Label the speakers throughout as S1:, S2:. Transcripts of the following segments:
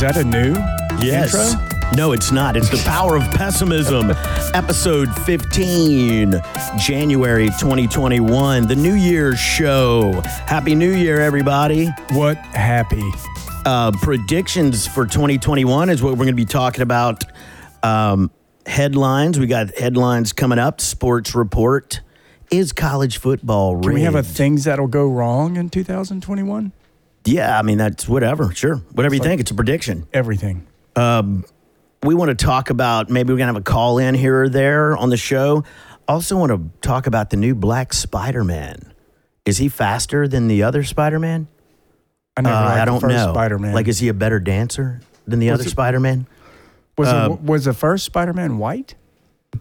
S1: that a new
S2: Yes.
S1: intro?
S2: No, it's not. It's The Power of Pessimism, episode 15, January 2021, the New Year's show. Happy New Year, everybody.
S1: What happy?
S2: Uh, predictions for 2021 is what we're going to be talking about. Um, headlines. We got headlines coming up. Sports report. Is college football real?
S1: Can we have a things that'll go wrong in 2021?
S2: yeah, I mean, that's whatever. Sure. Whatever you think. It's a prediction.
S1: Everything.
S2: we want to talk about maybe we're going to have a call in here or there on the show. Also, want to talk about the new Black Spider Man. Is he faster than the other Spider Man?
S1: I never liked
S2: Uh, I don't
S1: the first
S2: know.
S1: Spider-Man.
S2: Like, is he a better dancer than the other Spider Man?
S1: was
S2: uh,
S1: it, was the first Spider-Man white?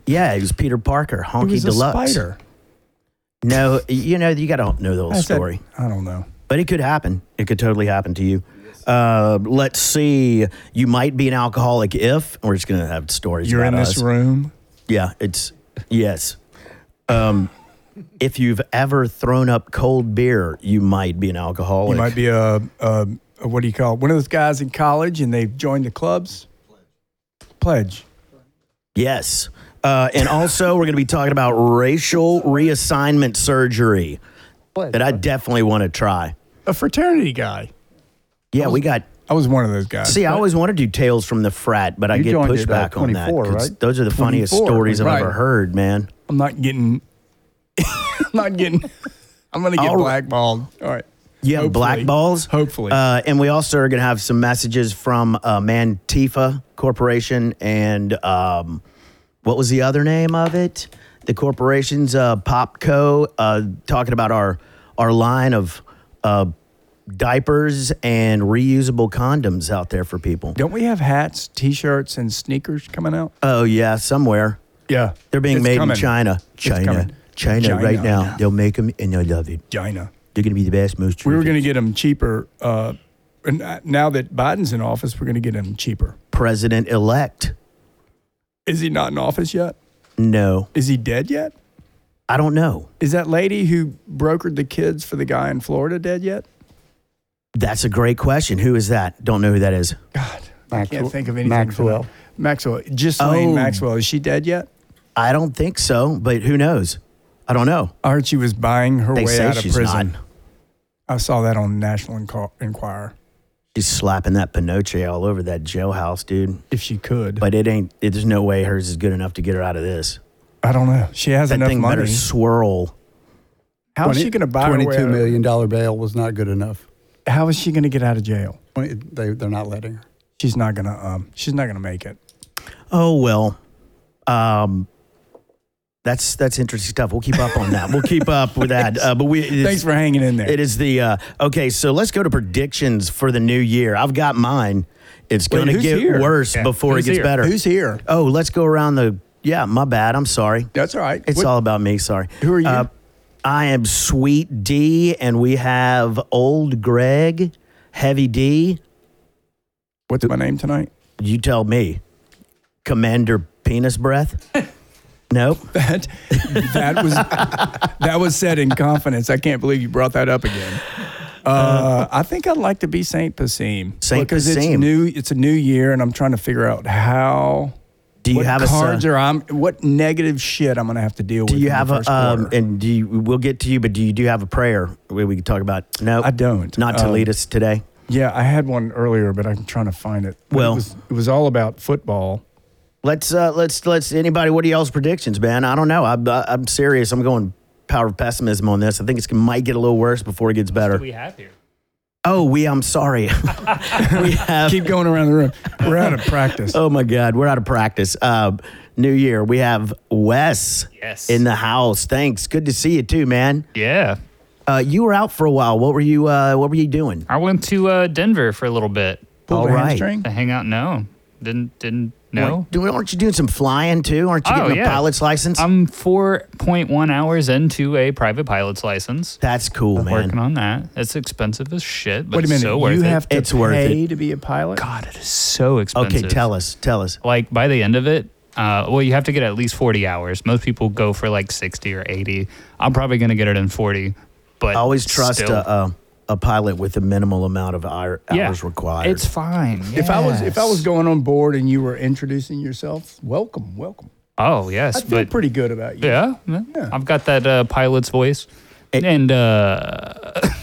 S2: Yeah, he was Peter Parker,
S1: He
S2: Honky
S1: was a
S2: Deluxe.
S1: spider.
S2: No, you know you got to know the whole
S1: I said-
S2: story.
S1: I don't know.
S2: But it could happen. It could totally happen to you. Uh, let's see. You might be an alcoholic if we're just gonna have stories.
S1: You're in
S2: about
S1: this
S2: us.
S1: room.
S2: Yeah, it's yes. Um, if you've ever thrown up cold beer, you might be an alcoholic.
S1: You might be a, a, a what do you call it? one of those guys in college, and they've joined the clubs. Pledge.
S2: Yes. Uh, and also, we're going to be talking about racial reassignment surgery that I definitely want to try.
S1: A fraternity guy.
S2: Yeah, we got.
S1: I was one of those guys.
S2: See, I always want to do tales from the frat, but I
S1: You
S2: get
S1: joined at, uh,
S2: pushback on that.
S1: 24,
S2: 'cause
S1: right?
S2: Those are the funniest
S1: 24,
S2: stories I've
S1: right.
S2: ever heard, man.
S1: I'm not getting. I'm not getting. I'm gonna get
S2: All right.
S1: blackballed. All right.
S2: You have
S1: Hopefully.
S2: black balls?
S1: Hopefully.
S2: Uh, and we also are going to have some messages from uh, Mantifa Corporation and um, what was the other name of it? The corporation's uh, Popco, uh, talking about our, our line of uh, diapers and reusable condoms out there for people.
S1: Don't we have hats, t-shirts, and sneakers coming out?
S2: Oh, yeah, somewhere.
S1: Yeah,
S2: They're being
S1: It's
S2: made
S1: coming.
S2: in China.
S1: It's
S2: China.
S1: coming.
S2: China. right
S1: China.
S2: now. They'll make them and they'll love it.
S1: China.
S2: They're going to be the best, most
S1: We were
S2: terrific.
S1: going to get them cheaper, uh, and uh, now that Biden's in office, we're going to get them cheaper.
S2: president elect.
S1: Is he not in office yet?
S2: No,
S1: Is he dead yet?
S2: I don't know.
S1: Is that lady who brokered the kids for the guy in Florida dead yet?
S2: That's a great question. Who is that? Don't know who that is.
S1: God, I
S3: Maxwell-
S1: can't think of anything.
S3: Maxwell.
S1: Maxwell. Ghislaine
S2: Oh.
S1: Maxwell. Is she dead yet?
S2: I don't think so, but who knows? I don't know.
S1: I heard she was buying her
S2: They
S1: way
S2: say
S1: out of
S2: she's
S1: prison.
S2: not.
S1: I saw that on National Enquir- Enquirer.
S2: She's slapping that Pinocchio all over that jailhouse, dude.
S1: If she could,
S2: But it ain't. It, there's no way hers is good enough to get her out of this.
S1: I don't know. She has
S2: That
S1: enough
S2: thing
S1: money.
S2: better swirl.
S1: How is she going to buy her way out
S3: Twenty-two
S1: of-
S3: million dollar bail was not good enough.
S1: How is she going to get out of jail?
S3: Twenty- They they're not letting her.
S1: She's not gonna. Um, she's not gonna make it.
S2: Oh well. Um. That's that's interesting stuff. We'll keep up on that. We'll keep up with that. Uh, but we it's-
S1: Thanks for hanging in there.
S2: It is the uh, okay. So let's go to predictions for the new year. I've got mine. It's
S1: Wait,
S2: going to
S1: who's
S2: get
S1: here?
S2: worse
S1: Yeah,
S2: before it
S1: who's
S2: gets
S1: here?
S2: better.
S1: Who's here?
S2: Oh, let's go around the. Yeah, my bad. I'm sorry.
S1: That's all right.
S2: It's
S1: What-
S2: all about me. Sorry. Uh,
S1: Who are you?
S2: I am Sweet D, and we have Old Greg, Heavy D.
S1: What's my name tonight?
S2: You tell me, Commander Penis Breath. nope.
S1: That that was that was said in confidence. I can't believe you brought that up again. Uh, I think I'd like to be Saint Passim.
S2: Saint
S1: because it's
S2: Passim.
S1: new. It's a new year, and I'm trying to figure out how.
S2: Do you
S1: what
S2: have a
S1: cards
S2: son?
S1: are I'm what negative shit I'm gonna have to deal with.
S2: Do you
S1: in
S2: have
S1: the first
S2: a um,
S1: quarter.
S2: and do you, we'll get to you, but do you do have a prayer we, we can talk about? No,
S1: I don't.
S2: Not to
S1: Um,
S2: lead us today.
S1: yeah, I had one earlier, but I'm trying to find it. But
S2: Well-
S1: it was, it was all about football.
S2: Let's uh, let's let's anybody. What are y'all's predictions, man? I don't know. I'm I- I'm serious. I'm going power of pessimism on this. I think it's might get a little worse before it gets better.
S4: we have here.
S2: Oh, we. I'm sorry. we have.
S1: Keep going around the room. We're out of practice.
S2: Oh my God, we're out of practice. Uh, new year. We have Wes.
S4: Yes.
S2: In the house. Thanks. Good to see you too, man.
S4: Yeah.
S2: Uh, you were out for a while. What were you? Uh, what were you doing?
S4: I went to uh, Denver for a little bit
S1: Pulled
S2: all
S1: a
S2: right.
S1: hamstring?
S4: to hang out. No, didn't didn't no.
S2: Doing- Aren't you doing some flying too? Aren't you
S4: Oh,
S2: getting a
S4: yeah.
S2: pilot's license?
S4: I'm 4.1 hours into a private pilot's license.
S2: That's cool, man.
S4: Working on that. It's expensive as shit,
S1: Oh,
S4: but
S1: Wait a
S4: it's
S1: minute.
S4: so worth
S1: you
S4: it.
S1: have to
S2: It's
S1: pay
S2: worth it.
S1: to be a pilot.
S4: God, it is so expensive.
S2: Okay, tell us. Tell us.
S4: Like by the end of it, uh, well, you have to get at least 40 hours. Most people go for like 60 or 80. I'm probably gonna get it in 40. But
S2: I always trust
S1: uh,
S4: still,
S2: a, a, a pilot with a minimal amount of hour,
S4: Yeah.
S2: hours required.
S4: It's fine.
S1: If I was if I was
S4: yes.
S1: going on board and you were introducing yourself, welcome, welcome.
S4: oh yes,
S1: I feel
S4: but
S1: pretty good about you.
S4: yeah, yeah,
S1: Yeah.
S4: I've got that uh, pilot's voice, and uh,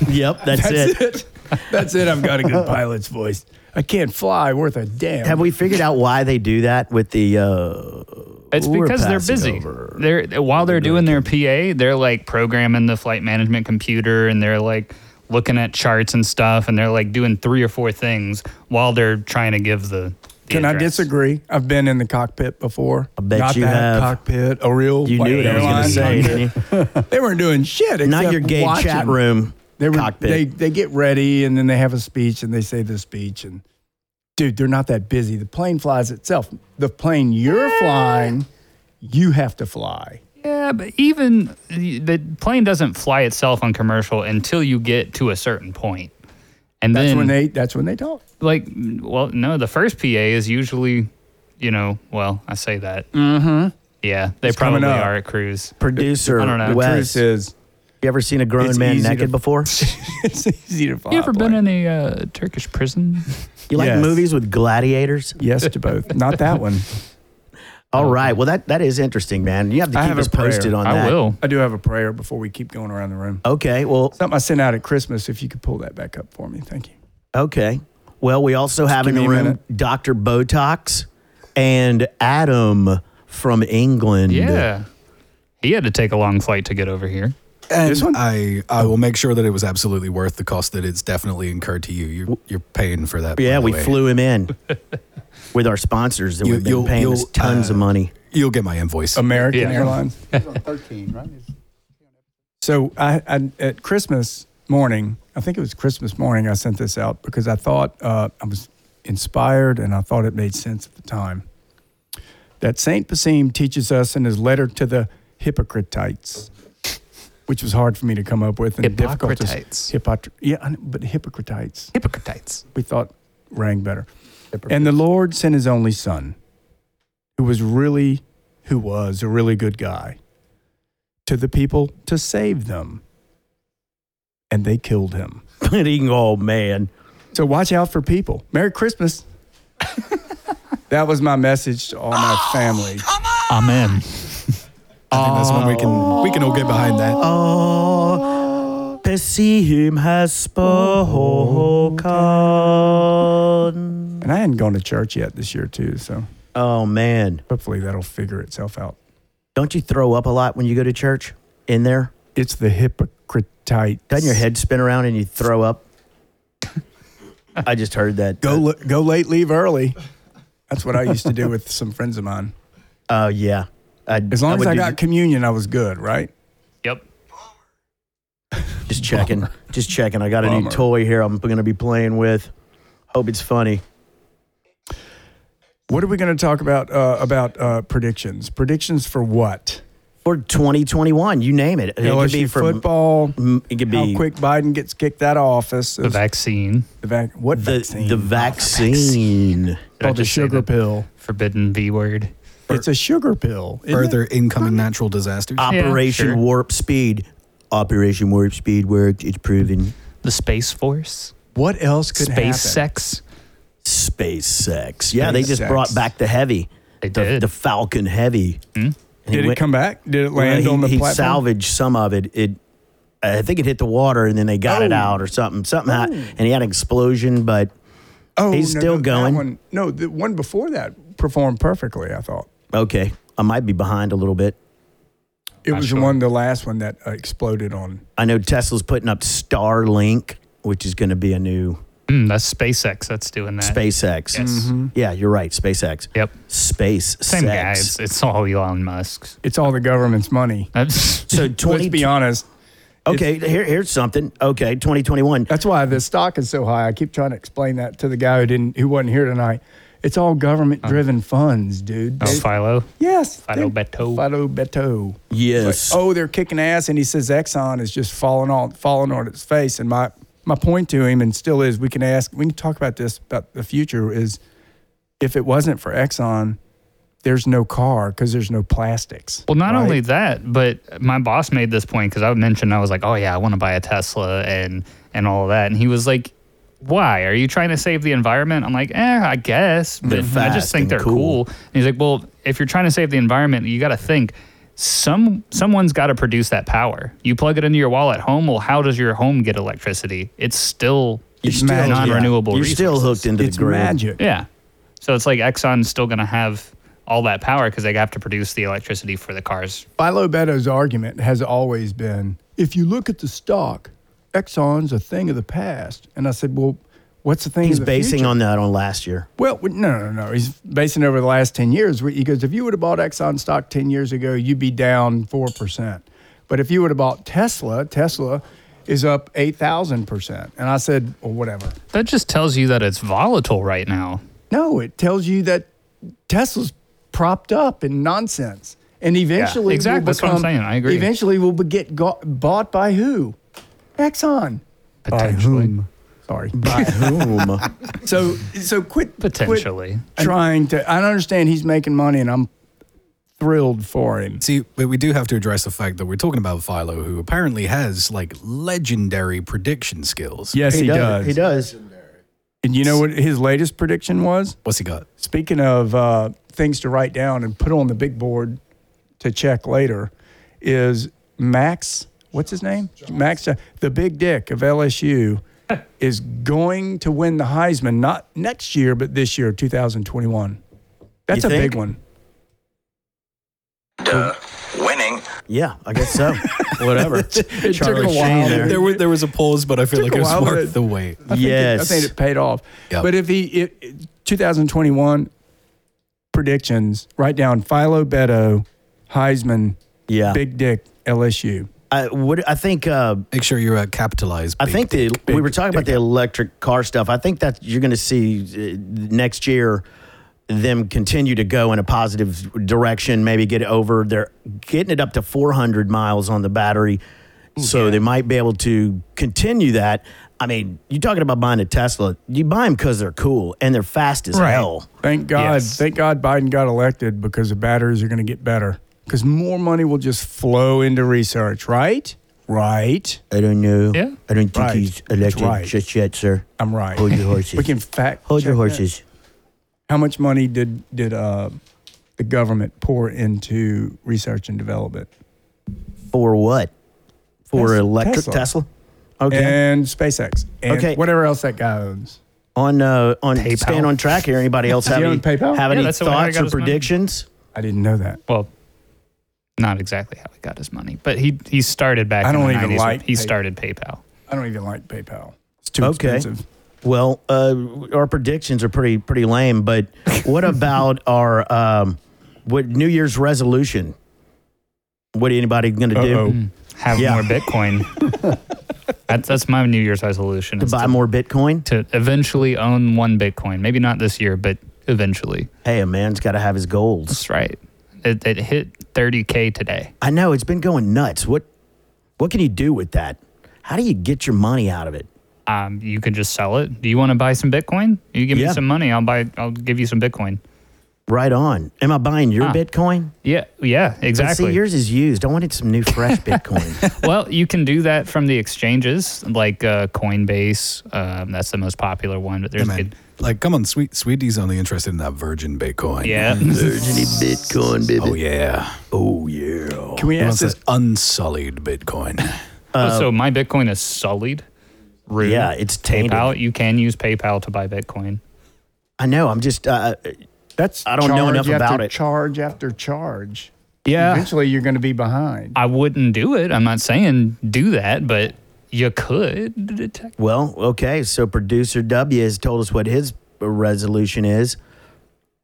S2: yep, that's,
S1: That's
S2: it.
S1: it. That's it. I've got a good pilot's voice. I can't fly worth a damn.
S2: Have we figured out why they do that with the? Uh,
S4: it's
S2: We're
S4: because they're
S2: passing
S4: busy.
S2: over.
S4: They're while they're doing their PA, they're like programming the flight management computer, and they're like looking at charts and stuff, and they're like doing three or four things while they're trying to give the. the
S1: Can I
S4: address.
S1: disagree? I've been in the cockpit before. I
S2: bet
S1: Not
S2: you
S1: that
S2: have.
S1: cockpit, a real.
S2: you
S1: like,
S2: knew what I was going to
S1: airline
S2: say,
S1: cockpit.
S2: didn't you?
S1: They weren't doing shit.
S2: Not
S1: except
S2: your gay
S1: watching.
S2: chat room
S1: They were.
S2: cockpit.
S1: They they get ready and then they have a speech and they say the speech and dude, they're not that busy. The plane flies itself. The plane you're flying, you have to fly.
S4: Yeah, but even the plane doesn't fly itself on commercial until you get to a certain point, and
S1: That's
S4: then
S1: when they. That's when they talk.
S4: like well no the first pa is usually you know well i say that mm-hmm yeah they
S1: It's coming
S4: probably
S1: up.
S4: are at cruise
S2: Producer
S4: I don't know.
S2: Wes,
S1: Truth
S2: you
S1: is,
S2: ever seen a grown
S1: It's
S2: man
S1: easy to-
S2: naked before?
S1: it's easy to fly.
S4: you ever
S1: a
S4: been
S1: plane.
S4: in a uh, turkish prison
S2: You like
S1: Yes.
S2: movies with gladiators?
S1: Yes to both. Not that one.
S2: All right. Well, that that is interesting, man. You have to
S1: Oh. I
S2: keep
S1: have
S2: us
S1: a prayer.
S2: posted on that.
S4: i will
S1: I do have a prayer before we keep going around the room.
S2: Okay. Well,
S1: Something I sent out at Christmas. If you could pull that back up for me, thank you.
S2: okay. Well, we also have in
S1: give
S2: the
S1: me a
S2: room
S1: minute.
S2: Dr. Botox and Adam from England.
S4: yeah he had to take a long flight to get over here
S5: And
S1: This one?
S5: I, I will make sure that it was absolutely worth the cost that it's definitely incurred to you. You're, you're paying for that. by
S2: Yeah,
S5: the
S2: we
S5: way.
S2: flew him in with our sponsors that
S5: You-
S2: we've been
S5: you'll-
S2: paying us
S5: you'll,
S2: tons of
S5: uh,
S2: money.
S5: You'll get my invoice.
S1: American
S4: Yeah.
S1: Airlines.
S3: He's on 13, right? He's-
S1: So I, I at Christmas morning, I think it was Christmas morning, I sent this out because I thought uh, I was inspired and I thought it made sense at the time. That Saint Basim teaches us in his letter to the Hippocratites, which was hard for me to come up with and difficult. To,
S4: Hippocratites.
S1: Hippocr- yeah, I know, but Hippocratites
S4: hypocrites
S1: we thought rang better. And the Lord sent his only son, who was really, who was a really good guy, to the people to save them. And they killed him.
S2: oh, man.
S1: So watch out for people. Merry Christmas. that was my message to all my family.
S4: amen
S5: I think that's one we can we can all get behind that.
S2: Oh, Pessim has spoken.
S1: And I hadn't gone to church yet this year, too. So
S2: Oh, man.
S1: hopefully that'll figure itself out.
S2: Don't you throw up a lot when you go to church in there?
S1: It's the hypocritites.
S2: Doesn't your head spin around and you throw up? I just heard that.
S1: Go, li- go late, leave early. That's what I used to do with some friends of mine.
S2: Oh yeah. I,
S1: As long as
S2: would
S1: I
S2: do-
S1: got communion, I was good, right?
S4: yep
S2: just checking, just checking. I got a new
S1: Bummer.
S2: toy here. I'm going to be playing with. Hope it's funny.
S1: What are we going to talk about uh, about uh, predictions? Predictions for what?
S2: For 2021, you name it. It could be
S1: LSU
S2: for
S1: football.
S2: m- It could be
S1: How quick Biden gets kicked out of office?
S4: the vaccine
S1: The vac- what
S2: the
S1: vaccine?
S2: the vaccine.
S4: Did I
S1: Called the
S4: just say
S1: sugar
S4: that?
S1: pill.
S4: forbidden v word
S1: It's a sugar pill. isn't
S5: Further
S1: it? Ah.
S5: incoming natural disasters.
S2: Operation
S4: sure.
S2: Warp Speed. Operation Warp Speed worked. It's proven.
S4: the space force
S1: What else could happen?
S4: space sex
S2: Space sex. Yeah, they just
S1: SpaceX.
S2: brought back the heavy.
S4: They
S2: the,
S4: did. Hmm?
S2: the Falcon Heavy. And
S1: Did it
S2: went-
S1: come back? Did it land
S2: Well, he,
S1: on the
S2: he
S1: platform?
S2: salvaged some of it. It, I think it hit the water, and then they got it
S1: Oh.
S2: out or something. Something, hap- and he had an explosion. But
S1: oh,
S2: he's
S1: no,
S2: still
S1: no, that
S2: going.
S1: One, no, the one before that performed perfectly. I thought
S2: okay, I might be behind a little bit.
S1: it
S4: Not
S1: was
S4: sure.
S1: the one, the last one that uh, exploded on.
S2: I know Tesla's putting up Starlink, which is going to be a new
S4: Mm, that's spacex that's doing that
S2: SpaceX.
S4: yes
S1: Mm-hmm.
S2: Yeah, you're right. SpaceX.
S4: yep
S2: Space
S4: same
S2: sex.
S4: guy it's, it's all elon musk's
S1: It's all the government's money.
S4: That's
S2: So
S1: Let's
S2: 20
S1: be honest.
S2: Okay, here, here's something. Okay, 2021.
S1: That's why the stock is so high. I keep trying to explain that to the guy who didn't, who wasn't here tonight. It's all government-driven funds, dude.
S4: oh,
S1: They-
S4: Philo.
S1: yes,
S4: Fido
S1: they-
S4: Beto.
S1: Fido Beto.
S2: Yes.
S1: Like, oh, they're kicking ass, and he says Exxon is just falling on, falling on its face. And my my point to him, and still is, we can ask, we can talk about this about the future. Is if it wasn't for Exxon, there's no car because there's no plastics.
S4: Well, not
S1: right?
S4: only that, but my boss made this point because I mentioned I was like, "Oh yeah, I want to buy a Tesla and and all of that," and he was like, "Why are you trying to save the environment?" I'm like, "Eh, I guess, but I
S2: fast
S4: just think
S2: and
S4: they're
S2: cool.
S4: cool." And he's like, "Well, if you're trying to save the environment, you got to think." Some someone's got to produce that power. You plug it into your wall at home. Well, how does your home get electricity? It's still
S1: It's still- yeah.
S4: non-renewable.
S2: You're still
S4: resources.
S2: hooked into
S1: it's
S2: the grid.
S1: magic.
S4: Yeah. So it's like Exxon's still going to have all that power because they have to produce the electricity for the cars.
S1: Philobeto's argument has always been if you look at the stock, Exxon's a thing of the past. And I said, well, what's the thing
S2: He's
S1: of the
S2: basing
S1: future?
S2: on that on last year.
S1: Well, no, no, no. He's basing it over the last 10 years. He goes, if you would have bought Exxon stock 10 years ago, you'd be down 4%. But if you would have bought Tesla, Tesla is up 8,000%. And I said, well, whatever.
S4: That just tells you that it's volatile right now.
S1: No, it tells you that Tesla's propped up in nonsense. And eventually,
S4: exactly.
S1: will
S4: That's what I'm
S1: become-
S4: saying. I agree.
S1: Eventually, will be- get go- bought by who? Exxon.
S4: Potentially.
S1: Sorry.
S2: Boom.
S1: So, so quit quit
S4: Potentially.
S1: trying to. I don't understand. He's making money, and I'm thrilled for him.
S5: See, but we do have to address the fact that we're talking about Philo, who apparently has like legendary prediction skills.
S1: Yes, he, does.
S2: He does.
S1: And you know what his latest prediction was?
S5: What's he got?
S1: Speaking of uh, things to write down and put on the big board to check later, is Max, what's his name? Max, Jo- the big dick of LSU, is going to win the Heisman, not next year, but this year, 2021. That's
S2: You
S1: a
S2: think?
S1: big one.
S6: Duh. Winning.
S2: Yeah, I guess so. Whatever.
S1: took
S2: Charlie
S1: a while.
S2: Sheen there.
S5: There, was, there was a pause, but I feel
S1: Took
S5: like
S1: a
S5: it was
S1: while, but
S5: worth
S1: it-
S5: the wait.
S1: I think it, I
S2: Yes.
S1: think it paid off.
S5: Yep.
S1: But if he, it, it- 2021 predictions, write down Philo Beto, Heisman,
S2: Yeah.
S1: Big Dick, LSU.
S2: I, what, I think uh,
S5: Make sure you're uh, capitalized.
S2: I think
S5: big
S2: the, we were talking about the electric car stuff. I think that you're going to see uh, next year them continue to go in a positive direction. Maybe get over. They're getting it up to 400 miles on the battery, so they might be able to continue that. I mean, you're talking about buying a Tesla. You buy them because they're cool and they're fast as hell.
S1: Thank God.
S4: Yes.
S1: Thank God Biden got elected because the batteries are going to get better because more money will just flow into research, right? Right.
S2: I don't know.
S4: Yeah.
S2: I don't think
S1: Right.
S2: he's
S1: That's
S2: elected
S1: right.
S2: just yet, sir.
S1: I'm right.
S2: Hold your horses.
S1: we can fact.
S2: Hold your
S1: check that.
S2: horses.
S1: How much money did did uh, the government pour into research and development
S2: For what? For
S1: Tes-
S2: electric Tesla.
S1: Tesla.
S2: Okay.
S1: and SpaceX and
S2: Okay.
S1: whatever else that guy owns?
S2: on uh, on
S4: PayPal.
S2: staying on track here. Anybody else have
S1: he
S2: any,
S1: own PayPal?
S2: have
S1: Yeah,
S2: any
S4: that's the way I
S2: thoughts
S4: got
S2: or
S4: his money.
S2: predictions?
S1: I didn't know that.
S4: Well, not exactly how he got his money, but he he started back
S1: I
S4: in
S1: don't
S4: the
S1: even
S4: 90s. with-
S1: like
S4: he
S1: PayPal.
S4: started PayPal.
S1: I don't even like PayPal. It's too
S2: Okay.
S1: expensive.
S2: Well, uh, our predictions are pretty pretty lame. But what about our um, what New Year's resolution? What anybody going to
S1: Uh-oh.
S2: do
S4: Mm. Have
S2: Yeah.
S4: more Bitcoin. that's, that's my New Year's resolution.
S2: to
S4: is
S2: buy more Bitcoin?
S4: to eventually own one Bitcoin. Maybe not this year, but eventually.
S2: Hey, a man's got to have his goals.
S4: That's right. It, it hit 30K today.
S2: I know it's been going nuts. What what can you do with that? How do you get your money out of it?
S4: um, you could just sell it. Do you want to buy some Bitcoin? You give
S2: Yeah.
S4: me some money, I'll buy. I'll give you some Bitcoin.
S2: Right on. Am I buying your
S4: Ah,
S2: Bitcoin?
S4: Yeah, yeah,
S2: But See,
S4: exactly.
S2: yours is used. I wanted some new fresh Bitcoin.
S4: well, you can do that from the exchanges like uh, Coinbase. Um, that's the most popular one, but
S5: Yeah,
S4: there's
S5: man.
S4: good.
S5: Like, come on, sweet, sweetie's only interested in that virgin Bitcoin.
S4: Yeah,
S2: Virginity Bitcoin, baby.
S5: Oh yeah.
S2: Oh yeah.
S1: Can we
S5: He
S1: ask
S5: wants
S1: this?
S5: this unsullied Bitcoin.
S4: Oh, so my Bitcoin is sullied. Rude.
S2: Yeah, it's tainted.
S4: PayPal. You can use PayPal to buy Bitcoin.
S2: I know. I'm just. Uh,
S1: That's
S2: I don't know
S1: charge
S2: enough
S1: after
S2: about it.
S1: Charge after charge.
S4: Yeah,
S1: Eventually, you're going to be behind.
S4: I wouldn't do it. I'm not saying do that, but you could.
S2: well, okay. So producer W has told us what his resolution is.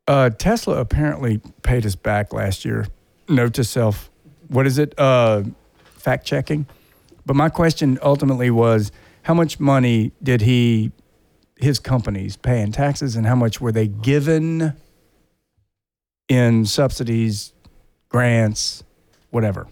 S1: Uh, Tesla apparently paid us back last year. Note to self. What is it? Uh, fact checking. But my question ultimately was how much money did he, his companies, pay in taxes and how much were they given in subsidies, grants, whatever?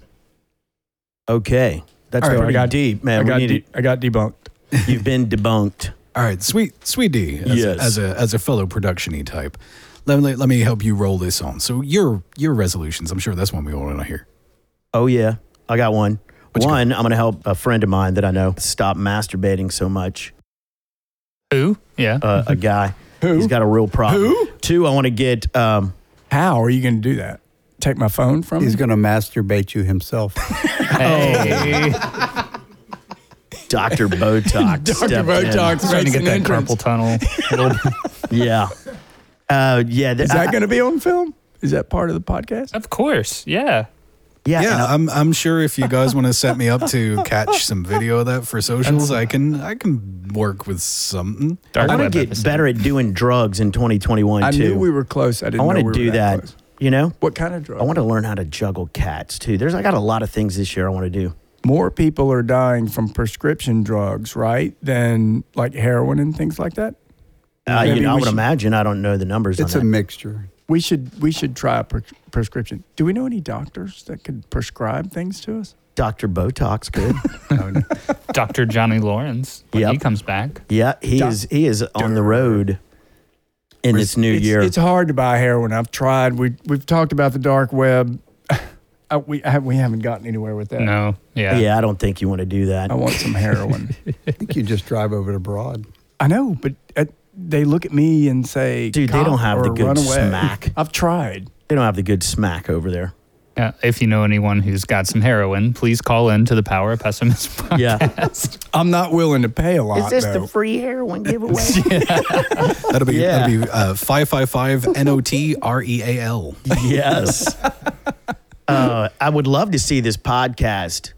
S2: Okay, that's
S1: All right,
S2: pretty
S1: I got-
S2: deep,
S1: I
S2: man.
S1: got,
S2: We need
S1: de- I got debunked.
S2: it. You've been debunked.
S5: All right, sweet, sweet D, as,
S2: Yes.
S5: as a as a fellow productiony type, Let me let me help you roll this on. So your your resolutions. I'm sure that's one we all want to hear.
S2: Oh yeah, I got one. one, I'm gonna help a friend of mine that I know stop masturbating so much.
S4: Who? Yeah.
S2: Uh, a guy. Who? He's got a real problem.
S1: Who?
S2: Two, I want to get. Um,
S1: How are you going to do that? Take my phone from
S3: He's
S1: me?
S3: going to masturbate you himself.
S4: hey.
S2: Oh. Dr. Botox.
S1: Dr.
S2: stepped
S1: Botox
S4: Starting to
S1: makes
S4: get
S1: an
S4: that
S1: entrance.
S4: carpal tunnel. It'll-
S2: in. Yeah. Uh, yeah. th-
S1: Is
S2: I-
S1: that going to be on film? Is that part of the podcast?
S4: of course. Yeah.
S2: yeah. and
S5: Yeah,
S2: I-
S5: I'm I'm sure if you guys want to set me up to catch some video of that for socials, I can I can work with something.
S4: Dark
S2: I want
S4: web
S2: to get
S4: episode.
S2: better at doing drugs in 2021
S1: I
S2: too.
S1: knew we were close. I didn't
S2: I want
S1: know
S2: to
S1: we were
S2: do that.
S1: close.
S2: You know,
S1: What kind of drug?
S2: I want to learn how to juggle cats too. There's I got a lot of things this year I want to do.
S1: More people are dying from prescription drugs, right? Than like heroin and things like that.
S2: Uh,
S1: Maybe
S2: you know, I
S1: we
S2: would
S1: should-
S2: imagine. I don't know the numbers.
S3: It's
S2: on
S3: a
S2: that.
S3: mixture.
S1: We should we should try a pres- prescription. Do we know any doctors that could prescribe things to us?
S2: Dr. Botox good.
S4: Dr. Johnny Lawrence when he
S2: Yep.
S4: comes back.
S2: yeah, he
S1: Doc-
S2: is he is on the road in this new
S1: it's,
S2: year.
S1: It's hard to buy heroin. I've tried. We we've talked about the dark web. I, we I, have- we haven't gotten anywhere with that.
S4: No. Yeah.
S2: yeah, I don't think you want to do that.
S1: I want some heroin.
S3: I think you just drive over to Broad.
S1: I know, but uh they look at me and say,
S2: Dude, they
S1: "Cop
S2: don't have the
S1: or
S2: good
S1: run away."
S2: smack.
S1: I've tried.
S2: They don't have the good smack over there.
S4: Uh, if you know anyone who's got some heroin, please call in to the Power of Pessimist podcast.
S2: Yeah,
S1: I'm not willing to pay a lot. though.
S2: free heroin giveaway?
S5: That'll be
S2: Yeah.
S5: that'll be uh, five five five n o t r e a l.
S2: yes. Uh, I would love to see this podcast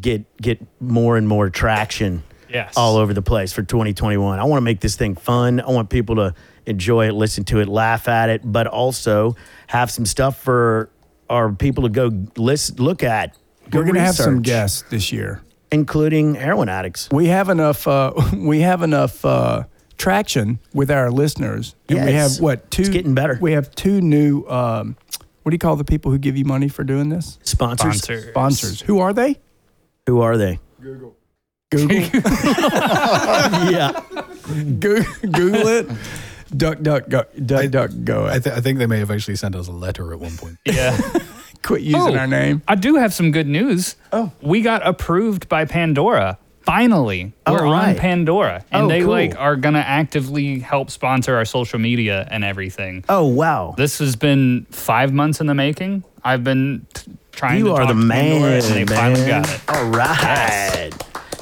S2: get get more and more traction.
S4: Yes.
S2: all over the place for 2021. I want to make this thing fun. I want people to enjoy it, listen to it, laugh at it, but also have some stuff for our people to go listen, look at. go
S1: We're going to have some
S2: research,
S1: guests this year.
S2: including heroin addicts.
S1: We have enough. Uh, we have enough uh, traction with our listeners, and we
S2: Yes.
S1: have what two?
S2: It's getting better.
S1: We have two new. Um, what do you call the people who give you money for doing this?
S2: Sponsors,
S4: Sponsor.
S1: Sponsors. Who are they?
S2: who are they?
S1: Google.
S2: yeah,
S1: Google, Google it. Duck, duck, go, duck,
S5: I-
S1: duck, go.
S5: I,
S1: I
S5: th- I think they may have actually sent us a letter at one point.
S4: Yeah.
S1: quit using our name.
S4: Oh, I do have some good news.
S1: Oh.
S4: We got approved by Pandora. Finally,
S2: Oh,
S4: we're on
S2: right.
S4: Pandora, and
S2: Oh,
S4: they
S2: cool.
S4: like are gonna actively help sponsor our social media and everything.
S2: Oh wow,
S4: This has been five months in the making. I've been t- trying.
S2: you
S4: to
S2: are
S4: talk
S2: the
S4: to
S2: man.
S4: Pandora, and they finally
S2: man.
S4: got it.
S2: All right.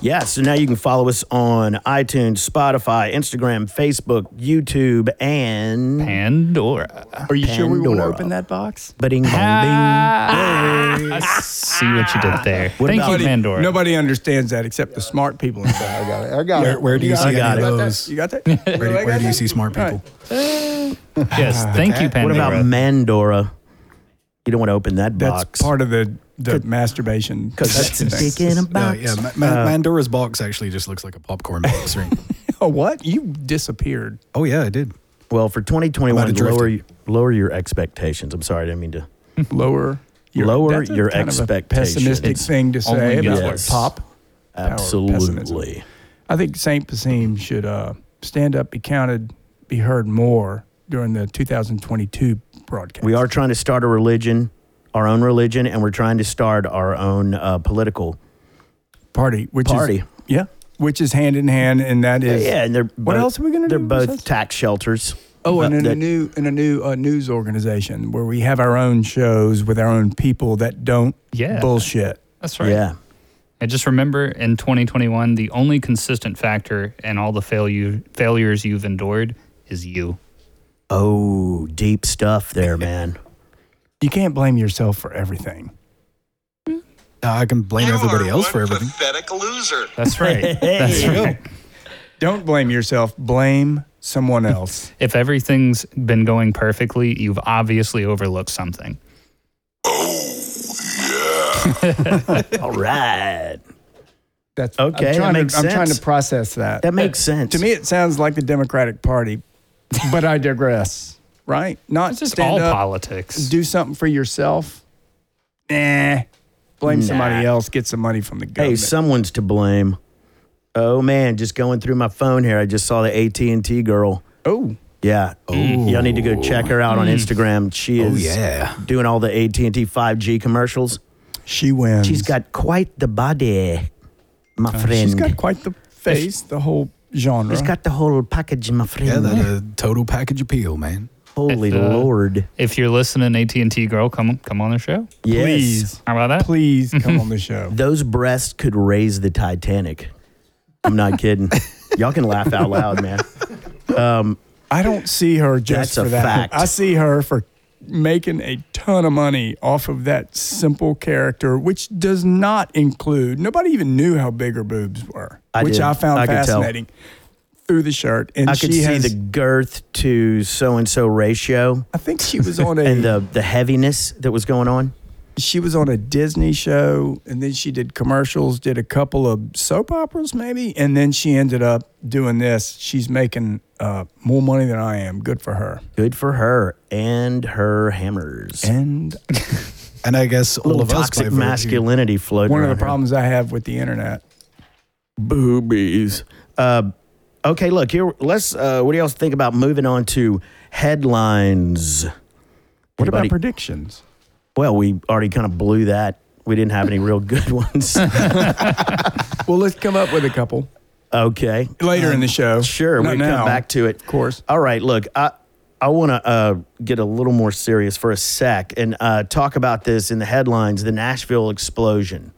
S2: Yeah, so now you can follow us on iTunes, Spotify, Instagram, Facebook, YouTube, and
S4: Pandora.
S1: Are you sure we want to
S2: Pandora.
S1: open that box?
S2: Ba-ding, bong, bing.
S4: I see what you did there. Thank
S2: about-
S4: you, Pandora.
S1: Nobody understands that except the smart people. in town.
S3: I got it. I got
S5: Where,
S3: it.
S5: where do you see any
S2: got
S5: of
S2: it.
S5: those?
S1: You got that? Where,
S5: Where do, where do you see smart people?
S4: Yes, thank you,
S2: What
S4: Pandora.
S2: about Mandora? You don't want to open that
S1: That's
S2: box.
S1: part of the the masturbation.
S2: because that's a dick in a
S5: Yeah,
S2: box.
S5: yeah. Ma- Ma- Mandora's box actually just looks like a popcorn box ring.
S1: Oh, what? You disappeared.
S5: Oh yeah, I did.
S2: Well, for
S5: Might
S2: 2021,
S5: have
S2: lower
S5: drifted.
S2: lower your expectations. I'm sorry, I didn't mean to.
S1: Lower your
S2: Lower
S1: that's a
S2: your
S1: kind of a
S2: expectations.
S1: pessimistic thing to
S4: only
S1: say about
S4: gets
S2: worse.
S1: pop. of
S2: Absolutely.
S1: pessimism. I think Saint Basim should uh, stand up, be counted, be heard more during the 2022 broadcast.
S2: We are trying to start a religion, our own religion, and we're trying to start our own uh, political.
S1: party, which
S2: Party.
S1: is yeah, which is hand in hand, and that is
S2: Yeah, and they're
S1: What
S2: both,
S1: else are we gonna
S2: They're
S1: do
S2: both
S1: besides-
S2: tax shelters.
S1: Oh, and
S2: Uh,
S1: in a
S2: that-
S1: new in a new uh, news organization where we have our own shows with our own people that don't
S4: Yeah.
S1: bullshit.
S4: That's right.
S2: yeah,
S4: And just remember in 2021, the only consistent factor in all the failure, failures you've endured is you.
S2: oh, deep stuff there, man.
S1: You can't blame yourself for everything.
S5: Uh, I can blame
S6: You
S5: everybody
S6: are
S5: else
S6: one
S5: for everything.
S6: Pathetic loser.
S4: That's right. That's
S2: Hey.
S4: right.
S1: Don't blame yourself. Blame someone else.
S4: If everything's been going perfectly, you've obviously overlooked something.
S2: All right,
S1: That's
S2: Okay,
S1: I'm trying,
S2: that makes
S1: to, I'm trying
S2: sense.
S1: to process that.
S2: that makes sense
S1: to me, it sounds like the Democratic Party, but I digress. Right? Not
S4: It's just
S1: stand
S4: all
S1: up,
S4: politics.
S1: do something for yourself. Nah. Blame somebody else. Get some money from the
S2: Hey,
S1: government.
S2: someone's to blame. Oh man, just going through my phone here, I just saw the AT and T girl
S1: oh,
S2: Yeah, y'all need to go check her
S1: Hmm.
S2: out on Instagram. She
S5: Oh,
S2: is
S5: yeah.
S2: doing all the AT and T five G commercials.
S1: She wins.
S2: She's got quite the body, my friend.
S1: Uh, She's got quite the face, the whole genre.
S2: She's got the whole package, my friend.
S5: Yeah, that uh, total package appeal, man.
S2: Holy
S4: If, uh,
S2: lord!
S4: If you're listening, AT and T girl, come come on the show.
S2: Yes.
S1: Please,
S4: How about that?
S1: please come on the show.
S2: Those breasts could raise the Titanic. I'm not kidding. Y'all can laugh out loud, man. Um,
S1: I don't see her just
S2: That's a
S1: for that.
S2: fact.
S1: I see her for making a ton of money off of that simple character, which does not include. Nobody even knew how big her boobs were,
S2: I
S1: which
S2: did.
S1: I found
S2: I could tell.
S1: fascinating. Through the shirt, and
S2: I
S1: she
S2: could see
S1: has,
S2: the girth to so and so ratio
S1: I think she was on a.
S2: and the the heaviness that was going on.
S1: she was on a Disney show, and then she did commercials, did a couple of soap operas, maybe, and then she ended up doing this. She's making uh, more money than I am. Good for her.
S2: Good for her and her hammers.
S1: And
S5: And I guess all
S2: little
S5: of us by
S2: toxic
S5: virtue-
S2: masculinity floating.
S1: one of the
S2: around here.
S1: problems I have with the internet
S2: boobies. Uh, okay, look here. Let's. Uh, what do y'all think about moving on to headlines?
S1: What
S2: Anybody-
S1: about predictions?
S2: Well, we already kind of blew that. We didn't have any real good ones.
S1: Well, let's come up with a couple
S2: okay,
S1: later in the show.
S2: Um, sure.
S1: Not
S2: We come
S1: now,
S2: back to it.
S1: Of course.
S2: All right, look, I I want to uh, get a little more serious for a sec and uh, talk about this in the headlines: the Nashville explosion.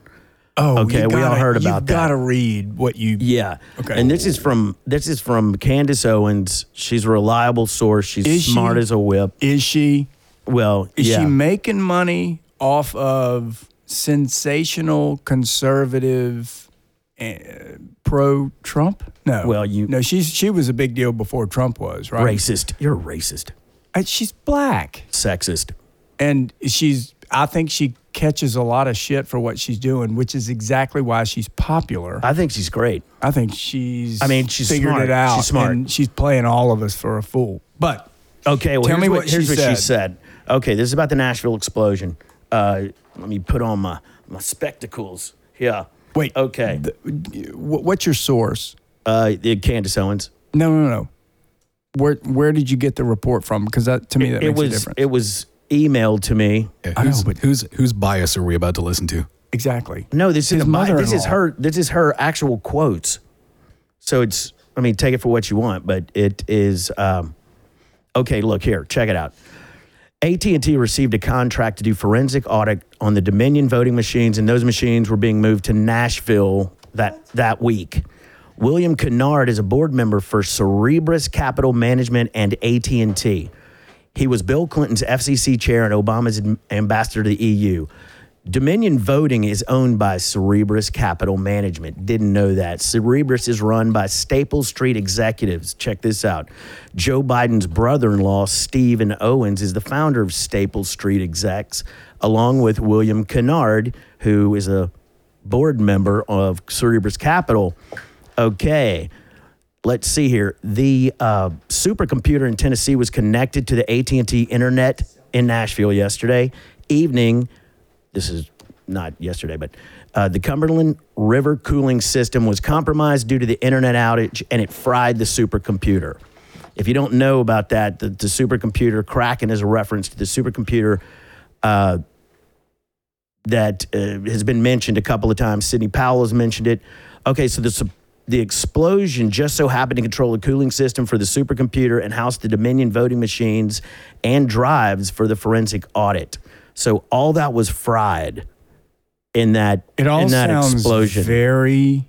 S1: Oh,
S2: Okay, we all heard about
S1: you
S2: that.
S1: gotta read what you.
S2: Yeah.
S1: Okay.
S2: And this is from this is from Candace Owens. She's a reliable source. She's
S1: Is she-
S2: smart as a whip.
S1: Is she?
S2: Well,
S1: Is
S2: yeah.
S1: she making money off of sensational conservative, uh, pro Trump? No.
S2: Well, you-
S1: No, she's she was a big deal before Trump was right.
S2: racist. You're a racist.
S1: And she's black,
S2: Sexist.
S1: and she's. I think she catches a lot of shit for what she's doing, which is exactly why she's popular.
S2: I think she's great.
S1: I think she's.
S2: I mean, she's
S1: figured
S2: smart.
S1: it out.
S2: She's smart.
S1: And she's playing all of us for a fool. But
S2: Okay, well,
S1: Tell
S2: here's
S1: me
S2: what,
S1: what she
S2: here's what she said. Okay, this is about the Nashville explosion. Uh, let me put on my, my spectacles. Yeah.
S1: wait,
S2: Okay.
S1: th- wh- what's your source?
S2: uh, Candace Owens.
S1: No, no, no. Where where did you get the report from? Because that to me that
S2: it
S1: makes a
S2: was
S1: difference.
S2: it was emailed to me.
S5: Yeah,
S1: I know,
S5: who's,
S1: but-
S5: whose whose bias are we about to listen to?
S1: exactly.
S2: No, this is
S1: His
S2: my, this is
S1: mother-in-law.
S2: her this is her actual quotes. So it's I mean take it for what you want, but it is um, okay. Look here, check it out. AT&T received a contract to do forensic audit on the Dominion voting machines and those machines were being moved to Nashville that that week. William Kennard is a board member for Cerebrus Capital Management and AT&T. He was Bill Clinton's FCC chair and Obama's am- ambassador to the E EU. Dominion Voting is owned by Cerebrus Capital Management. Didn't know that. Cerebrus is run by Staples Street executives. Check this out. Joe Biden's brother in law, Stephen Owens, is the founder of Staples Street Execs, along with William Kennard, who is a board member of Cerebrus Capital. Okay let's see here the uh, supercomputer in tennessee was connected to the at&t internet in nashville yesterday evening this is not yesterday but uh, the cumberland river cooling system was compromised due to the internet outage and it fried the supercomputer if you don't know about that the, the supercomputer kraken is a reference to the supercomputer uh, that uh, has been mentioned a couple of times. Sidney Powell has mentioned it. Okay, so the sup- the explosion just so happened to control the cooling system for the supercomputer and house the Dominion voting machines and drives for the forensic audit. So all that was fried in that
S1: It all
S2: in that
S1: sounds
S2: explosion.
S1: very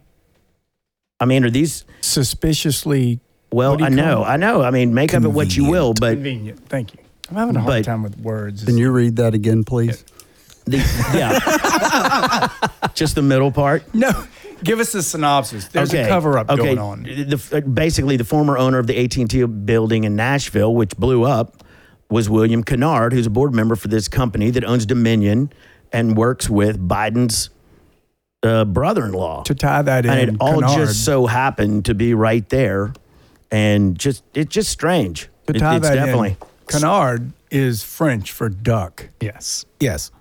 S2: I mean, are these?
S1: suspiciously
S2: Well,
S1: do you
S2: I know,
S1: call it?
S2: I know. I mean, make of it what you will, but
S1: convenient. Thank you. I'm having a hard
S2: But-
S1: time with words.
S3: Can you read that again, please?
S2: the, yeah, just the middle part.
S1: no, give us a synopsis. There's a cover up
S2: okay.
S1: going on.
S2: The, uh, basically, the former owner of the AT&T building in Nashville, which blew up, was William Kennard, who's a board member for this company that owns Dominion and works with Biden's uh, brother-in-law.
S1: To tie that in,
S2: and it all
S1: Kennard,
S2: just so happened to be right there, and just it's just strange.
S1: to
S2: It-
S1: tie
S2: it's
S1: that
S2: definitely
S1: in, canard is French for duck.
S4: Yes.
S5: Yes.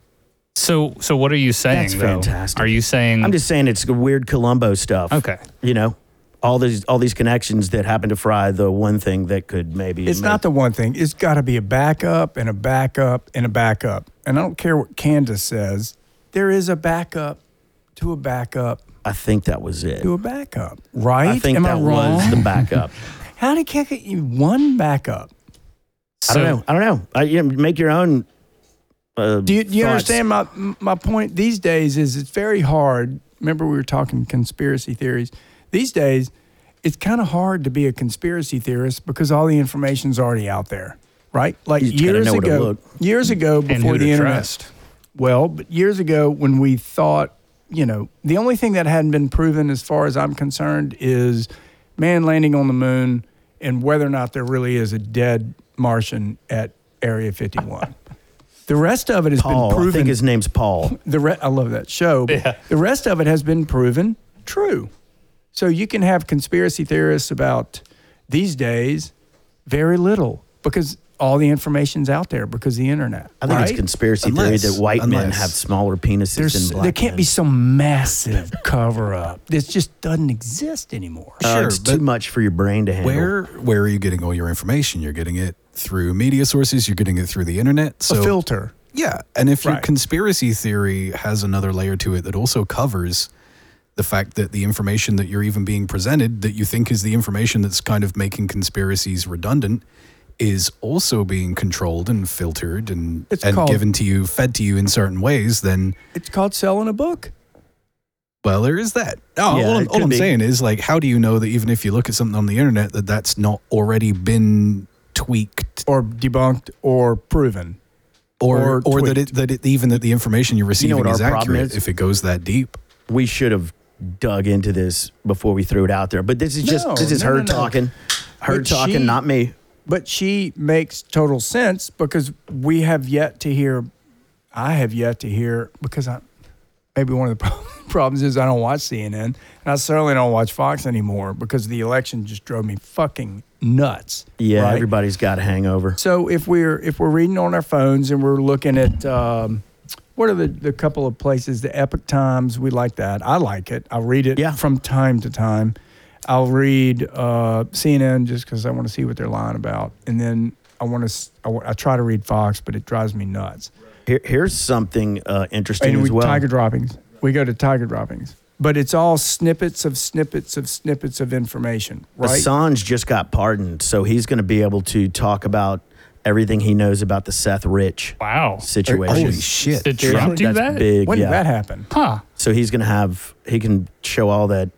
S4: So so what are you saying?
S2: That's
S4: though?
S2: fantastic.
S4: Are you saying
S2: I'm just saying it's weird Columbo stuff.
S4: Okay.
S2: You know, all these all these connections that happen to Fry, the one thing that could maybe
S1: It's
S2: make-
S1: not the one thing. It's got to be a backup and a backup and a backup. And I don't care what Candace says. There is a backup to a backup
S2: I think that was it.
S1: to a backup, right?
S2: I think
S1: Am
S2: that
S1: I wrong?
S2: was the backup.
S1: How did Cat get you one backup?
S2: I don't know. I don't know. I, you know, make your own. Uh,
S1: Do you, do you
S2: thoughts.
S1: understand my my point? These days is it's very hard. Remember we were talking conspiracy theories. These days, it's kind of hard to be a conspiracy theorist because all the information's already out there, right? Like
S2: You just gotta
S1: years
S2: know where to
S1: ago,
S2: look.
S1: years ago
S4: and
S1: before
S4: who
S1: the
S4: to
S1: internet.
S4: trust.
S1: Well, but years ago when we thought, you know, the only thing that hadn't been proven as far as I'm concerned is man landing on the moon and whether or not there really is a dead Martian at Area 51. the rest of it has
S2: Paul,
S1: been
S2: I
S1: proven.
S2: think his name's Paul.
S1: the re- I love that show. but The rest of it has been proven true. So you can have conspiracy theorists about these days very little because all the information's out there because of the internet.
S2: I think
S1: right?
S2: it's conspiracy theory
S5: Unless-
S2: that white men
S5: unless-
S2: have smaller penises
S1: There's,
S2: than black
S1: there can't
S2: men.
S1: be some massive cover up. This just doesn't exist anymore.
S2: Uh,
S5: Sure,
S2: it's
S5: but-
S2: too much for your brain to handle.
S5: Where where are you getting all your information? You're getting it through media sources. You're getting it through the internet. So
S1: a filter.
S5: yeah, and if your
S1: Right.
S5: conspiracy theory has another layer to it that also covers the fact that the information that you're even being presented that you think is the information that's kind of making conspiracies redundant is also being controlled and filtered and
S1: It's
S5: and
S1: called-
S5: given to you, fed to you in certain ways, then
S1: It's called selling a book.
S5: Well, there is that. No,
S2: Yeah,
S5: all, I'm-
S2: it
S5: all
S2: could
S5: I'm
S2: be.
S5: saying is, like, how do you know that even if you look at something on the internet, that that's not already been tweaked,
S1: Or debunked or proven.
S5: or
S1: Or
S5: or, that
S1: tweaked.
S5: it that it, even that the information you're
S2: know
S5: receiving
S2: what
S5: is
S2: our problem
S5: accurate
S2: is?
S5: if it goes that deep?
S2: we should have dug into this before we threw it out there. But this is just
S1: No,
S2: this is
S1: no,
S2: her
S1: no, no.
S2: talking, her
S1: But
S2: talking,
S1: she-
S2: not me.
S1: But she makes total sense because we have yet to hear. I have yet to hear because I maybe one of the prob- problems is I don't watch CNN and I certainly don't watch Fox anymore because the election just drove me fucking nuts.
S2: Yeah,
S1: right?
S2: everybody's got a hangover.
S1: So if we're if we're reading on our phones and we're looking at um, what are the, the couple of places the Epic Times we like that I like it I'll read it
S2: Yeah.
S1: from time to time I'll read uh, CNN just because I want to see what they're lying about and then I want to I try to read Fox but it drives me nuts
S2: Here, here's something uh, interesting
S1: and we
S2: as well.
S1: tiger droppings we go to tiger droppings but it's all snippets of snippets of snippets of information right
S2: Assange just got pardoned, so he's going to be able to talk about everything he knows about the Seth Rich
S4: Wow.
S2: situation.
S5: Holy shit!
S4: Did Trump do
S2: That's
S4: that?
S2: big.
S1: when
S2: yeah.
S1: did that happen
S4: Huh.
S2: So he's going to have he can show all that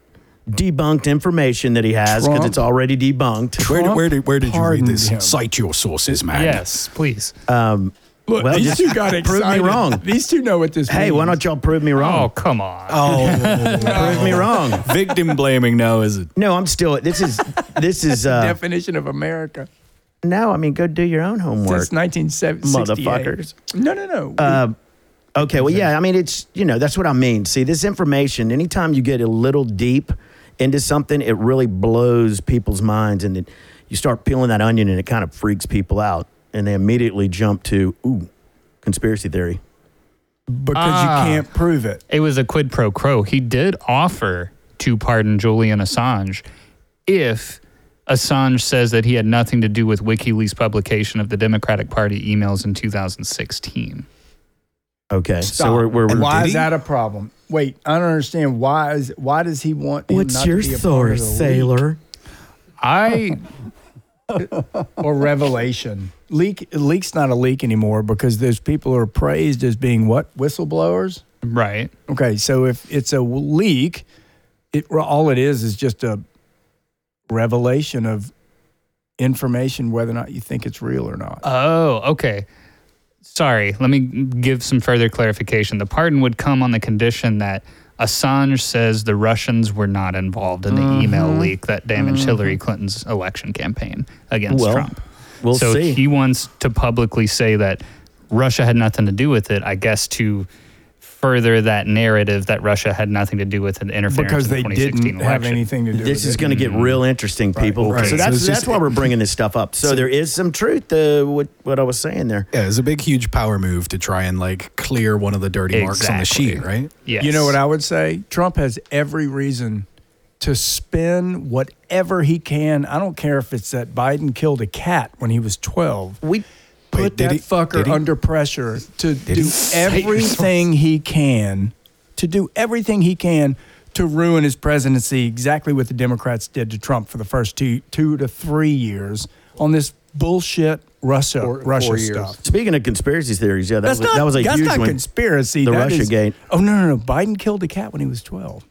S2: debunked information that he has because
S1: Trump-
S2: it's already debunked.
S5: Where, did- where did where did you read
S1: pardoned
S5: this?
S1: him.
S5: Cite your sources, man.
S4: Yes, please.
S2: Oh.
S1: Look,
S2: Well,
S1: these
S2: just
S1: two got
S2: prove me
S1: excited.
S2: wrong.
S1: These two know what this
S2: Hey,
S1: means.
S2: why don't y'all prove me
S4: Oh,
S2: wrong?
S4: come on.
S5: Oh,
S2: prove me wrong.
S5: victim blaming now is it?
S2: No, I'm still. This is this is uh,
S1: definition of America
S2: no. I mean, go do your own homework.
S1: since 1970.
S2: Motherfuckers.
S1: No, no, no.
S2: Uh, okay, well, yeah. I mean, it's you know that's what I mean. See, this information. Anytime you get a little deep into something, it really blows people's minds, and then you start peeling that onion, and it kind of freaks people out, and they immediately jump to ooh, conspiracy theory.
S1: because
S4: Ah.
S1: you can't prove it.
S4: It was a quid pro quo. He did offer to pardon Julian Assange if Assange says that he had nothing to do with WikiLeaks publication of the Democratic Party emails in 2016.
S2: Okay,
S1: Stop.
S2: so we're we're,
S1: And
S2: we're
S1: why
S5: did
S1: is
S5: he?
S1: that a problem? Wait, I don't understand. Why is why does he want? him not to be a part of the leak
S4: I
S1: or revelation? Leak leak's not a leak anymore because those people are praised as being what whistleblowers.
S4: right.
S1: Okay, so if it's a leak, it all it is is just a revelation of information, whether or not you think it's real or not.
S4: Oh, okay. Sorry, let me give some further clarification. The pardon would come on the condition that Assange says the Russians were not involved in the email leak that damaged Hillary Clinton's election campaign against
S2: Well,
S4: Trump.
S2: We'll
S4: so
S2: see.
S4: he wants to publicly say that Russia had nothing to do with it, I guess, to further that narrative that Russia had nothing to do with an interference
S1: because
S4: in the
S1: they
S4: 2016
S1: didn't have
S4: election.
S1: anything to do.
S2: this
S1: with
S2: is
S1: it.
S2: going to get real interesting, people.
S5: okay.
S2: So that's
S5: So it's
S2: that's
S5: just-
S2: why we're bringing this stuff up. So, there is some truth to what what I was saying there.
S5: Yeah, it's a big, huge power move to try and like clear one of the dirty marks on the
S4: Exactly.
S5: sheet, right?
S4: Yes.
S1: You know what I would say? Trump has every reason to spin whatever he can. I don't care if it's that Biden killed a cat when he was 12.
S2: We
S1: Put
S5: Wait, did
S1: that
S5: he-
S1: fucker
S5: did he-
S1: under pressure to
S5: he
S1: do
S5: say it was-
S1: everything he can, to do everything he can to ruin his presidency, exactly what the Democrats did to Trump for the first two, two to three years on this bullshit Russia,
S3: Four-
S1: Russia
S3: four years.
S1: stuff.
S2: speaking of conspiracy theories, yeah, that was that was a
S1: that's
S2: huge
S1: not
S2: one.
S1: conspiracy.
S2: The
S1: That is-
S2: Russiagate.
S1: Oh no, no, no! Biden killed a cat when he was twelve.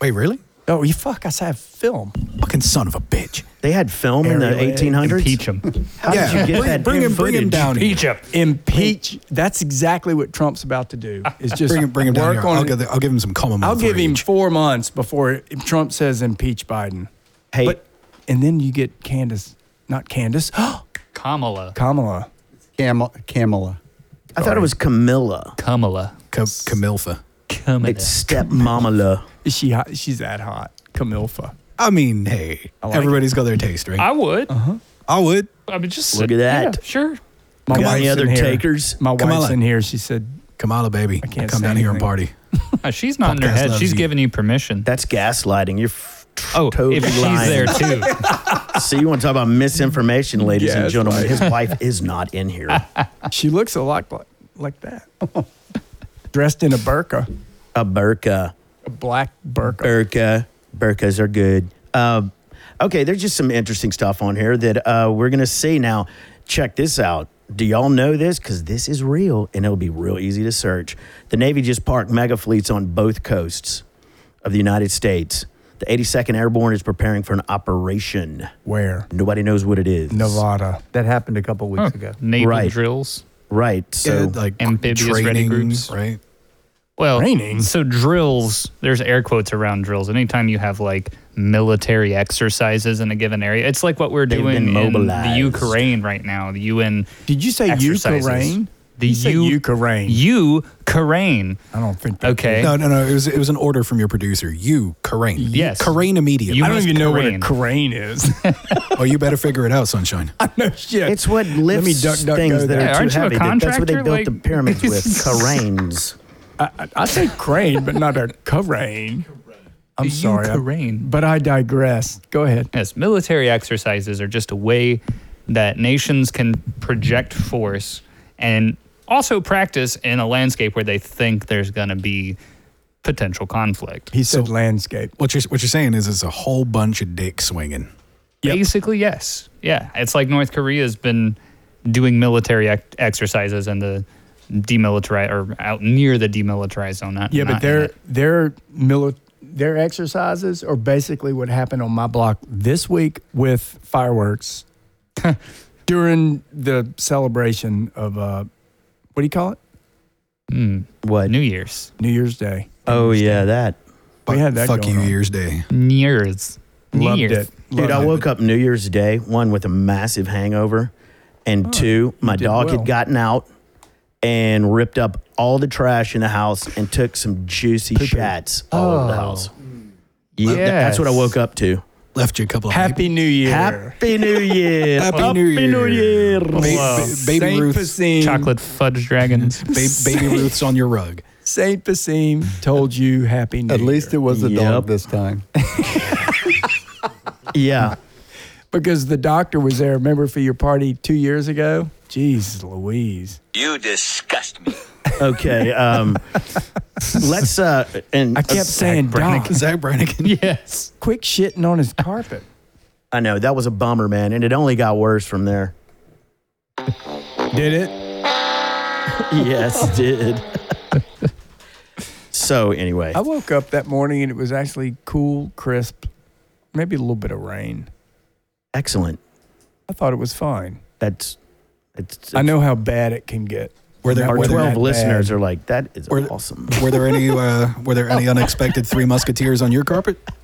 S5: Wait, really?
S1: Oh, you fuck! I saw a film.
S5: Fucking son of a bitch.
S2: They had film in the
S1: Aerial egg.
S2: 1800s.
S4: Impeach him.
S2: How did you get
S5: bring,
S2: that
S5: bring him, bring him
S2: footage?
S5: down. here.
S4: Impeach him.
S1: Impeach. That's exactly what Trump's about to do. Is just
S5: Bring him, bring him down.
S1: work
S5: Here.
S1: on.
S5: I'll,
S1: it.
S5: give, the- I'll give him some common.
S1: I'll give him
S5: footage.
S1: four months before Trump says impeach Biden.
S2: Hey.
S1: and then you get Candace, not Candace,
S4: Kamala.
S1: Kamala.
S3: Cam- Camilla.
S2: I thought it was Camilla.
S4: Kamala.
S5: Ca- Camilfa.
S4: Kamala.
S2: It's stepmamala.
S1: Is she hot? She's that hot. Camilfa.
S5: I mean, hey,
S1: I like
S5: everybody's got their taste, right?
S4: I would.
S5: I would.
S4: I mean, just
S2: Look at that.
S4: yeah, sure.
S1: My
S2: Got any
S1: wife's in
S2: other
S1: here.
S2: takers?
S1: My
S5: Kamala.
S1: wife's in here. She said,
S5: Kamala, baby,
S1: can't
S5: come
S1: say
S5: down here and
S1: anything.
S5: party.
S4: Uh, she's not in her
S5: Podcast
S4: head.
S5: loves
S4: She's
S5: you.
S4: giving you permission.
S2: That's gaslighting. You're f-
S4: oh,
S2: totally
S4: if she's
S2: lying.
S4: there too.
S2: See, you want to talk about misinformation, ladies and gentlemen?
S1: Gaslighting.
S2: His wife is not in here.
S1: she looks a lot like, like that, dressed in a burqa.
S2: A burqa.
S1: a black burqa.
S2: Burqa. Burqas are good. Um, okay, there's just some interesting stuff on here that uh, we're going to see. Now, check this out. Do y'all know this? Because this is real and it'll be real easy to search. The Navy just parked mega fleets on both coasts of the United States. The 82nd Airborne is preparing for an operation.
S1: Where?
S2: Nobody knows what it is.
S1: Nevada.
S3: That happened a couple weeks ago.
S4: Naval
S2: Right.
S4: drills.
S2: Right. So
S5: Yeah, like
S4: Amphibious ready
S5: training,
S4: groups.
S5: right?
S4: Well,
S1: Training?
S4: so drills, there's air quotes around drills. Anytime you have like military exercises in a given area, it's like what we're
S2: They've
S4: doing
S2: been
S4: in the
S2: mobilized.
S4: Ukraine right now. The UN
S1: Did you say
S4: exercises.
S1: Ukraine?
S4: The
S1: You said
S4: U-
S1: Ukraine.
S4: Ukraine.
S1: I don't think that.
S4: Okay.
S5: No, no, no. It was it was an order from your producer. You, Corain.
S4: Yes.
S5: Corain immediately.
S4: You-
S1: I don't
S4: was
S1: even know what a
S4: Korean.
S1: crane is.
S5: oh, you better figure it out, sunshine.
S1: no shit.
S2: It's what
S1: Let
S2: lifts
S1: me duck, duck,
S2: things
S1: go
S2: that
S1: there.
S4: Yeah,
S2: are too
S4: aren't you a
S2: heavy. That- That's what they built
S4: contractor?
S2: the
S4: Like-
S2: pyramids with. Karains.
S1: I, I say crane, but not a crane. I'm
S4: The
S1: sorry. I-
S4: Ukraine.
S1: but I digress. Go ahead.
S4: Yes, military exercises are just a way that nations can project force and also practice in a landscape where they think there's going to be potential conflict.
S1: He said landscape.
S5: What you're what you're saying is it's a whole bunch of dick swinging.
S4: Basically, yes. Yeah. It's like North Korea's been doing military ec- exercises in the demilitarized or out near the demilitarized zone. Not,
S1: Yeah, but
S4: not in
S1: their
S4: it.
S1: their mili- their exercises are basically what happened on my block this week with fireworks during the celebration of uh, what do you call it?
S2: What?
S4: Hmm. New Year's.
S1: New Year's Day.
S2: oh yeah, that.
S1: We had that
S5: Fuck
S1: going
S5: you,
S1: on.
S5: Year's Day.
S4: New Year's. New
S1: Loved
S4: Year's.
S1: it.
S2: Dude, I woke up New Year's Day one with a massive hangover, and two, my
S1: Oh, did
S2: dog had
S1: well.
S2: gotten out and ripped up all the trash in the house and took some juicy shots all over the
S1: Oh.
S2: house. Yeah, th- that's what I
S4: Yes.
S2: woke up to.
S5: Left you a couple of
S1: Happy New Year.
S2: Happy New Year.
S5: Happy New Year. Ba- ba- baby
S1: Saint
S5: Ruth.
S1: Basim,
S4: Chocolate fudge dragons.
S5: Ba- baby Ruth's on your rug.
S1: Saint Basim told you Happy New
S3: At
S1: Year.
S3: least it was a
S2: Yep.
S3: dog this time.
S2: yeah.
S1: because the doctor was there. Remember for your party two years ago? Jeez, Louise.
S6: You disgust me.
S2: Okay. Um, let's uh and
S1: I kept saying, Doc,
S5: Zach Brannigan.
S4: yes.
S1: quick shitting on his carpet.
S2: I know that was a bummer, man, and it only got worse from there.
S1: Did it?
S2: yes, did. so anyway,
S1: I woke up that morning and it was actually cool, crisp, maybe a little bit of rain.
S2: excellent.
S1: I thought it was fine.
S2: That's it's.
S1: I know how bad it can get.
S5: Were there
S2: our
S5: were there,
S1: that
S2: twelve
S1: bad.
S2: listeners are like that is
S5: Were-
S2: awesome.
S5: were there any uh, were there any unexpected Three Musketeers on your carpet?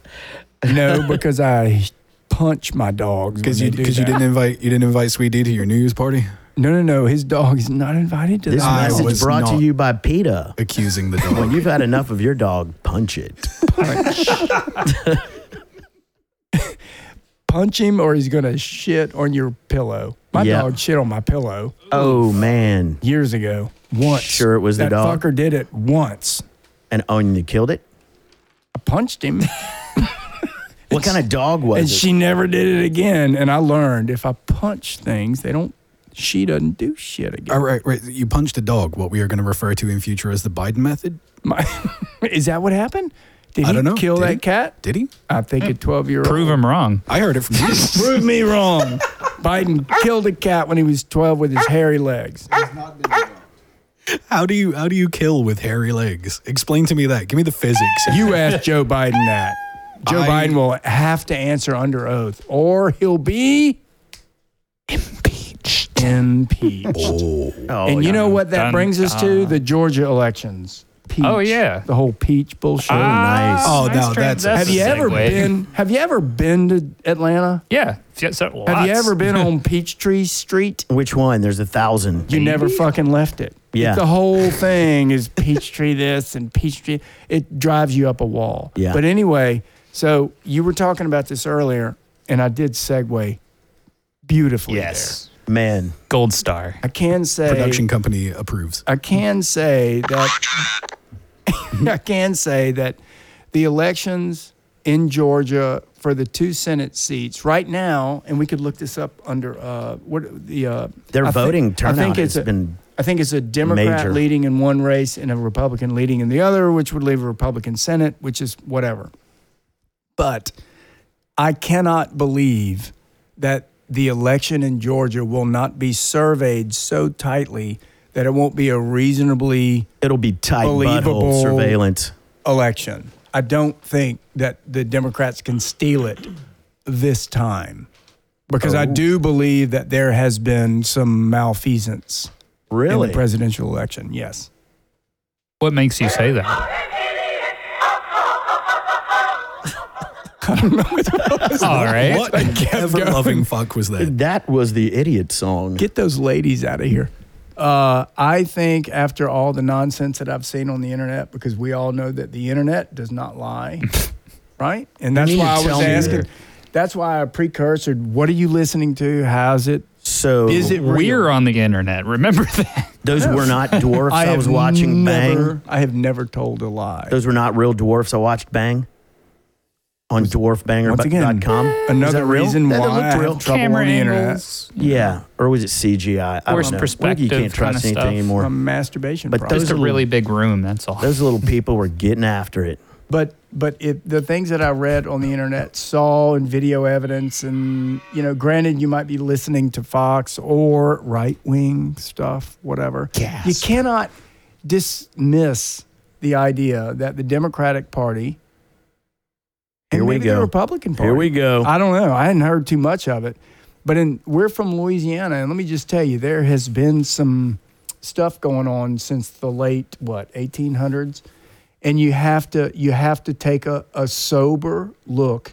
S1: No, because I punch my dogs when
S5: Because you
S1: they do
S5: because you
S1: that.
S5: didn't invite you didn't invite Sweet D to your New Year's party.
S1: No, no, no. His dog is not invited to
S2: This
S1: the
S5: I
S2: message
S5: was
S2: brought to
S5: not-
S2: you by PETA.
S5: Accusing the
S2: When
S5: dog.
S2: you've had enough of your dog, punch it.
S1: punch him or he's gonna shit on your pillow. My
S2: Yeah.
S1: dog shit on my pillow
S2: Oh man,
S1: years ago. Once.
S2: Sure it was the
S1: that
S2: dog?
S1: fucker did it once.
S2: and oh, and you killed it.
S1: I punched him.
S2: What kind of dog was
S1: and
S2: it?
S1: she never did it again. And I learned if I punch things, they don't. She doesn't do shit again.
S5: All right, right. You punched a dog. What we are going to refer to in future as the Biden method.
S1: My, is that what happened? Did
S5: I
S1: he
S5: don't know.
S1: kill
S5: Did
S1: that
S5: he?
S1: cat?
S5: Did he?
S1: I think a twelve-year-old
S4: Prove him wrong.
S5: I heard it from you.
S1: Prove me wrong. Biden killed a cat when he was twelve with his hairy legs.
S5: how do you how do you kill with hairy legs? Explain to me that. Give me the physics.
S1: You ask Joe Biden that. Joe
S5: I-
S1: Biden will have to answer under oath, or he'll be impeached. Impeached.
S2: oh,
S1: and you know what that
S4: dun,
S1: brings us
S5: Uh-huh.
S1: to? The Georgia elections. Peach.
S4: Oh, yeah.
S1: the whole peach bullshit.
S2: nice.
S5: Oh, no,
S4: tran-
S5: that's-
S1: have
S4: a
S1: you ever
S4: segue.
S1: been? Have you ever been to Atlanta?
S4: Yeah. yeah so,
S1: Have
S4: lots.
S1: you ever been on Peachtree Street?
S2: Which one? There's a thousand.
S1: You never fucking left it.
S2: Yeah.
S1: The whole thing is Peachtree this and Peachtree. It drives you up a wall.
S2: Yeah.
S1: But anyway, so you were talking about this earlier, and I did segue beautifully.
S4: Yes.
S2: Man,
S4: Gold star.
S1: There. I can say
S5: Production company approves.
S1: I can say that I can say that the elections in Georgia for the two Senate seats right now, and we could look this up under uh, what the uh,
S2: Their
S1: I thi-
S2: voting
S1: I think
S2: turnout
S1: it's
S2: has
S1: a-
S2: been
S1: I think it's a Democrat
S2: major.
S1: leading in one race and a Republican leading in the other, which would leave a Republican Senate, which is whatever. But I cannot believe that the election in Georgia will not be surveyed so tightly that it won't be a reasonably
S2: it'll be tight
S1: Believable.
S2: butthole surveillance.
S1: election. I don't think that the Democrats can steal it this time because
S2: Oh.
S1: I do believe that there has been some malfeasance in
S2: Really?
S1: the presidential election. Yes.
S4: What makes you say that? All right.
S5: What an ever-loving fuck was that?
S2: that was the idiot song.
S1: Get those ladies out of here. Uh, I think after all the nonsense that I've seen on the internet, because we all know that the internet does not lie, right? And that's
S2: need
S1: why
S2: to
S1: I was
S2: tell me
S1: asking.
S2: that.
S1: That's why I precursored. What are you listening to? How's it?
S2: so
S1: Is it real?
S4: We're on the internet. Remember that.
S2: those were not dwarfs I, was
S1: have
S2: watching
S1: never-
S2: Bang.
S1: I have never told a lie.
S2: Those were not real dwarfs I watched Bang on
S1: Once again,
S2: dwarfbanger.com.
S1: another reason
S2: That
S1: why
S2: looked
S1: I have
S2: real.
S1: trouble
S4: Camera
S1: on the internet.
S4: angles.
S2: Yeah, or was it CGI? I
S4: Forced
S2: don't know.
S4: perspective
S2: You can't
S4: kinda
S2: trust anything
S4: stuff. Um,
S1: My
S2: anymore.
S1: masturbation
S2: But
S1: problem.
S2: those
S4: Just a
S2: little-
S4: really big room. That's all.
S2: Those little people were getting after it.
S1: but but it, the things that I read on the internet, saw in video evidence, and you know, granted, you might be listening to Fox or right wing stuff, whatever. You cannot dismiss the idea that the Democratic Party. and
S2: Here we
S1: maybe The
S2: go.
S1: Republican Party.
S2: Here we go.
S1: I don't know. I hadn't heard too much of it, but in we're from Louisiana, and let me just tell you, there has been some stuff going on since the late what 1800s, and you have to you have to take a, a sober look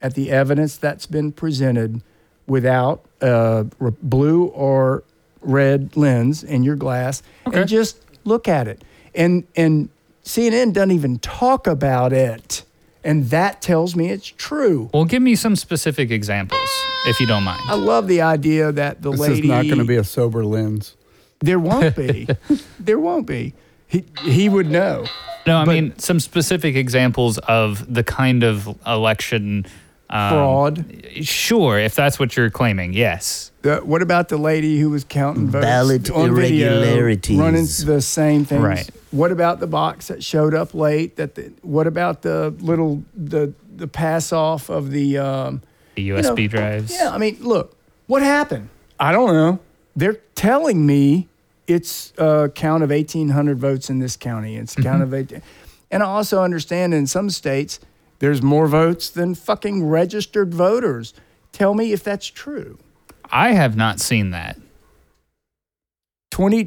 S1: at the evidence that's been presented without a re- blue or red lens in your glass, and just look at it. And and CNN doesn't even talk about it. And that tells me it's true.
S4: well, give me some specific examples, if you don't mind.
S1: I love the idea that the
S3: This
S1: lady.
S3: is not going to be a sober lens.
S1: There won't be. there won't be. He he would know.
S4: No, I mean some specific examples of the kind of election um,
S1: Fraud.
S4: Sure, if that's what you're claiming, yes.
S1: The- what about the lady who was counting votes
S2: Ballot
S1: on video,
S2: irregularities.
S1: running the same things?
S4: Right.
S1: What about the box that showed up late? That the, what about the little the the pass off of the um,
S4: The
S1: you
S4: USB
S1: know,
S4: drives.
S1: Yeah, I mean, look, what happened? I don't know. They're telling me it's a count of 1,800 votes in this county. It's a count of 18. And I also understand in some states, there's more votes than fucking registered voters. Tell me if that's true.
S4: I have not seen that.
S1: 20,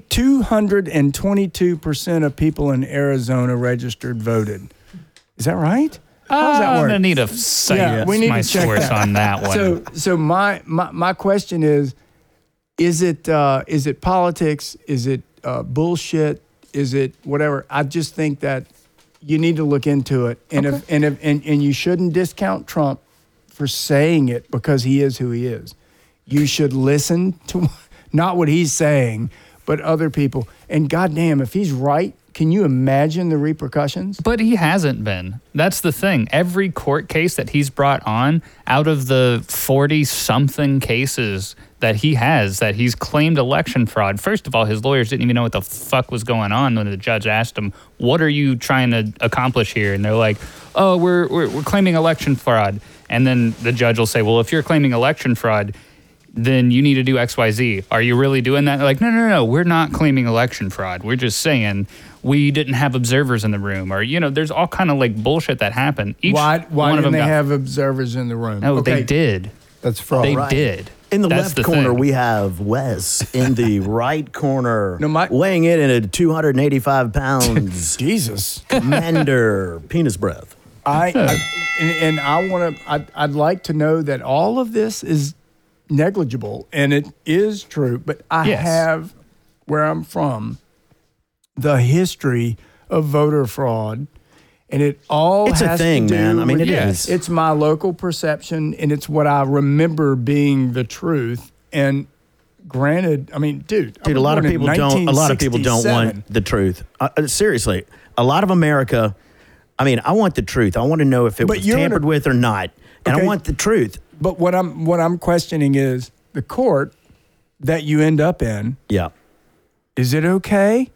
S1: 222% of people in Arizona registered voted. Is that right? How does that
S4: I'm
S1: work?
S4: gonna need a cite
S1: Yeah, we need
S4: Uh, my
S1: to check
S4: source
S1: that.
S4: on that one.
S1: So, so my, my my question is, is it uh, is it politics? Is it uh, bullshit? Is it whatever? I just think that you need to look into it, and if and if and, and you shouldn't discount Trump for saying it because he is who he is. You should listen to not what he's saying, but other people. And goddamn, if he's right can you imagine the repercussions?
S4: But he hasn't been. That's the thing. Every court case that he's brought on, out of the 40 something cases that he has, that he's claimed election fraud, first of all, his lawyers didn't even know what the fuck was going on when the judge asked them, What are you trying to accomplish here? And they're like, Oh, we're, we're, we're claiming election fraud. And then the judge will say, Well, if you're claiming election fraud, then you need to do XYZ. Are you really doing that? Like, no, no, no, we're not claiming election fraud. We're just saying we didn't have observers in the room, or you know, there's all kind of like bullshit that happened. Each
S1: why why
S4: one of
S1: didn't
S4: them
S1: they
S4: got-
S1: have observers in the room?
S4: No, they did.
S3: That's fraud.
S4: they
S3: Right.
S4: did.
S2: In the
S4: That's
S2: left corner,
S4: thing.
S2: we have Wes. In the right corner,
S1: No, my-
S2: weighing in at 285 pounds,
S1: Jesus.
S2: Commander Penis Breath.
S1: I, I and, and I want to. I'd, I'd like to know that all of this is negligible, and it is true. But I
S4: Yes.
S1: have where I'm from the history of voter fraud, and it all
S2: It's a
S1: has to
S2: thing,
S1: do
S2: man. I mean,
S1: with-
S2: it Yes. is.
S1: It's my local perception, and it's what I remember being the truth. And granted, I mean, dude, I
S2: Dude, a
S1: was
S2: lot of
S1: born in
S2: people don't. A lot of people don't
S1: 1967.
S2: want the truth. Uh, uh, seriously, a lot of America. I mean, I want the truth. I want to know if it
S1: But
S2: was
S1: you're in a-
S2: tampered with or not, and I
S1: Okay.
S2: want the truth.
S1: But what I'm what I'm questioning is the court that you end up in.
S2: Yeah,
S1: Is it okay?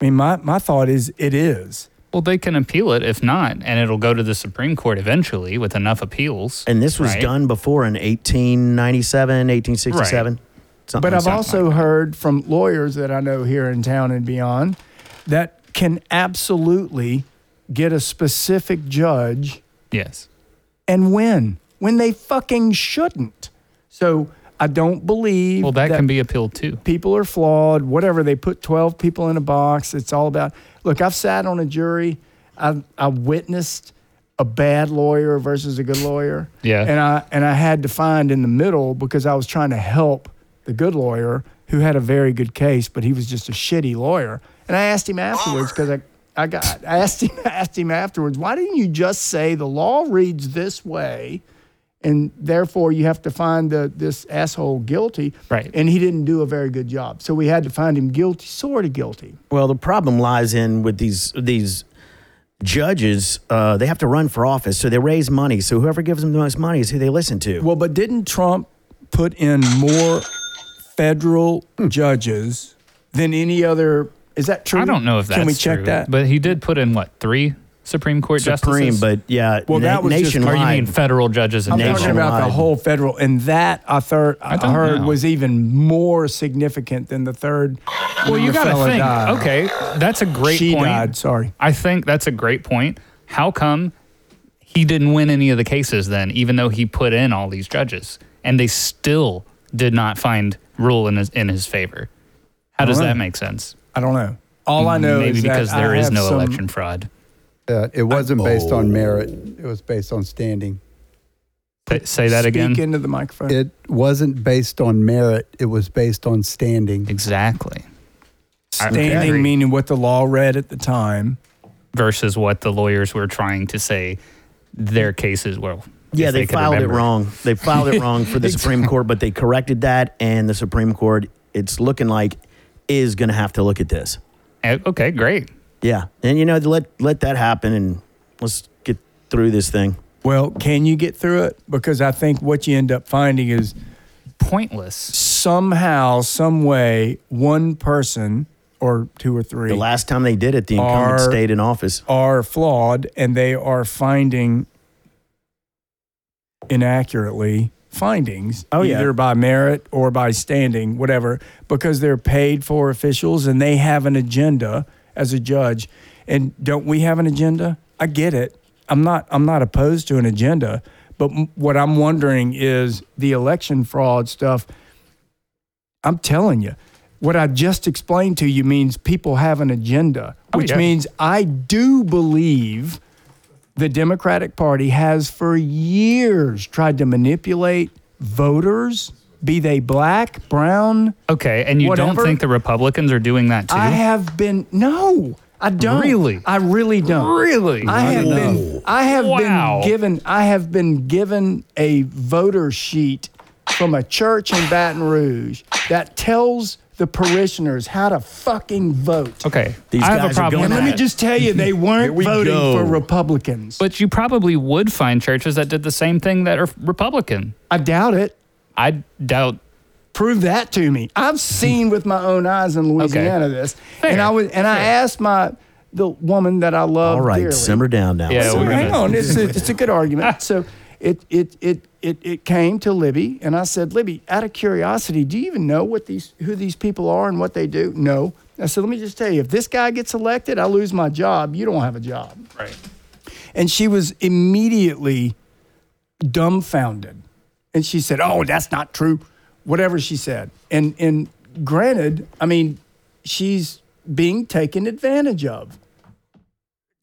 S1: I mean, my, my thought is it is.
S4: Well, they can appeal it if not, and it'll go to the Supreme Court eventually with enough appeals.
S2: and this was
S4: Right.
S2: done before in 1897, 1867. something
S1: But
S2: like
S1: I've
S2: that.
S1: also heard from lawyers that I know here in town and beyond that can absolutely get a specific judge
S4: Yes.
S1: and win when they fucking shouldn't. So I don't believe
S4: Well, that, can be appealed too.
S1: people are flawed, whatever. They put 12 people in a box. It's all about, look, I've sat on a jury. I, I witnessed a bad lawyer versus a good lawyer.
S4: Yeah.
S1: And I, and I had to find in the middle because I was trying to help the good lawyer who had a very good case, but he was just a shitty lawyer. And I asked him afterwards because I, I got, I asked him, I asked him afterwards, why didn't you just say the law reads this way? and therefore you have to find the, this asshole guilty.
S4: Right.
S1: And he didn't do a very good job, so we had to find him guilty, sort of guilty.
S2: Well, the problem lies in with these these judges. Uh, they have to run for office, so they raise money. So whoever gives them the most money is who they listen to.
S1: Well, but didn't Trump put in more federal judges than any other? Is that true?
S4: Hmm. I don't know if that's
S1: Can we check
S4: true,
S1: that?
S4: But he did put in what three Supreme Court
S2: Supreme,
S4: justices?
S2: but yeah,
S1: Well, that was just-
S4: or
S2: nationwide.
S4: you mean federal judges in
S1: I'm
S2: Nation-
S4: general?
S1: talking about the
S2: nationwide.
S1: whole federal, and that I third I,
S4: don't
S1: heard
S4: know.
S1: was even more significant than the third.
S4: Well,
S1: when
S4: you
S1: the
S4: got to
S1: fella
S4: think.
S1: died.
S4: Okay, that's a great
S1: She
S4: point.
S1: died, sorry.
S4: I think that's a great point. How come he didn't win any of the cases then, even though he put in all these judges, and they still did not find rule in his in his favor? How does
S1: All right.
S4: that make sense?
S1: I don't know. All I know
S4: Maybe
S1: is that
S4: because
S1: I
S4: there is
S1: have
S4: no
S1: some-
S4: election fraud.
S3: Uh, it wasn't based on merit. It was based on standing.
S4: Say- Say that again.
S1: Speak into the microphone.
S3: It wasn't based on merit. It was based on standing.
S4: exactly. I- okay, I agree.
S1: Standing meaning what the law read at the time.
S4: versus what the lawyers were trying to say their cases were.
S2: yeah,
S4: if
S2: they,
S4: could
S2: filed
S4: remember.
S2: it wrong. They filed it wrong for the Supreme Court, but they corrected that, and the Supreme Court, it's looking like, is going to have to look at this.
S4: Eh, Okay, great.
S2: Yeah, and you know, let let that happen, and let's get through this thing.
S1: Well, can you get through it? Because I think what you end up finding is
S4: Pointless.
S1: somehow, some way, one person or two or three
S2: The last time they did it, the incumbent
S1: Are-
S2: stayed in office.
S1: are flawed and they are finding inaccurately findings
S2: Oh, yeah.
S1: either by merit or by standing whatever because they're paid for officials and they have an agenda as a judge and don't we have an agenda i get it i'm not i'm not opposed to an agenda but m- what i'm wondering is the election fraud stuff i'm telling you what i just explained to you means people have an agenda
S4: Oh,
S1: which
S4: yeah.
S1: means i do believe the Democratic Party has for years tried to manipulate voters, be they black, brown.
S4: Okay, and you
S1: Whatever.
S4: don't think the Republicans are doing that too?
S1: I have been no, I don't.
S4: Really?
S1: I really don't.
S4: Really?
S1: I have been I have
S4: Wow.
S1: been given I have been given a voter sheet from a church in Baton Rouge that tells the parishioners how to fucking vote.
S4: Okay.
S2: These
S4: I have
S2: guys
S4: a
S2: are
S4: problem
S2: going
S4: with
S1: And let me
S4: that.
S1: just tell you, they weren't
S2: we
S1: voting
S2: go.
S1: for Republicans.
S4: But you probably would find churches that did the same thing that are Republican.
S1: I doubt it.
S4: I doubt.
S1: prove that to me. I've seen with my own eyes in Louisiana this, and
S4: Fair.
S1: I was and I asked my the woman that I love.
S2: All right,
S1: dearly.
S2: simmer down now.
S4: Yeah,
S2: Simmer
S4: we're
S1: Well,
S4: gonna- Ah.
S1: hang on, it's a, it's a good argument. So it it it it it came to Libby, and I said, Libby, out of curiosity, do you even know what these who these people are and what they do? No. I said, let me just tell you, if this guy gets elected, I lose my job. You don't have a job.
S4: Right.
S1: And she was immediately dumbfounded. And she said, Oh, that's not true. Whatever she said. And and granted, I mean, she's being taken advantage of.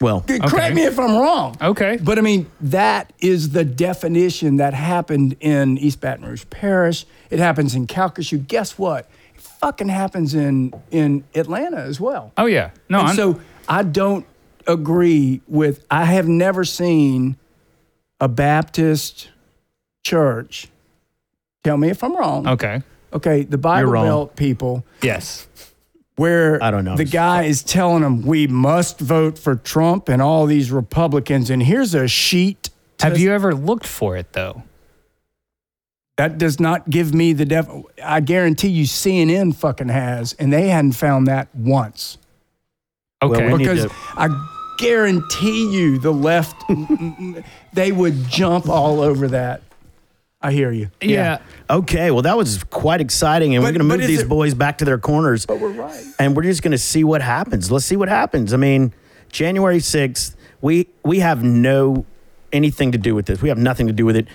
S2: Well,
S1: Correct me if I'm wrong.
S4: Okay.
S1: But I mean, that is the definition that happened in East Baton Rouge Parish. It happens in Calcasieu. Guess what? It fucking happens in in Atlanta as well.
S4: Oh yeah. No.
S1: And
S4: I'm,
S1: so I don't agree with. I have never seen a Baptist church. Tell me if I'm wrong.
S4: okay.
S1: Okay, the Bible
S2: wrong.
S1: Belt people,
S4: Yes.
S1: where
S2: I don't know.
S1: the guy is telling them we must vote for Trump and all these Republicans, and here's a sheet.
S4: Have you ever looked for it though?
S1: That does not give me the def. I guarantee you, CNN fucking has, and they hadn't found that once.
S2: Well,
S4: Okay.
S2: we need-
S1: because
S2: to-
S1: I guarantee you the left they would jump all over that. I hear you.
S4: yeah.
S2: okay. Well, that was quite exciting, and we're
S1: But-
S2: going to
S1: but
S2: move
S1: is
S2: these
S1: it-
S2: boys back to their corners. But
S1: we're right.
S2: and we're just going to see what happens. Let's see what happens. I mean, January 6th, we we have no anything to do with this. We have nothing to do with it.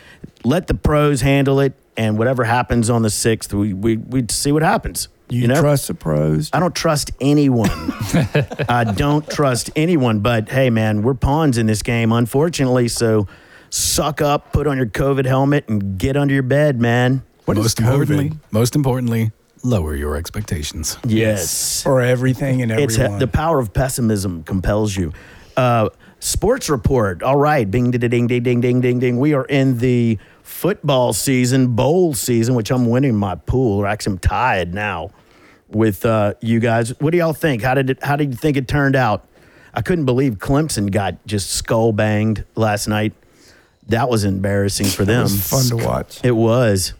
S2: Let the pros handle it and whatever happens on the 6th, we we we see what happens. You, know?
S1: trust the pros.
S2: I don't trust anyone. I don't trust anyone, but hey man, we're pawns in this game unfortunately, so suck up, put on your covid helmet and get under your bed, man.
S1: What is
S5: most importantly,
S1: COVID?
S5: most importantly, lower your expectations.
S2: Yes.
S1: For everything and
S2: It's uh,
S1: everyone.
S2: the power of pessimism compels you. Uh, sports report. All right, bing, ding, ding, ding, ding, ding, ding, ding. We are in the football season, bowl season, which I'm winning my pool. Or actually, I'm tied now with uh, you guys. What do y'all think? How did it, how did you think it turned out? I couldn't believe Clemson got just skull banged last night. That was embarrassing for them.
S1: fun to watch.
S2: It was.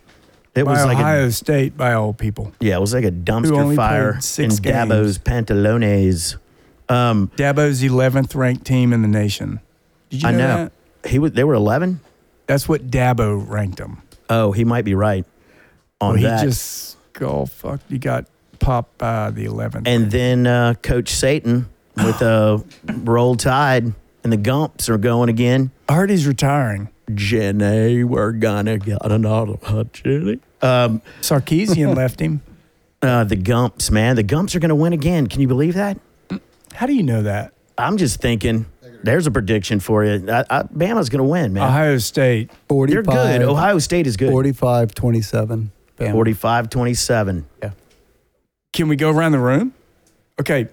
S2: It was
S1: By
S2: like a
S1: Ohio State by old people.
S2: yeah, it was like a dumpster
S1: only
S2: fire in
S1: played six games.
S2: Dabo's pantalones. Um,
S1: Dabo's eleventh ranked team in the nation. Did you
S2: I
S1: know,
S2: know
S1: that?
S2: he was. They were eleven.
S1: That's what Dabo ranked them.
S2: Oh, he might be right on
S1: Well, he
S2: that.
S1: just oh fuck, he got popped by the eleventh.
S2: and then uh, Coach Satan with a roll tide, and the Gumps are going again.
S1: I heard he's retiring.
S2: Jenny, we're gonna get another hot chili. Um,
S1: Sarkeesian left him.
S2: uh, the Gumps, man, the Gumps are gonna win again. Can you believe that?
S1: How do you know that?
S2: I'm just thinking. There's a prediction for you. I, I, Bama's gonna win, man.
S1: Ohio State.
S3: 45,
S2: They're good. Ohio State is good.
S3: 45, 27. Bama.
S2: 45 27.
S1: Can we go around the room? Okay,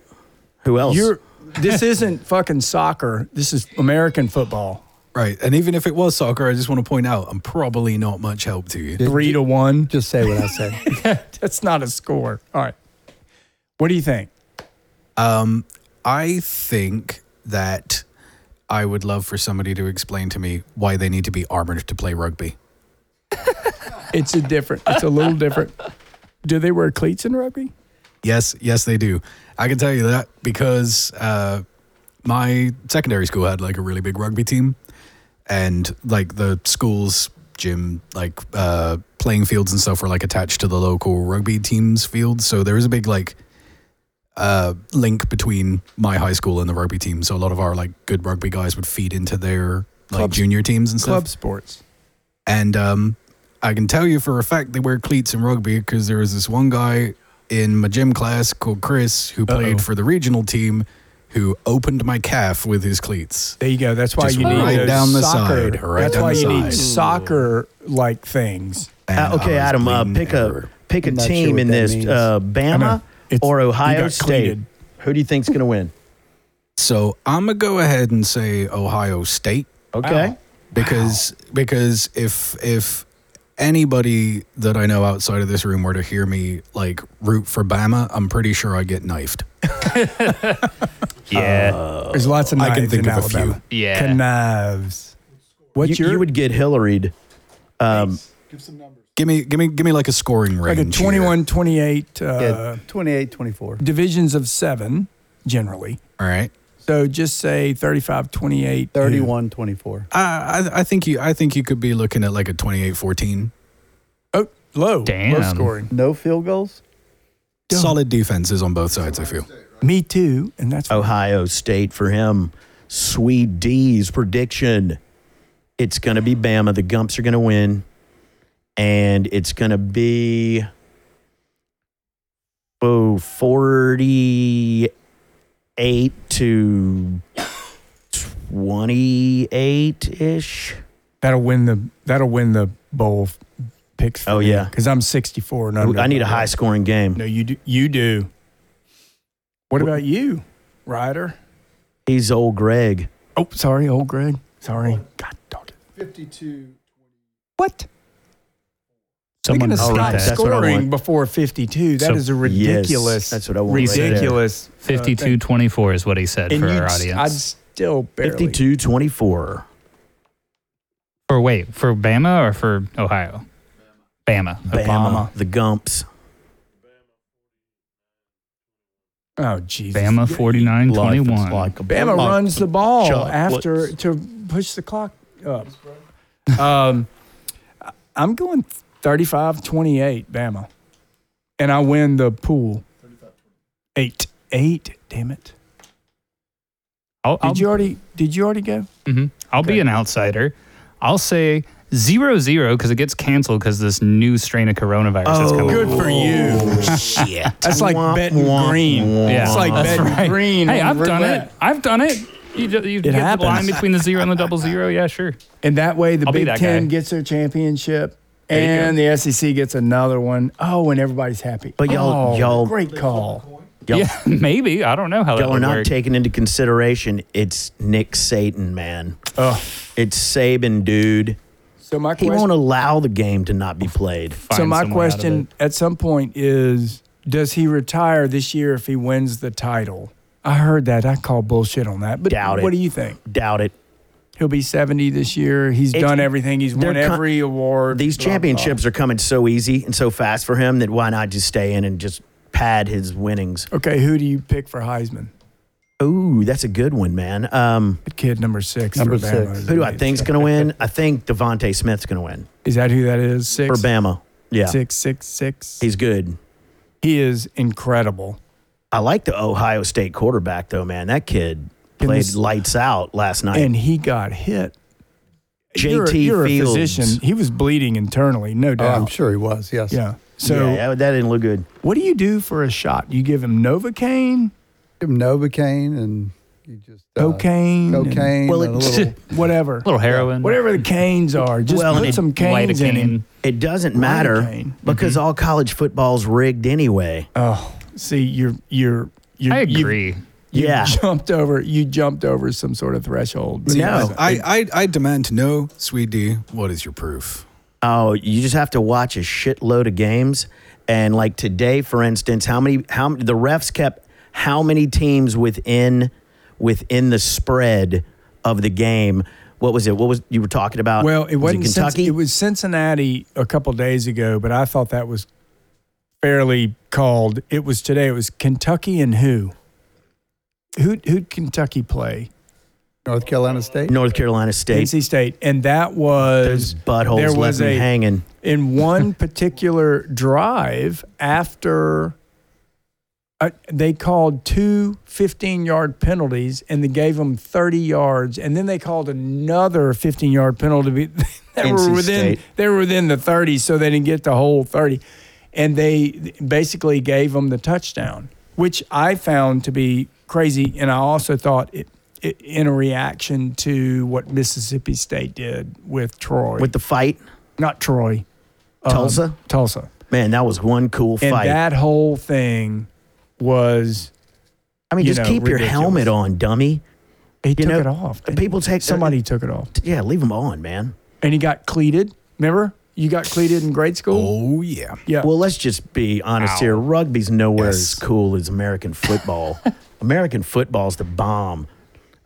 S2: Who else?
S1: you're. This isn't fucking soccer. This is American football.
S5: Right. And even if it was soccer, I just want to point out I'm probably not much help to you.
S1: Three to one.
S3: Just say what I said.
S1: That's not a score. All right. What do you think?
S5: I think that I would love for somebody to explain to me why they need to be armored to play rugby.
S1: It's a different. It's a little different. Do they wear cleats in rugby?
S5: Yes, yes, they do. I can tell you that because uh, my secondary school had like a really big rugby team, and like the school's gym, like uh, playing fields and stuff were like attached to the local rugby team's field. So there is a big like uh, link between my high school and the rugby team. So a lot of our like good rugby guys would feed into their like
S1: Club-
S5: junior teams and stuff.
S1: Club sports.
S5: And um, I can tell you for a fact they wear cleats in rugby because there was this one guy in my gym class called Chris who played for the regional team who opened my calf with his cleats.
S1: There you go. That's why
S5: Just
S1: you need
S5: right
S1: those
S5: down the
S1: soccer.
S5: side, right
S1: that's
S5: down
S1: why
S5: the
S1: you need
S5: side.
S1: soccer like things.
S5: And
S2: Uh, okay,
S5: I was
S2: Adam, uh,
S5: bleeding
S2: pick
S5: everywhere.
S2: a pick a
S3: I'm not sure
S2: team
S3: what
S2: in
S3: that
S2: this
S3: means.
S2: uh,
S1: know.
S2: Bama
S1: It's-
S2: or
S1: you
S2: Ohio
S1: got
S2: State.
S1: cleated.
S2: Who do you think's going to win?
S5: So I'm gonna go ahead and say Ohio State
S2: Okay.
S5: because because if if anybody that I know outside of this room were to hear me like root for Bama, I'm pretty sure I get knifed.
S4: Yeah. Uh,
S1: There's lots of
S5: Uh, I
S1: knives
S5: can think
S1: in
S5: of a few.
S1: Alabama.
S4: Yeah.
S1: Knives. What's
S2: you,
S1: your
S2: you would get um, Hillaried.
S5: Give me, give me, give me like a scoring
S1: like
S5: range.
S1: a 21, 28
S3: Yeah,
S1: uh,
S3: 28, 24.
S1: divisions of seven generally.
S5: Here. All right.
S1: So just say 35, 28, who?
S3: 31, 24.
S5: I, I, I think you, I think you could be looking at like a 28-14.
S1: Oh, low. Low
S4: Damn.
S1: scoring.
S3: No field goals?
S5: Solid defenses on both sides. I feel.
S1: Me too. And that's
S5: Oh,
S2: Ohio State for him. Sweet D's prediction. It's going to be Bama. The Gumps are going to win. And it's going to be oh, 48 to 28 ish.
S1: that'll win the that'll win the bowl f- picks.
S2: Oh, yeah.
S1: because I'm 64 and under.
S2: I need a high scoring game.
S1: No, you do. You do. What about you, Ryder?
S2: He's old Greg.
S1: Oh, sorry, old Greg. Sorry. God dog it. 52. Oh. What?
S4: Someone
S1: Someone
S4: call
S1: stop
S4: that.
S2: That's what I
S1: scoring
S2: want.
S1: before 52. That is
S4: So-
S1: a ridiculous.
S2: that's what I want right there.
S1: ridiculous. uh, thing.
S4: 52 24 is what he said
S1: And
S4: for
S1: you'd
S4: our
S1: s- I'd
S4: audience.
S1: still barely.
S2: 52 24.
S4: for wait, for Bama or for Ohio? Bama.
S2: Bama. The Gumps.
S1: Oh, Jesus.
S4: Bama 49 21.
S1: Bama runs the ball after
S2: What?
S1: to push the clock up. um, I- I'm going 35 28 Bama. And I win the pool. Eight. Eight. Damn it.
S4: I'll, I'll,
S1: Did you already did you already go?
S4: mhm. I'll be an outsider. I'll say zero zero because it gets canceled because this new strain of coronavirus is
S1: Oh.
S4: coming.
S1: Good for you.
S2: shit.
S1: That's like
S2: Womp,
S1: betting
S2: womp,
S1: green.
S2: womp.
S1: It's like
S4: That's
S1: betting
S4: right.
S1: green.
S4: Hey,
S1: on
S4: I've done
S1: roulette.
S4: it. I've done it. You, ju- you get the line
S1: happens.
S4: between the zero and the double zero. Yeah, sure.
S1: And that way, the
S4: I'll be
S1: Big
S4: that
S1: Ten
S4: guy.
S1: gets their championship,
S4: you go.
S1: and the SEC gets another one. Oh, and everybody's happy.
S2: But y'all-
S1: Oh,
S2: y'all-
S1: great call.
S2: Y'all-
S4: Yeah, maybe. I don't know how that
S2: Y'all are
S4: would
S2: not
S4: work.
S2: taking into consideration it's Nick Satan, man.
S1: Oh,
S2: It's Saban, dude.
S1: so my
S2: He
S1: question.
S2: won't allow the game to not be played.
S1: So
S4: find
S1: my
S4: someone out of
S1: question at some point is: Does he retire this year if he wins the title? I heard that. I call bullshit on that. But
S2: Doubt it.
S1: what do you think?
S2: Doubt it.
S1: He'll be seventy this year. He's
S2: It's-
S1: done everything. He's won
S2: they're con-
S1: every award.
S2: These
S1: blah, blah.
S2: championships are coming so easy and so fast for him that why not just stay in and just pad his winnings?
S1: Okay, who do you pick for Heisman?
S2: Ooh, that's a good one, man. Um,
S1: That kid number six.
S3: Number
S1: for Bama
S3: six.
S1: is
S2: who do I
S1: amazing.
S2: think's going to win? I think Devonte Smith's going to win
S1: Is that who that is?
S2: for
S1: Six.
S2: Bama. Yeah,
S1: Six, six, six.
S2: he's good.
S1: He is incredible.
S2: I like the Ohio State quarterback though, man. That kid
S1: Can
S2: played
S1: this-
S2: lights out last night.
S1: And he got hit. You're a-
S2: JT
S1: you're,
S2: Fields.
S1: a physician. He was bleeding internally, no
S3: Oh,
S1: doubt.
S3: I'm sure he was, yes.
S1: Yeah. So,
S2: yeah, that, that didn't look good.
S1: what do you do for a shot? You give him Novocaine,
S3: Give him Novocaine and you just. uh,
S1: cocaine, and
S3: Cocaine.
S2: Well,
S3: and a
S2: it-
S3: little,
S1: whatever,
S4: A little heroin.
S1: whatever the canes are. Just
S2: Well,
S1: put
S2: and
S1: some canes in him.
S4: Lidocaine.
S2: It doesn't matter
S1: Lidocaine.
S2: because all college football's rigged anyway.
S1: Oh, see, you're you're. You're,
S4: I
S1: you-
S4: agree.
S1: You,
S2: Yeah.
S1: jumped over. You jumped over some sort of threshold. but it
S2: No.
S1: wasn't.
S5: Oh, I, I, I demand to know, Sweet D. What is your proof?
S2: Oh, you just have to watch a shitload of games. And like today, for instance, how many how the refs kept how many teams within within the spread of the game? What was it? What was you were talking about?
S1: Well, it
S2: was
S1: wasn't Cin-
S2: Kentucky.
S1: it was Cincinnati a couple days ago, but I thought that was fairly called. It was today. It was Kentucky and who? Who who'd Kentucky play?
S3: North Carolina State?
S2: North Carolina State.
S1: NC State, and that was
S2: Those buttholes
S1: there was
S2: left me
S1: a-
S2: hanging.
S1: in one particular drive after uh, they called two 15 yard penalties and they gave them 30 yards and then they called another 15 yard penalty to be- they were
S2: NC
S1: within
S2: State.
S1: they were within the 30 so they didn't get the whole 30 and they basically gave them the touchdown which i found to be crazy and i also thought it, it in a reaction to what mississippi state did with troy
S2: with the fight.
S1: not Troy,
S2: Tulsa?
S1: Um, Tulsa,
S2: Man, that was one cool
S1: and
S2: fight.
S1: that whole thing was
S2: I mean,
S1: you
S2: just
S1: know,
S2: keep
S1: ridiculous.
S2: your helmet on, dummy.
S1: he took
S2: know,
S1: it off.
S2: people take their-
S1: somebody took it off,
S2: Yeah, leave them on, man.
S1: and he got cleated. Remember, you got cleated in grade school?
S5: Oh yeah.
S1: yeah.
S2: Well, let's just be honest here. Rugby's nowhere as cool as American football. American football's the bomb.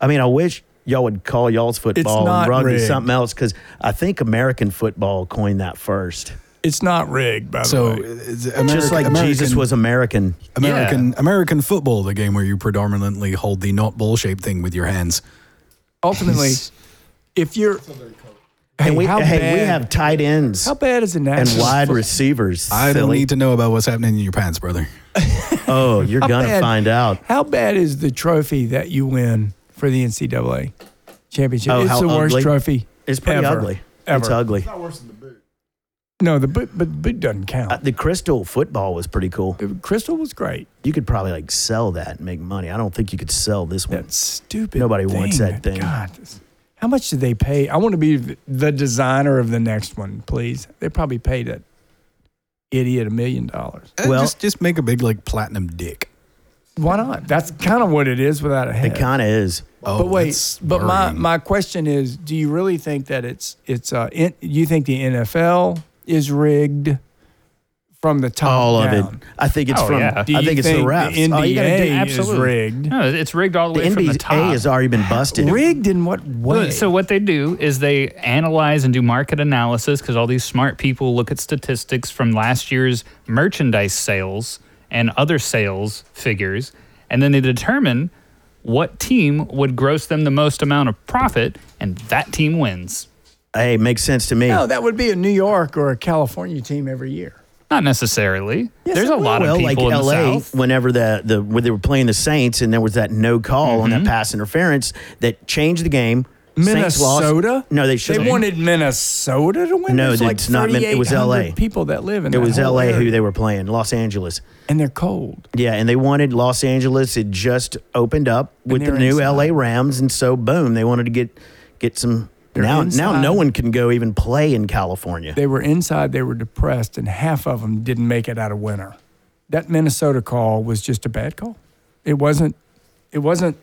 S2: I mean, I wish y'all would call y'all's football
S1: not
S2: and rugby
S1: rigged.
S2: something else because I think American football coined that first.
S1: it's not rigged, by the
S5: So
S1: way.
S5: it's American,
S2: Just like
S5: American,
S2: Jesus was American.
S5: American American football, the game where you predominantly hold the not ball shaped thing with your hands.
S1: Ultimately, if you're, hey,
S2: And we,
S1: how
S2: hey,
S1: bad,
S2: we have tight ends
S1: how bad is the
S2: and
S1: national
S2: wide
S1: fo-
S2: receivers.
S5: I don't
S2: silly.
S5: need to know about what's happening in your pants, brother.
S2: oh, you're
S1: How
S2: gonna
S1: bad-
S2: find out.
S1: How bad is the trophy that you win for the NCAA championship?
S2: Oh,
S1: it's
S2: how
S1: the worst
S2: ugly?
S1: trophy.
S2: It's pretty
S1: ever,
S2: ugly.
S1: Ever.
S2: It's ugly.
S1: No, the boot, but boot doesn't count.
S2: Uh, the crystal football was pretty cool.
S1: The Crystal was great.
S2: You could probably like sell that and make money. I don't think you could sell this one.
S1: That stupid.
S2: Nobody
S1: thing.
S2: wants that thing.
S1: God, this- how much do they pay? I want to be th- the designer of the next one, please. They probably paid that idiot a million dollars.
S5: Eh,
S2: Well-
S5: just just make a big like platinum dick.
S1: Why not? That's kind of what it is without a head.
S2: It kind of is.
S5: Oh,
S1: but wait,
S5: that's
S1: but my,
S5: worrying.
S1: my question is, do you really think that it's it's uh in, you think the NFL is rigged from the top
S2: all of
S1: down?
S2: it. I think it's
S4: Oh,
S2: from.
S4: yeah.
S2: I
S1: Do you
S2: think it's the refs.
S1: The
S2: All you gotta do-
S1: NBA is
S4: absolutely.
S1: rigged.
S4: No, it's rigged all
S2: the
S4: the, way from the
S2: NBA
S4: top.
S2: has already been busted.
S1: Rigged in what way?
S4: So what they do is they analyze and do market analysis because all these smart people look at statistics from last year's merchandise sales and other sales figures, and then they determine what team would gross them the most amount of profit, and that team wins.
S2: Hey, makes sense to me.
S1: no, that would be a New York or a California team every year.
S4: Not necessarily.
S1: Yes,
S4: There's
S1: it
S4: a lot
S2: well,
S4: of
S2: like
S4: people in
S2: LA,
S4: the South.
S2: whenever the, the when they were playing the Saints and there was that no call on that pass interference that changed the game. Saints lost.
S1: Minnesota?
S2: No, they
S1: They
S2: should. have
S1: wanted Minnesota to win.
S2: No,
S1: There's like
S2: it's not Min- it was LA.
S1: 3,800 People that live in
S2: It
S1: that
S2: was
S1: whole
S2: L.A. who
S1: area.
S2: they were playing, Los Angeles.
S1: and they're cold.
S2: Yeah, and they wanted Los Angeles. It just opened up with the
S1: they're
S2: new
S1: inside.
S2: L.A. Rams, and so boom, they wanted to get get some. Now, now
S1: inside.
S2: no one can go even play in California.
S1: They were inside. They were depressed, and half of them didn't make it out of winter. That Minnesota call was just a bad call. It wasn't. It wasn't.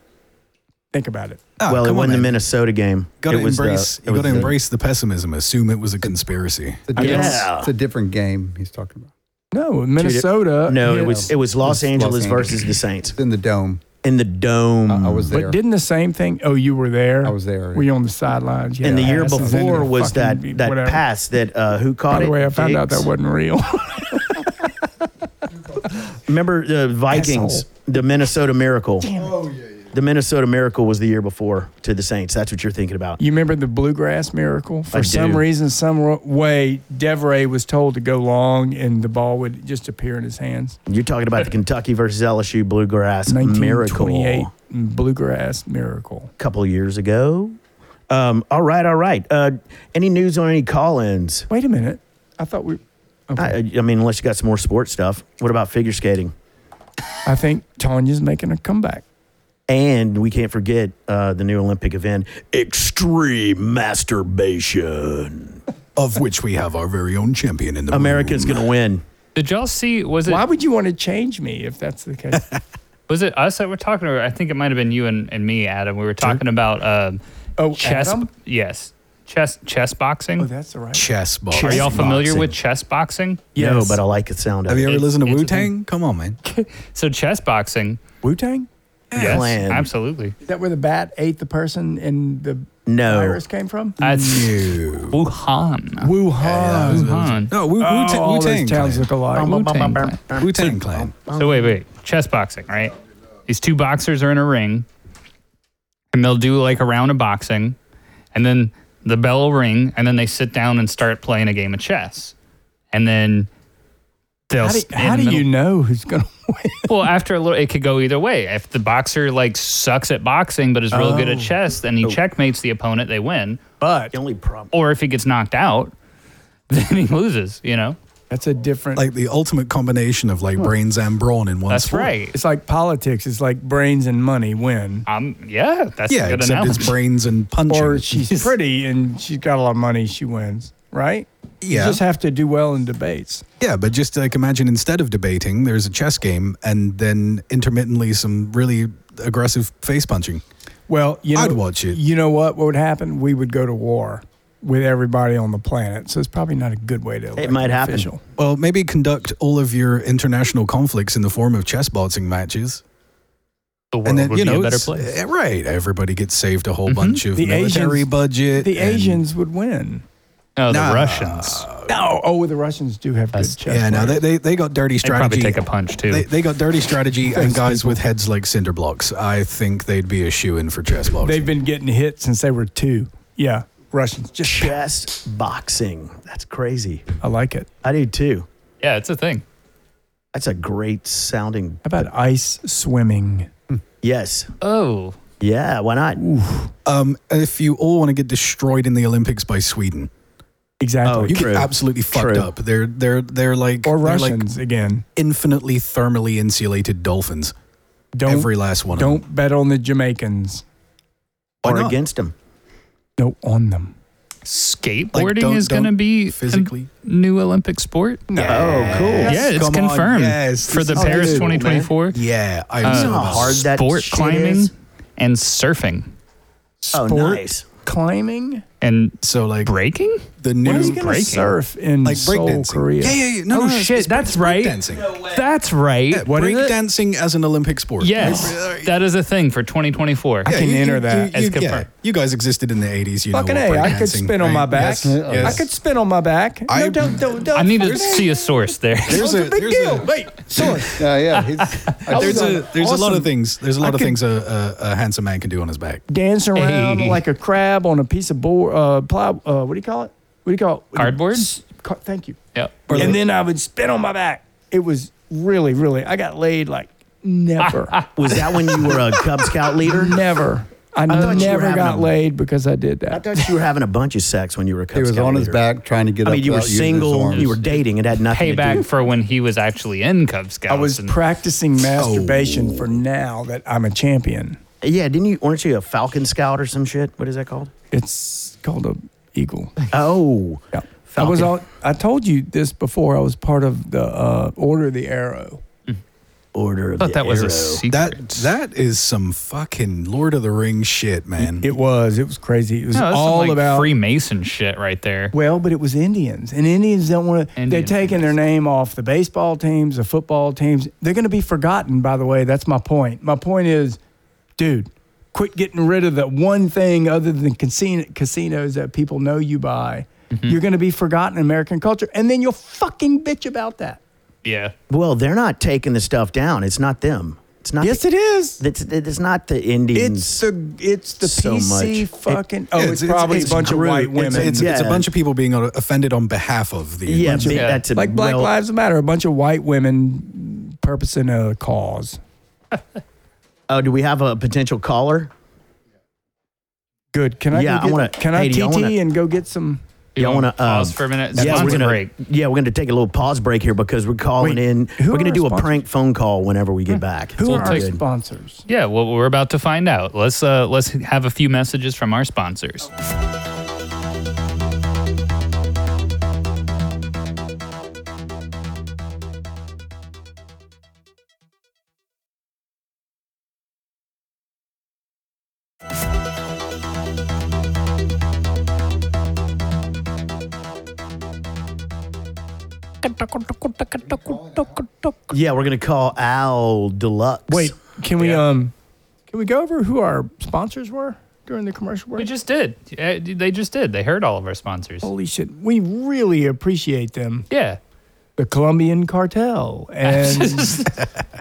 S1: Think about it.
S5: Ah,
S2: well, it
S5: come on,
S2: wasn't the
S5: man.
S2: Minnesota game.
S5: Gotta
S2: it was the-
S5: embrace.
S2: it
S5: you
S2: was uh,
S5: gotta
S2: the-
S5: embrace the pessimism. Assume it was a conspiracy.
S3: It's a, different,
S2: guess.
S3: it's a different game he's talking about.
S1: No, Minnesota.
S2: No,
S1: hit-
S2: it was it was Los
S3: Los
S2: Angeles
S3: Angeles.
S2: versus the Saints
S3: It's in the dome.
S2: in the dome.
S3: I- I was there.
S1: But didn't the same thing? Oh, you were there.
S3: I was there.
S1: Were you on the sidelines?
S2: and the year
S1: asses into
S2: before
S1: the
S2: was that
S1: fucking-
S2: that
S1: whatever.
S2: pass that uh, who
S1: By
S2: caught
S1: the
S2: it?
S1: way, I found out that
S2: Diggs?
S1: wasn't real.
S2: Remember the Vikings,
S1: Asshole.
S2: the Minnesota Miracle. The Minnesota Miracle was the year before to the Saints. That's what you're thinking about.
S1: You remember the bluegrass miracle? For
S2: I
S1: some
S2: do.
S1: reason, some ro- way, Deveray was told to go long, and the ball would just appear in his hands.
S2: You're talking about the Kentucky versus LSU Bluegrass Miracle
S1: 1928
S2: a
S1: mm, bluegrass miracle.
S2: couple years ago. Um, all right, all right. Uh, any news on any call-ins?
S1: Wait a minute, I thought we.
S2: I, I mean, unless you got some more sports stuff. What about figure skating?
S1: I think Tanya's making a comeback.
S2: And we can't forget uh, the new Olympic event, extreme masturbation.
S5: of which we have our very own champion in the
S2: America's
S5: room.
S2: going to win.
S4: Did y'all see? Was it
S1: Why would you want to change me if that's the case?
S4: was it us that were talking? Or I think it might have been you and, and me, Adam. We were talking about um,
S1: Oh,
S4: chess.
S1: Adam?
S4: Yes, chess chess boxing.
S1: Oh, that's the right.
S5: chess box.
S4: Are y'all familiar
S5: boxing.
S4: with chess boxing?
S2: No,
S1: Yes.
S2: but I like the sound of
S5: Have you
S2: it.
S5: ever
S4: It-
S5: listened to
S4: it's a
S5: Wu Tang? Come on, man.
S4: So chess boxing,
S1: Wu Tang.
S4: yes,
S2: Clan.
S4: absolutely.
S1: Is that where the bat ate the person and the
S2: No.
S1: virus came from?
S4: That's
S5: Ew.
S4: Wuhan.
S1: Wuhan.
S4: Wuhan.
S5: No, Wu
S1: Oh, all those
S5: Tang.
S1: towns look alike.
S4: Wu-Tang Clan.
S5: Wu Tang Clan.
S4: So wait, wait. Chess boxing, right? These two boxers are in a ring, and they'll do like a round of boxing, and then the bell will ring, and then they sit down and start playing a game of chess, and then they'll.
S1: How do,
S4: s- in
S1: how
S4: the
S1: do
S4: middle-
S1: you know who's gonna win?
S4: Well, after a little, it could go either way. If the boxer like sucks at boxing but is real
S1: Oh.
S4: good at chess, then he checkmates the opponent, they win.
S1: But
S2: The only problem.
S4: Or if he gets knocked out, then he loses. You know,
S1: that's a different.
S5: Like the ultimate combination of like brains and brawn in one
S4: that's
S5: sport.
S4: right.
S1: It's like politics. It's like brains and money win.
S4: Um, yeah, that's
S5: Yeah,
S4: a good
S5: except
S4: analogy.
S5: it's brains and punching.
S1: Or she's pretty and she's got a lot of money, she wins, right?
S5: Yeah.
S1: You just have to do well in debates.
S5: yeah, but just like imagine instead of debating, there's a chess game and then intermittently some really aggressive face punching.
S1: Well, you know,
S5: I'd watch it.
S1: You know what? What would happen? We would go to war. with everybody on the planet. So it's probably not a good way to. elect
S2: might
S1: an
S2: happen.
S1: Official.
S5: Well, maybe conduct all of your international conflicts in the form of chess boxing matches.
S4: The world
S5: and then
S4: would
S5: you know,
S4: be a better
S5: it's-
S4: place. Mm-hmm.
S5: eh, right? Everybody gets saved a whole bunch of
S1: The
S5: military
S1: Asians-
S5: budget.
S1: The
S5: and-
S1: Asians would win.
S4: No, Oh, the
S5: Nah.
S4: Russians.
S1: No, oh, the Russians do have good
S4: That's-
S1: chess.
S5: Yeah, no,
S1: players.
S5: they, they they got dirty
S4: They'd probably
S5: strategy.
S4: take a punch too.
S5: They, they got dirty strategy and guys with heads like cinder blocks. I think they'd be a shoe in for chess boxing.
S1: They've been getting hit since they were two. Yeah, Russians. Just
S2: Chess boxing. That's crazy.
S1: I like it.
S2: I do too.
S4: yeah, it's a thing.
S2: That's a great sounding.
S1: How about ice swimming?
S2: Yes.
S4: Oh,
S2: Yeah. Why not?
S5: um, if you all want to get destroyed in the Olympics by Sweden,
S1: Exactly.
S5: you
S2: True.
S5: get absolutely fucked
S2: True.
S5: up. They're they're they're like
S1: or
S5: they're like
S1: Russians again.
S5: infinitely thermally insulated dolphins.
S1: Don't
S5: every last one. Of them.
S1: don't bet on the Jamaicans.
S5: Why
S2: or
S5: not?
S2: against him.
S1: No, on them.
S4: skateboarding
S5: don't-
S4: is going to
S5: don't
S4: be
S5: physically-
S4: a new Olympic sport.
S2: Oh, cool.
S4: yeah, it's
S5: come on,
S4: confirmed
S5: yes,
S4: for
S5: this
S4: the
S5: is
S4: Paris
S5: cool, man.
S4: 2024.
S5: Yeah, I
S4: Uh,
S5: am so
S2: how
S5: about
S2: hard
S5: it.
S2: that
S4: sport
S2: shit
S4: climbing
S2: is?
S4: and surfing
S2: Oh,
S1: Sport
S2: nice.
S1: Climbing.
S4: and
S5: So like
S4: breaking.
S5: the
S1: What
S5: new
S1: is going to
S4: breaking.
S1: surf in
S5: like
S1: Seoul,
S5: breakdancing.
S1: Korea?
S5: Yeah, yeah, yeah. No,
S1: oh
S5: no, no, it's-
S1: shit,
S5: it's
S1: that's right.
S5: break- breakdancing. No
S1: That's right.
S5: Yeah,
S1: what is it?
S5: breakdancing as an Olympic sport.
S4: Yes,
S5: Right?
S4: that is a thing for 2024.
S1: I can enter that
S4: as
S5: You, yeah,
S4: confirmed.
S5: you guys existed in the 80s. You
S1: Fucking
S5: know
S1: a!
S5: what
S1: I could
S5: breakdancing-
S1: spin on
S5: right?
S1: my back.
S5: Yes, yes.
S1: I could spin on my back.
S5: I-
S1: no, don't, don't, don't.
S4: I need to
S1: fucking A.
S4: see a source there.
S5: There's
S1: It's a big
S5: there's
S1: deal.
S5: a-
S1: Wait, sorry.
S3: Yeah, yeah. He's, I
S5: There's
S3: just-
S5: a there's a lot
S1: Awesome.
S5: of things. There's a lot
S1: I
S5: of
S1: could-
S5: things a, a, a handsome man can do on his back.
S1: dance around
S4: Hey.
S1: like a crab on a piece of board, uh, ply, uh, what do you call it? What do you call it?
S4: Cardboard?
S1: S- Car- thank you.
S4: Yep.
S1: And then I would spin on my back. It was really, really, I got laid like never,
S2: Was that when you were a Cub Scout leader?
S1: never. I,
S2: thought you were
S1: never
S2: having
S1: got
S2: a-
S1: laid because I did
S2: I
S1: that.
S2: thought you were having a bunch of sex when you were a Cub
S3: he was
S2: Scout
S3: on his
S2: leader.
S3: back trying to get
S2: I
S3: up.
S2: mean, you were
S3: without using his
S2: single,
S3: arms.
S2: you were dating. It had nothing to do.
S4: Payback for when he was actually in Cub Scouts.
S1: I was
S4: and-
S1: practicing masturbation for now that I'm a champion.
S2: Yeah, didn't you? Weren't you a Falcon Scout or some shit? What is that called?
S1: It's called a eagle.
S2: Oh,
S1: Yeah. I was all, I told you this before. I was part of the uh, Order of the Arrow.
S2: Order of
S4: I thought
S2: the
S4: that was a
S2: Arrow.
S4: secret.
S5: That that is some fucking Lord of the Rings shit, man.
S1: It was. It was crazy. It was
S4: No, Oh, that's some,
S1: all
S4: like,
S1: about
S4: Freemason shit right there.
S1: Well, but it was Indians, and Indians don't want to. They're
S4: Indian
S1: taking their name off the baseball teams, the football teams. They're going to be forgotten. By the way, that's my point. My point is, dude, quit getting rid of the one thing other than casino, casinos that people know you by. You're going to be forgotten in American culture, and then you'll fucking bitch about that.
S4: Yeah.
S2: Well, they're not taking the stuff down. It's not them. It's not.
S1: Yes,
S2: the,
S1: it is.
S2: It's, it's not the Indians.
S1: It's the it's the
S2: So
S1: PC
S2: much.
S1: fucking. oh,
S5: Yeah,
S1: it's, probably a bunch
S5: group-
S1: of white
S5: it's-
S1: women.
S5: It's, it's a
S2: Yeah.
S5: bunch of people being o- offended on behalf of the.
S2: yeah,
S5: Olympics.
S2: big-
S4: Yeah.
S2: that's a
S1: like Black
S2: well-
S1: Lives Matter, a bunch of white women purposing a cause.
S2: Oh, do we have a potential caller?
S1: Good. Can I?
S2: Yeah,
S1: go
S2: I
S1: get-
S2: wanna-
S1: Can I
S2: Hey, do
S1: TT
S2: y'all wanna-
S1: and go get some?
S4: You
S2: Y'all
S4: wanna
S2: wanna, uh,
S4: pause for a minute?
S2: we're
S4: Sponsor
S2: gonna,
S4: break.
S2: Yeah, we're gonna take a little pause break here because we're calling
S1: Wait,
S2: in.
S1: who
S2: We're gonna
S1: are
S2: do
S1: our
S2: a
S1: sponsors?
S2: prank phone call whenever we get back.
S1: Who
S2: It's
S1: are
S2: gonna
S1: our
S2: be good.
S1: sponsors?
S4: Yeah, well, we're about to find out. Let's uh, let's have a few messages from our sponsors.
S2: Yeah, we're gonna call Al Deluxe.
S1: Wait, can we um, can we go over who our sponsors were during the commercial break?
S4: We just did. Uh, They just did. They heard all of our sponsors.
S1: Holy shit, we really appreciate them.
S4: Yeah.
S1: The Colombian cartel and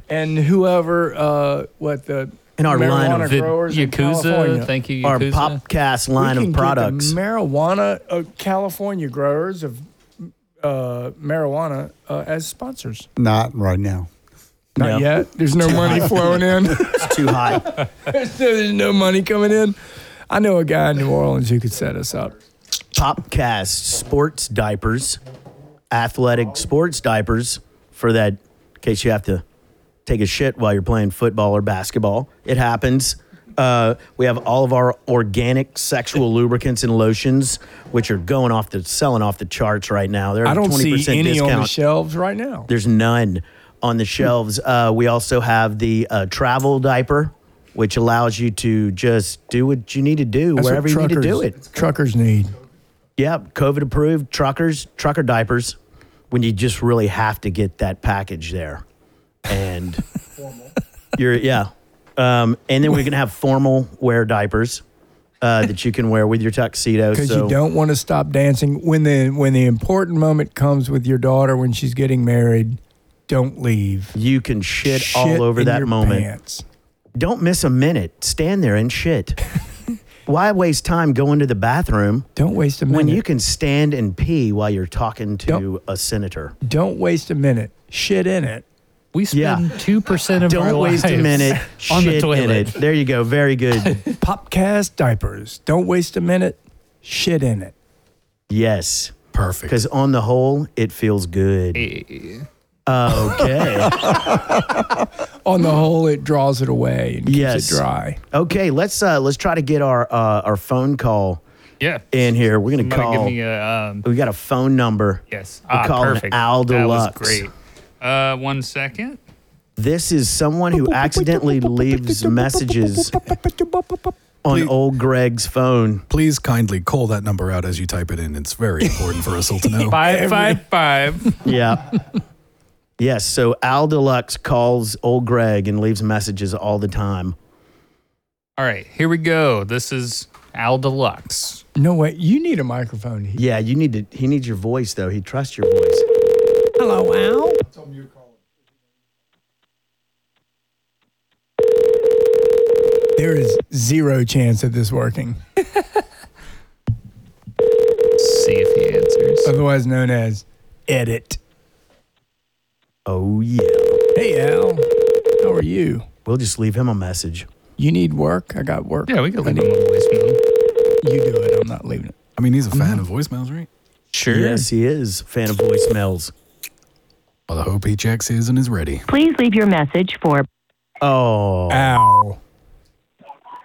S1: and whoever uh, what the
S2: And our line
S1: marijuana
S2: of
S4: The
S1: growers in California.
S4: Yakuza. Thank you,
S2: our
S4: Yakuza.
S2: Popcast
S1: We
S2: line
S1: can
S2: of
S1: get the
S2: products.
S1: marijuana uh, California growers of uh, marijuana uh, as sponsors.
S3: Not right now.
S1: Not
S2: No.
S1: yet. There's no money flowing in.
S2: It's too high.
S1: There's no, there's no money coming in. I know a guy in New Orleans who could set us up.
S2: Popcast sports diapers, athletic sports diapers for that in case you have to take a shit while you're playing football or basketball. It happens. Uh, we have all of our organic sexual lubricants and lotions, which are going off the selling off the charts right now. They're at
S1: I
S2: a
S1: don't
S2: 20%
S1: see any
S2: discount.
S1: on the shelves right now.
S2: There's none on the shelves. Uh, we also have the uh, travel diaper, which allows you to just do what you need to do
S1: That's what
S2: wherever you need to do
S1: truckers-
S2: it.
S1: Truckers need.
S2: Yeah, COVID approved truckers, trucker diapers, when you just really have to get that package there. And you're, yeah. Um, and then we're going to have formal wear diapers uh, that you can wear with your tuxedo.
S1: because
S2: so-
S1: you don't want to stop dancing when the when the important moment comes with your daughter when she's getting married. Don't leave.
S2: you can shit,
S1: Shit
S2: all over
S1: in
S2: that
S1: your
S2: moment.
S1: pants.
S2: Don't miss a minute. Stand there and shit. Why waste time going to the bathroom
S1: Don't waste a minute.
S2: when you can stand and pee while you're talking to
S1: Don't-
S2: a senator?
S1: don't waste a minute. Shit in it.
S4: We spend
S2: Yeah.
S4: two percent of our
S2: Don't waste a
S4: lives
S2: minute.
S4: on
S2: shit
S4: the toilet.
S2: In it. There you go. Very good.
S1: Popcast diapers. Don't waste a minute. Shit in it.
S2: yes.
S5: Perfect.
S2: Because on the whole, it feels good. Okay.
S1: On the whole, it draws it away and keeps
S2: Yes.
S1: it dry.
S2: okay. Let's uh, let's try to get our uh, our phone call
S4: Yeah.
S2: in here. We're gonna
S4: Somebody
S2: call.
S4: give me a um,
S2: we got a phone number.
S4: yes.
S2: We're
S4: ah,
S2: calling
S4: perfect.
S2: Al
S4: that was
S2: Deluxe.
S4: great. Uh, one second.
S2: This is someone who accidentally leaves messages on old Greg's phone.
S5: Please kindly call that number out as you type it in. It's very important for us all to know.
S4: Five five five.
S2: Yeah. yes. So Al Deluxe calls old Greg and leaves messages all the time.
S4: All right, here we go. This is Al Deluxe.
S1: No way. You need a microphone. here.
S2: Yeah, you need to. He needs your voice though. He trusts your voice.
S1: Hello, Al. There is zero chance of this working,
S4: see if he answers.
S1: otherwise known as edit.
S2: Oh yeah.
S1: Hey, Al. How are you?
S2: We'll just leave him a message.
S1: You need work? I got work.
S4: Yeah, we
S1: I
S4: could leave
S1: need-
S4: him a voicemail.
S1: You do it. I'm not leaving it.
S5: I mean, he's a
S1: Mm-hmm.
S5: fan of voicemails, right?
S4: Sure.
S2: Yes, he is. Fan of voicemails.
S5: Well, I hope he checks his and is ready.
S6: Please leave your message for
S2: Oh.
S1: Ow.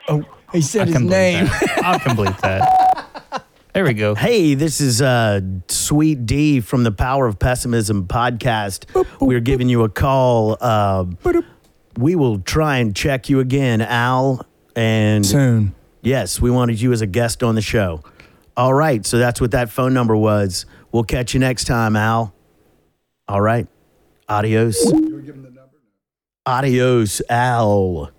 S1: Oh, he said his
S4: can bleep
S1: name.
S4: that. I can bleep that. There we go.
S2: Hey, this is uh, Sweet D from the Power of Pessimism podcast. We're giving you a call. Uh, we will try and check you again, Al. And
S1: Soon.
S2: yes, we wanted you as a guest on the show. All right, so that's what that phone number was. We'll catch you next time, Al. All right, adios. You were given the number. Adios, Al.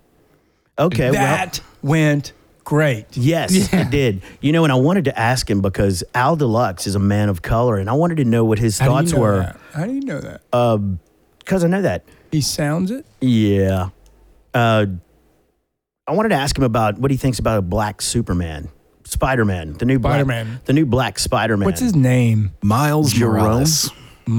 S2: Okay, well.
S1: that went great.
S2: Yes, I did. You know, and I wanted to ask him because Al Deluxe is a man of color, and I wanted to know what his
S1: How do you
S2: thoughts
S1: know
S2: were
S1: that? How do you know that?
S2: because I know that.
S1: he sounds it.
S2: Yeah. Uh, I wanted to ask him about what he thinks about a black Superman, Spider Man, the new black-
S1: Spider-Man.
S2: the new black Spider Man.
S1: What's his name?
S5: Miles
S2: Jerome?
S5: Morales.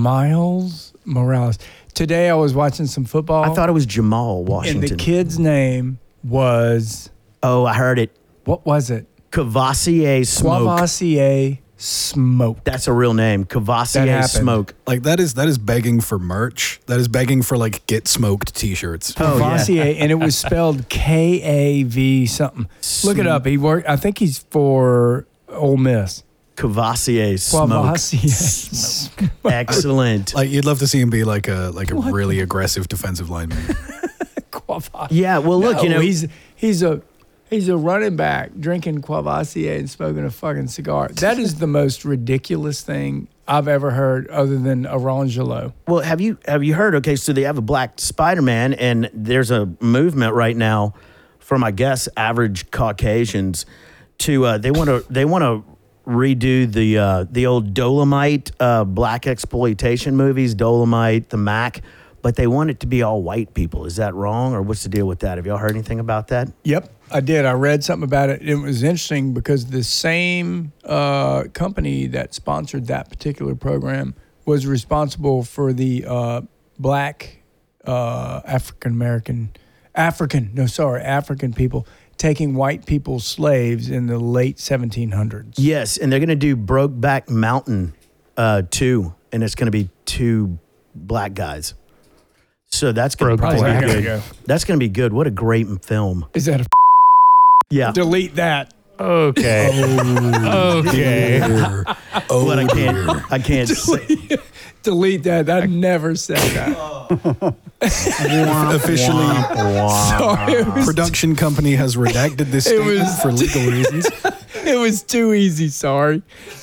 S1: Miles Morales. Today I was watching some football.
S2: I thought it was Jamal
S1: and
S2: Washington.
S1: the kid's name was
S2: oh, I heard it.
S1: what was it?
S2: Cavassier Smoke.
S1: Quavassier Smoke.
S2: That's a real name. Cavassier
S1: happened.
S2: Smoke.
S5: Like that is that is begging for merch. That is begging for like get smoked t-shirts.
S2: Oh, yeah.
S1: Cavassier, and it was spelled K A V something. Look it up. He worked. I think he's for Ole Miss.
S2: Cavassier Smoke.
S1: Quavassier. Smoke.
S2: Excellent.
S5: Like you'd love to see him be like a like a really aggressive defensive lineman.
S1: Quavassier.
S2: yeah. Well, look, you
S1: No,
S2: know,
S1: Oh, he's he's a he's a running back drinking Quavassier and smoking a fucking cigar. That is the most ridiculous thing I've ever heard, other than Orangelo.
S2: Well, have you have you heard? Okay, so they have a black Spider Man, and there's a movement right now from I guess average Caucasians to uh, they want to they want to redo the uh, the old Dolomite uh, black exploitation movies, Dolomite, The Mac, but they want it to be all white people. Is that wrong, or what's the deal with that? Have y'all heard anything about that?
S1: Yep, I did. I read something about it. It was interesting because the same uh, company that sponsored that particular program was responsible for the uh, black uh, African American, African, no, sorry, African people taking white people's slaves in the late 1700s.
S2: Yes, and they're going to do Brokeback Mountain uh, two, and it's going to be two black guys. So that's going to probably
S1: Black.
S2: be
S1: There we
S2: good.
S1: go.
S2: That's going to be good. What a great film.
S1: Is that a
S2: Yeah.
S1: delete that?
S4: Okay. okay.
S5: oh,
S2: But I can't. I can't. say-
S1: Delete that. I never said that.
S5: officially
S1: Sorry, it was,
S2: Ah.
S5: production company has redacted this
S1: It
S5: statement
S1: was-
S5: for legal reasons.
S1: it was too easy. Sorry.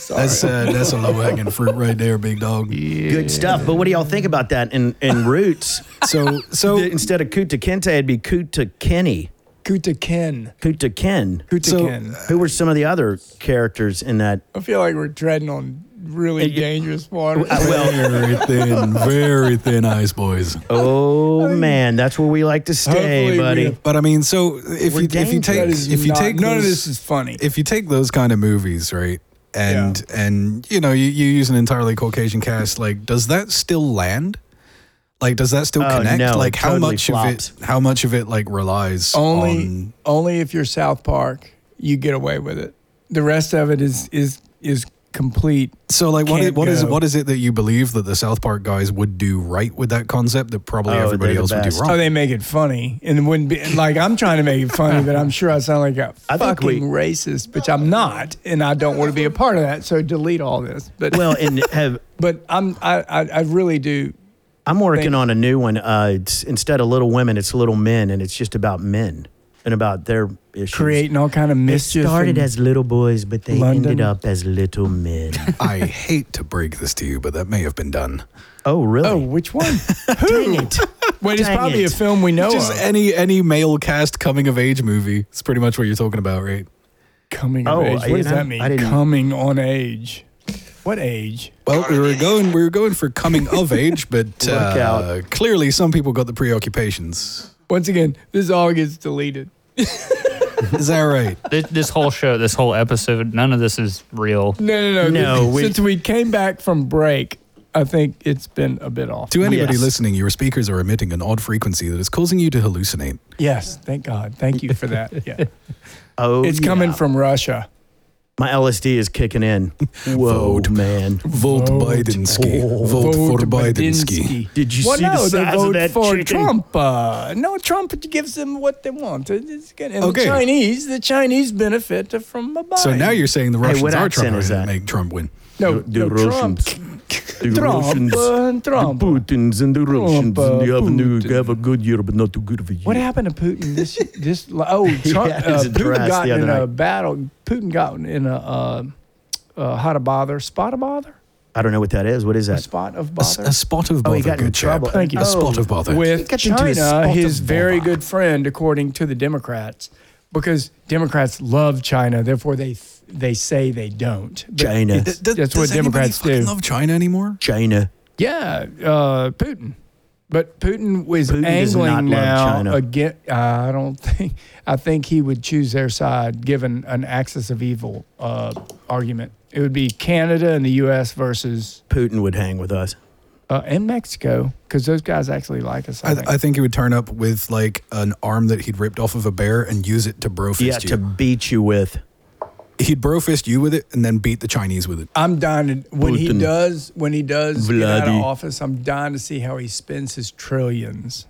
S5: That's uh, that's a low hanging fruit right there, big dog.
S2: Good stuff. But what do y'all think about that in, in roots?
S5: So so
S2: Instead of Kuta Kinte, it'd be Kuta Kenny.
S6: Kuta Ken.
S2: Kuta Ken.
S1: Kuta
S5: So-
S1: Ken.
S2: Who were some of the other characters in that?
S1: I feel like we're treading on really dangerous water.
S5: very thin, very thin ice, boys.
S2: Oh man, that's where we like to stay,
S1: Hopefully
S2: buddy.
S1: we-
S5: But I mean, so if
S2: We're
S5: you if you take
S1: That is
S5: if you
S1: not-
S5: take
S1: none of
S5: those-
S1: this is funny.
S5: if you take those kind of movies, right, and and you know you, you use an entirely Caucasian cast, like does that still land? Like does that still
S2: Oh,
S5: connect?
S2: no, it
S5: like how
S2: totally
S5: much
S2: flops.
S5: of it? How much of it like relies
S1: only
S5: on?
S1: only if you're South Park, you get away with it. The rest of it is is is complete.
S2: Oh.
S5: So like what is,
S1: can't
S5: what is
S1: go.
S5: what is it that you believe that the South Park guys would do right with that concept that probably
S2: Oh, they're
S5: everybody
S2: the
S5: else would do
S2: best.
S5: wrong?
S1: Oh, they make it funny and it wouldn't be like I'm trying to make it funny, but I'm sure I sound like a
S2: I think
S1: fucking
S2: we-
S1: racist, which I'm not, and I don't want to be a part of that. So delete all this. But
S2: Well, and have
S1: but I'm I I, I really do.
S2: I'm working on a new one. Uh, it's instead of Little Women, it's Little Men, and it's just about men and about their issues.
S1: Creating all kind of
S2: They
S1: mischief.
S2: started
S1: and-
S2: as little boys, but they
S1: London.
S2: ended up as little men.
S5: I hate to break this to you, but that may have been done.
S2: oh, really?
S1: oh, which one?
S2: Dang it!
S1: Wait, it's
S2: Dang
S1: probably
S2: it.
S1: a film we know
S5: Just
S1: of.
S5: any any male cast coming of age movie. It's pretty much what you're talking about, right?
S1: Coming
S2: Oh,
S1: of age.
S2: you
S1: What does
S2: know,
S1: that mean?
S2: I didn't-
S1: Coming on age. What age?
S5: Well, we were going we were going for coming of age, but
S2: Look
S5: uh,
S2: out.
S5: clearly some people got the preoccupations.
S1: Once again, this all gets deleted.
S5: Is that right?
S4: This, this whole show, this whole episode, none of this is real.
S1: No, no, no.
S2: No, we-
S1: Since we came back from break, I think it's been a bit off.
S5: To anybody
S2: Yes.
S5: listening, your speakers are emitting an odd frequency that is causing you to hallucinate.
S1: Yes, thank God. Thank you for that. Yeah.
S2: Oh,
S1: It's
S2: yeah.
S1: coming from Russia.
S2: My LSD is kicking in. Whoa,
S5: Vote.
S2: man!
S5: Vote, Bidensky. vote, for Bidensky.
S1: Badinsky.
S2: Did you
S1: well,
S2: see
S1: no,
S2: the size
S1: they
S2: of
S1: vote
S2: that
S1: for
S2: chicken?
S1: Trump. Uh, no, Trump gives them what they want. It- It's good. And
S5: Okay.
S1: the Chinese, the Chinese benefit from Obama.
S5: So now you're saying the
S2: Hey,
S5: Russians
S2: what
S5: are
S2: accent
S5: trying
S2: is
S5: to
S2: that?
S5: make Trump win.
S1: no,
S2: The
S1: no, Trump,
S2: Russians. The
S1: Trump, uh, Trump.
S2: Putins and the
S1: Russians, uh,
S2: they have, no-
S1: Putin.
S2: have a good year, but not too good for you.
S1: What happened to Putin? This this oh Trump
S2: had
S1: uh,
S2: his
S1: Putin
S2: address
S1: got
S2: the other
S1: in
S2: night.
S1: a battle. Putin got in a uh, uh, how to bother spot a bother
S2: I don't know what that is. What is
S1: a
S2: that?
S1: spot of
S5: A,
S1: bother
S5: a spot of
S2: Oh,
S5: bother,
S2: he got in
S5: good chap.
S2: trouble. Oh.
S1: Thank you.
S5: A spot of bother.
S1: with
S2: got into a spot
S1: China,
S2: of
S1: his very
S2: bother.
S1: good friend, according to the Democrats, because Democrats love China, therefore they they say they don't. But
S2: China.
S1: it's-
S5: Th- th-
S1: that's what
S5: does anybody
S1: Democrats
S5: fucking
S1: do.
S5: love China anymore?
S2: China.
S1: Yeah, uh, Putin. But Putin was
S2: Putin does not
S1: angling
S2: love
S1: now
S2: China.
S1: again. I don't think. I think he would choose their side, given an axis of evil uh, argument. It would be Canada and the U.S. versus
S2: Putin would hang with us.
S1: uh, and Mexico, because those guys actually like us. I,
S5: I,
S1: think.
S5: I think he would turn up with like an arm that he'd ripped off of a bear and use it to brofist
S2: yeah,
S5: you.
S2: to beat you with.
S5: He'd brofist you with it and then beat the Chinese with it.
S1: I'm dying to, when he
S2: Putin.
S1: does when he does get out
S2: Vladi.
S1: of office. I'm dying to see how he spends his trillions.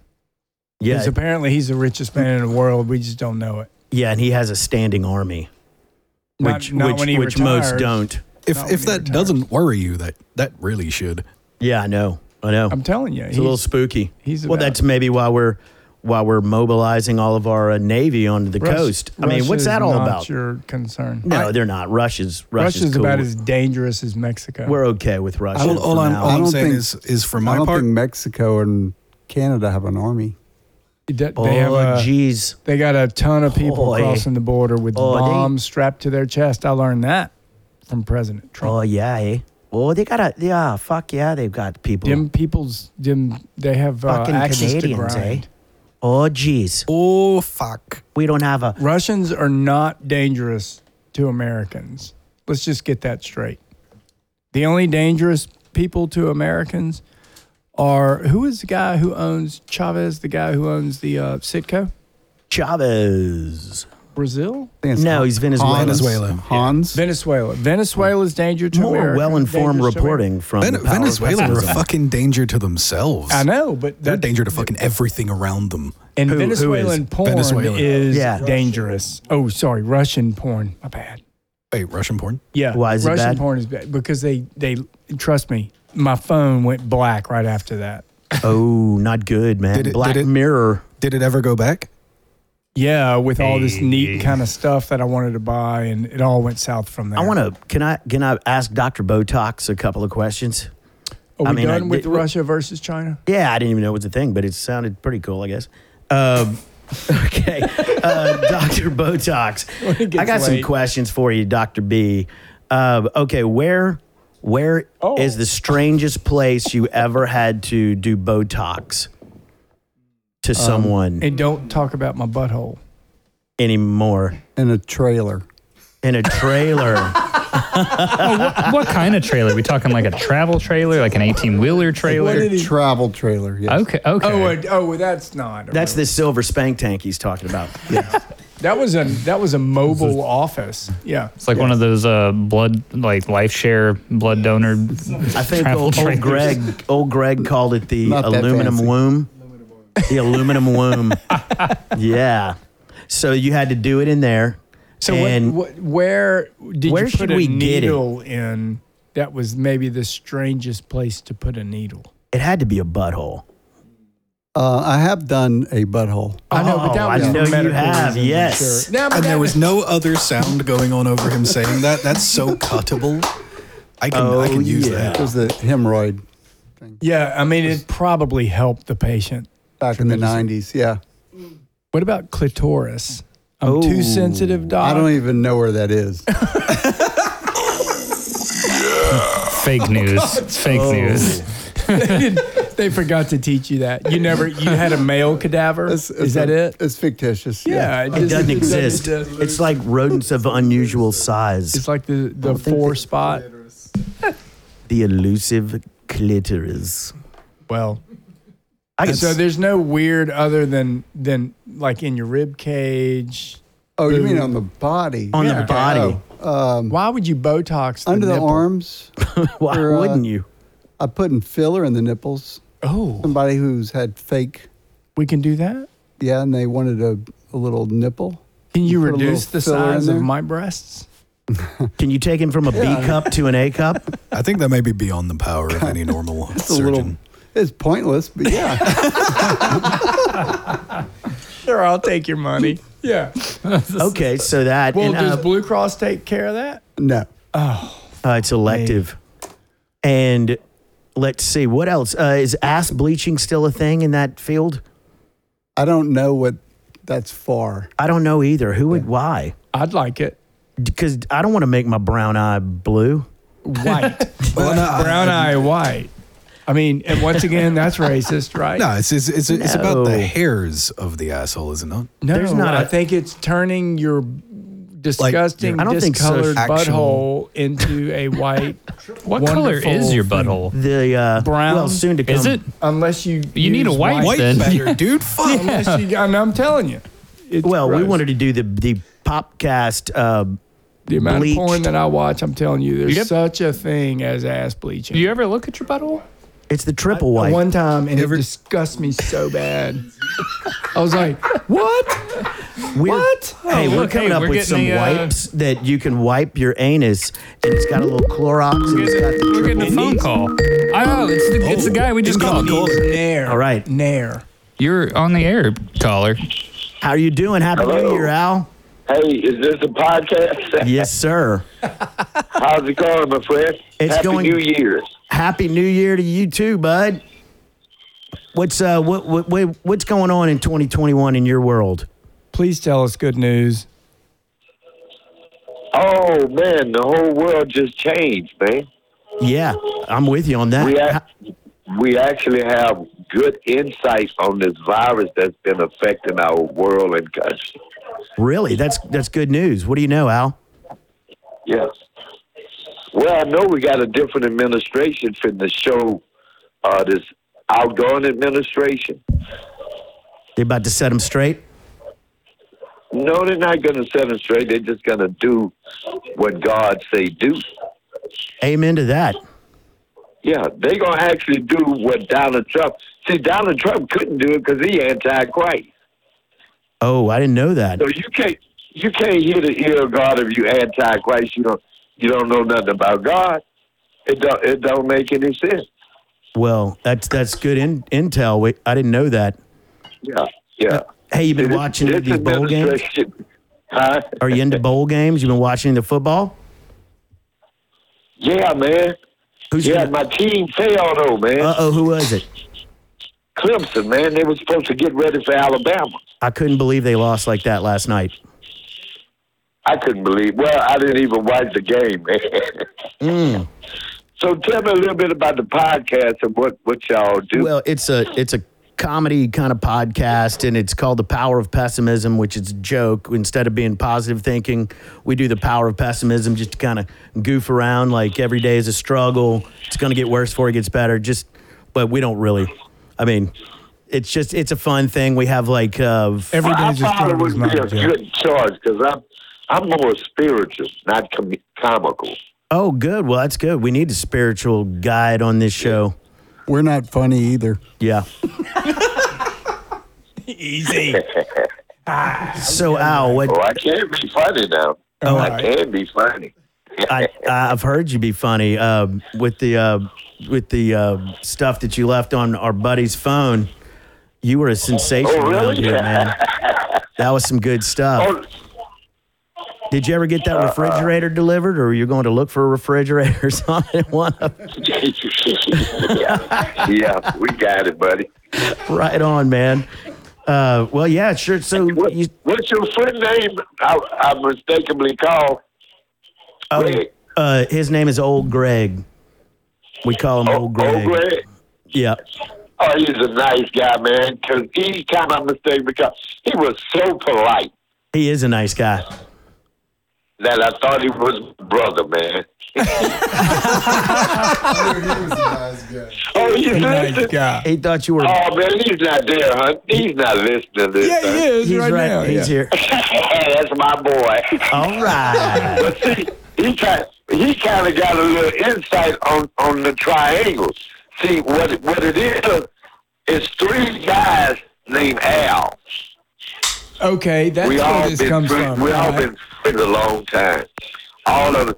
S2: Yeah,
S1: Because apparently he's the richest man in the world. We just don't know it.
S2: yeah, and he has a standing army,
S1: Not-
S2: which
S1: not
S2: which
S1: when he
S2: which most
S1: retires.
S2: don't.
S5: If
S1: Not when
S5: if
S1: he
S5: that
S1: retires.
S5: doesn't worry you, that that really should.
S2: Yeah, I know, I know.
S1: I'm telling you,
S2: Oh. it's a little
S1: Um, he's-
S2: spooky.
S1: he's
S2: well,
S1: about-
S2: that's maybe why we're why we're mobilizing all of our uh, navy onto the
S1: Rus-
S2: coast. I mean, what's
S1: Russia's
S2: that all
S1: not
S2: about?
S1: Your concern.
S2: no, they're not. Russia's Russia's,
S1: Russia's,
S2: cool.
S1: about as dangerous as Mexico.
S2: we're okay with Russia.
S5: All, all
S2: for
S5: I'm,
S2: now.
S5: all
S3: I
S5: I'm
S3: don't
S5: saying
S3: think-
S5: is is for
S3: I
S5: my
S3: don't
S5: part.
S3: think Mexico and Canada have an army.
S1: D-
S2: oh,
S1: they have a-
S2: jeez.
S1: they got a ton of people
S2: Boy.
S1: crossing the border with
S2: Oh, they-
S1: bombs strapped to their chest. I learned that from President Trump.
S2: Oh yeah, eh? Oh, they got a yeah. Fuck yeah, they've got people.
S1: Them people's them they have uh,
S2: Oh. fucking
S1: access to
S2: Canadians, eh?
S1: grind.
S2: Oh jeez,
S5: Oh fuck!
S2: we don't have a.
S1: Russians are not dangerous to Americans. Let's just get that straight. The only dangerous people to Americans are who is the guy who owns Chavez, the guy who owns the uh, Sitco?
S2: Chavez.
S1: Brazil?
S3: I think it's
S2: No, he's Venezuelan.
S3: Hans-
S5: Venezuela.
S3: Hans.
S1: Venezuela. Venezuela's danger to
S2: More
S1: America. dangerous
S2: well-informed
S1: to America.
S2: reporting from
S5: Ven-
S2: the power of
S5: Venezuela are a
S2: capitalism.
S5: fucking danger to themselves.
S1: I know, but
S5: They're a
S1: that
S5: danger to fucking everything around them.
S1: and
S2: Who- who is?
S1: Venezuelan porn
S5: Venezuelan.
S1: is
S2: Yeah.
S1: dangerous. Oh, sorry, Russian porn. My bad.
S5: Wait, Russian porn?
S1: Yeah.
S2: Why is it
S1: Russian
S2: bad?
S1: porn is bad because they they trust me. My phone went black right after that.
S2: Oh, not good, man.
S5: Did it-
S2: Black
S5: did it-
S2: Mirror.
S5: Did it ever go back?
S1: yeah, with all this
S4: Hey.
S1: neat kind of stuff that I wanted to buy, and it all went south from there.
S2: I want to. Can I? Can I ask Doctor Botox a couple of questions?
S1: Are we
S2: I mean, I
S1: done with
S2: did-
S1: Russia versus China?
S2: Yeah, I didn't even know it was a thing, but it sounded pretty cool, I guess. Um, okay, uh, Doctor Botox.
S1: it
S2: I
S1: gets
S2: got some
S1: late.
S2: questions for you, Doctor B. Uh, okay, where where is
S1: Oh.
S2: the strangest place you ever had to do Botox
S1: Um,
S2: to someone
S1: And don't talk about my butthole.
S2: anymore?
S3: in a trailer.
S2: In a trailer.
S4: what kind of trailer? we talking like a travel trailer, like an eighteen wheeler trailer?
S1: did he-
S3: Travel trailer. Yes.
S4: Okay, okay.
S1: Oh, uh, oh, well, that's not.
S2: That's the silver spank tank he's talking about. Yeah.
S1: that was a that was a mobile office. Yeah,
S4: it's like one of those uh, blood, like life share blood donor.
S2: I think
S4: Travel
S2: old,
S4: trailers.
S2: old Greg old Greg called it the
S3: Not that
S2: aluminum
S3: fancy.
S2: womb. The aluminum womb. yeah. So you had to do it in there.
S1: So
S2: and
S1: what, what, where did
S2: Where
S1: you put
S2: should
S1: a
S2: we get it?
S1: needle in? That was maybe the strangest place to put a needle.
S2: it had to be a butthole.
S3: Uh, I have done a butthole.
S1: I know, but that
S2: Oh, I
S1: was for
S2: know you
S1: medical
S2: have,
S1: reasons, I'm
S2: yes.
S1: sure. Now, but
S5: And
S1: that
S5: there was no other sound going on over him saying that. That's so cuttable. I can I
S2: Oh,
S5: can use
S2: yeah.
S5: that.
S3: It was the hemorrhoid
S1: yeah, I mean, it probably helped the patient.
S3: back in the nineties. Yeah,
S1: What about clitoris? I'm
S2: Oh.
S1: too sensitive, doc.
S3: I don't e- even know where that is.
S2: Oh,
S4: Fake news. It's fake
S1: Oh.
S4: news.
S1: they forgot to teach you that. You never. You had a male cadaver.
S3: It's- it's
S1: Is that
S3: a-
S1: it?
S3: It's fictitious.
S1: Yeah,
S2: It doesn't exist.
S1: doesn't-
S2: It's like rodents of unusual size.
S1: It's like the the four spot.
S2: The elusive clitoris.
S1: Well,
S2: I
S1: so there's no weird other than than like in your rib cage.
S3: Oh, you mean on the body?
S2: On the
S3: Okay,
S2: body.
S3: oh, um,
S1: Why would you Botox the
S3: under the
S1: nipple?
S3: arms,
S2: why
S3: or, uh,
S2: wouldn't you?
S3: I put in filler in the nipples.
S1: Oh,
S3: Somebody who's had fake,
S1: we can do that.
S3: yeah, and they wanted a, a little nipple.
S1: Can you
S3: put a little
S1: reduce the
S3: filler in
S1: size of
S3: there?
S1: my breasts?
S2: Can you take him from a B cup to an A cup?
S5: I think that may be beyond the power of any normal
S3: It's a little.
S5: surgeon.
S3: It's pointless, but yeah.
S1: Sure, I'll take your money. Yeah.
S2: Okay, so that
S1: Well,
S2: and,
S1: does
S2: uh,
S1: Blue Cross take care of that?
S3: no.
S2: Uh, it's elective. And let's see what else uh, is ass bleaching still a thing in that field?
S3: I don't know what that's for.
S2: I don't know either. Who would why?
S1: I'd like it.
S2: Because I don't want to make my brown eye blue.
S1: White.
S5: Well, no, uh, I-
S1: Brown eye white. I mean, and once again, that's racist, right?
S5: No, it's it's, it's, it's about
S2: No.
S5: the hairs of the asshole, is it not?
S1: No,
S2: There's not
S1: I
S2: a-
S1: think it's turning your disgusting,
S2: I don't think so.
S1: discolored butthole
S5: Actual-
S1: into a white.
S4: What color is
S1: wonderful
S4: your
S1: thing.
S4: butthole?
S2: The uh,
S1: Brown?
S2: well, soon to come.
S4: Is it?
S1: Unless you
S4: You need a
S1: use
S4: white then.
S5: better, dude. Fuck.
S1: unless you, and I'm telling you, it's
S2: Well, we
S1: gross.
S2: wanted to do the the popcast. Uh,
S1: the amount
S2: bleached.
S1: of porn that I watch. I'm telling you, there's
S4: Yep.
S1: such a thing as ass bleaching.
S4: Do you ever look at your butthole?
S2: it's the triple white.
S1: One time, and it disgusts me so bad. I was like, "What?
S2: We're-
S1: What?
S2: Hey,
S4: Oh,
S2: we're
S4: look, hey,
S2: coming up
S4: we're
S2: with
S4: getting
S2: some
S4: the, uh,
S2: wipes that you can wipe your anus, and it's got a little Clorox. And it's got the Oh.
S4: We're getting a
S2: triple
S4: phone
S2: neat.
S4: call. I know it's the, it's the guy we just called.
S1: Nair.
S2: All right.
S1: Nair.
S4: You're on the air, caller.
S2: How are you doing? Happy New
S6: Hello.
S2: Year, Al.
S6: Hey, is this a podcast?
S2: Yes, sir.
S6: How's it going, my friend?
S2: It's
S6: Happy
S2: going-
S6: New Year's.
S2: Happy New Year to you too, bud. What's uh what what what- what's going on in 2021 in your world?
S1: Please tell us good news.
S6: Oh man, the whole world just changed, man.
S2: Yeah, I'm with you on that.
S6: We ac we actually have good insight on this virus that's been affecting our world and country.
S2: really, that's that's good news. What do you know, Al?
S6: Yes. Well, I know we got a different administration finna show uh, this outgoing administration.
S2: They about to set them straight.
S6: No, they're not gonna set them straight. They're just gonna do what God say do.
S2: Amen to that.
S6: Yeah, they gonna actually do what Donald Trump. See, Donald Trump couldn't do it because he anti-Christ.
S2: Oh, I didn't know that.
S6: So you can't you can't hear the ear of God if you anti-Christ. You don't you don't know nothing about God. It don't it don't make any sense.
S2: Well, that's that's good in, intel. Wait, I didn't know that.
S6: Yeah, yeah.
S2: Hey, you been
S6: This-
S2: watching
S6: this
S2: these bowl games?
S6: administration- Huh?
S2: Are you into bowl games? You been watching the football?
S6: Yeah, man.
S2: Who's
S6: Yeah, my team failed though, man.
S2: Uh oh, who was it?
S6: Clemson, man. They were supposed to get ready for Alabama.
S2: I couldn't believe they lost like that last night.
S6: I couldn't believe. Well, I didn't even watch the game. man. So tell me a little bit about the podcast and what what y'all do.
S2: Well, it's a it's a comedy kind of podcast, and it's called the Power of Pessimism, which is a joke. Instead of being positive thinking, we do the Power of Pessimism just to kind of goof around. Like every day is a struggle. It's going to get worse before it gets better. Just, but we don't really. I mean, it's just it's a fun thing. We have like uh, f-
S1: Every
S6: Well,
S1: day
S6: I
S1: is just
S6: thought it
S1: struggle.
S6: would
S1: is not
S6: be a
S1: a joke.
S6: good choice because I'm I'm more spiritual, not com- comical.
S2: oh good. Well, that's good. We need a spiritual guide on this show.
S3: We're not funny either.
S2: Yeah.
S1: Easy.
S2: So Al, what
S6: Oh, I can be funny now.
S1: Oh, all
S6: I
S1: right.
S6: can be funny.
S2: I I've heard you be funny uh, with the uh, with the uh, stuff that you left on our buddy's phone. You were a sensation
S6: Oh, really?
S2: around here, man. That was some good stuff.
S6: Oh, uh,
S2: Did you ever get that refrigerator delivered, or are you going to look for a refrigerator or something? One up-
S6: yeah. yeah, we got it, buddy.
S2: right on, man. Uh, well, yeah, sure. So
S6: What,
S2: you,
S6: what's your friend name? I, I mistakenly called.
S2: oh,
S6: Greg.
S2: uh, his name is Old Greg. We call him Old Greg.
S6: Oh, Greg.
S2: Yeah.
S6: Oh, he's a nice guy, man. Because each time I mistake because he was so polite
S2: He is a nice guy.
S6: that I thought he was my brother, man. Oh, he's
S1: nice
S6: listening.
S1: guy.
S2: He thought you were.
S6: Oh man, he's not there, huh? He's not listening to this.
S1: Yeah, he
S6: huh?
S1: is
S2: he's
S1: right,
S2: right.
S1: now.
S2: he's
S1: yeah.
S2: here.
S6: That's my boy.
S2: All right.
S6: But see, he kind he kind of got a little insight on on the triangles. See what it- what it is? It's three guys named Al.
S1: Okay, that's
S6: we
S1: where
S6: all
S1: this
S6: been
S1: comes
S6: friends-
S1: from.
S6: we all
S1: right?
S6: been friends a long time. All of us,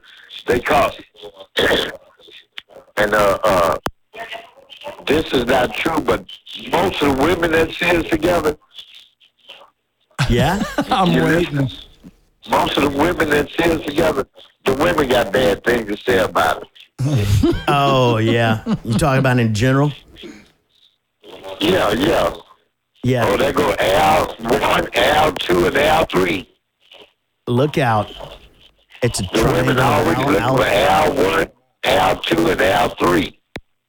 S6: they call and uh uh this is not true, but most of the women that see us together,
S2: Yeah.
S1: I'm
S6: you
S1: waiting.
S6: listen, most of the women that see us together, the women got bad things to say about us.
S2: Oh yeah, you talking about in general?
S6: Yeah, yeah. Oh,
S2: Yeah,
S6: they go Al one, Al two, and Al three.
S2: look out! It's a
S6: The women
S2: triangle.
S6: always
S2: Al-
S6: look
S2: Al-
S6: for Al one, Al two, and Al three.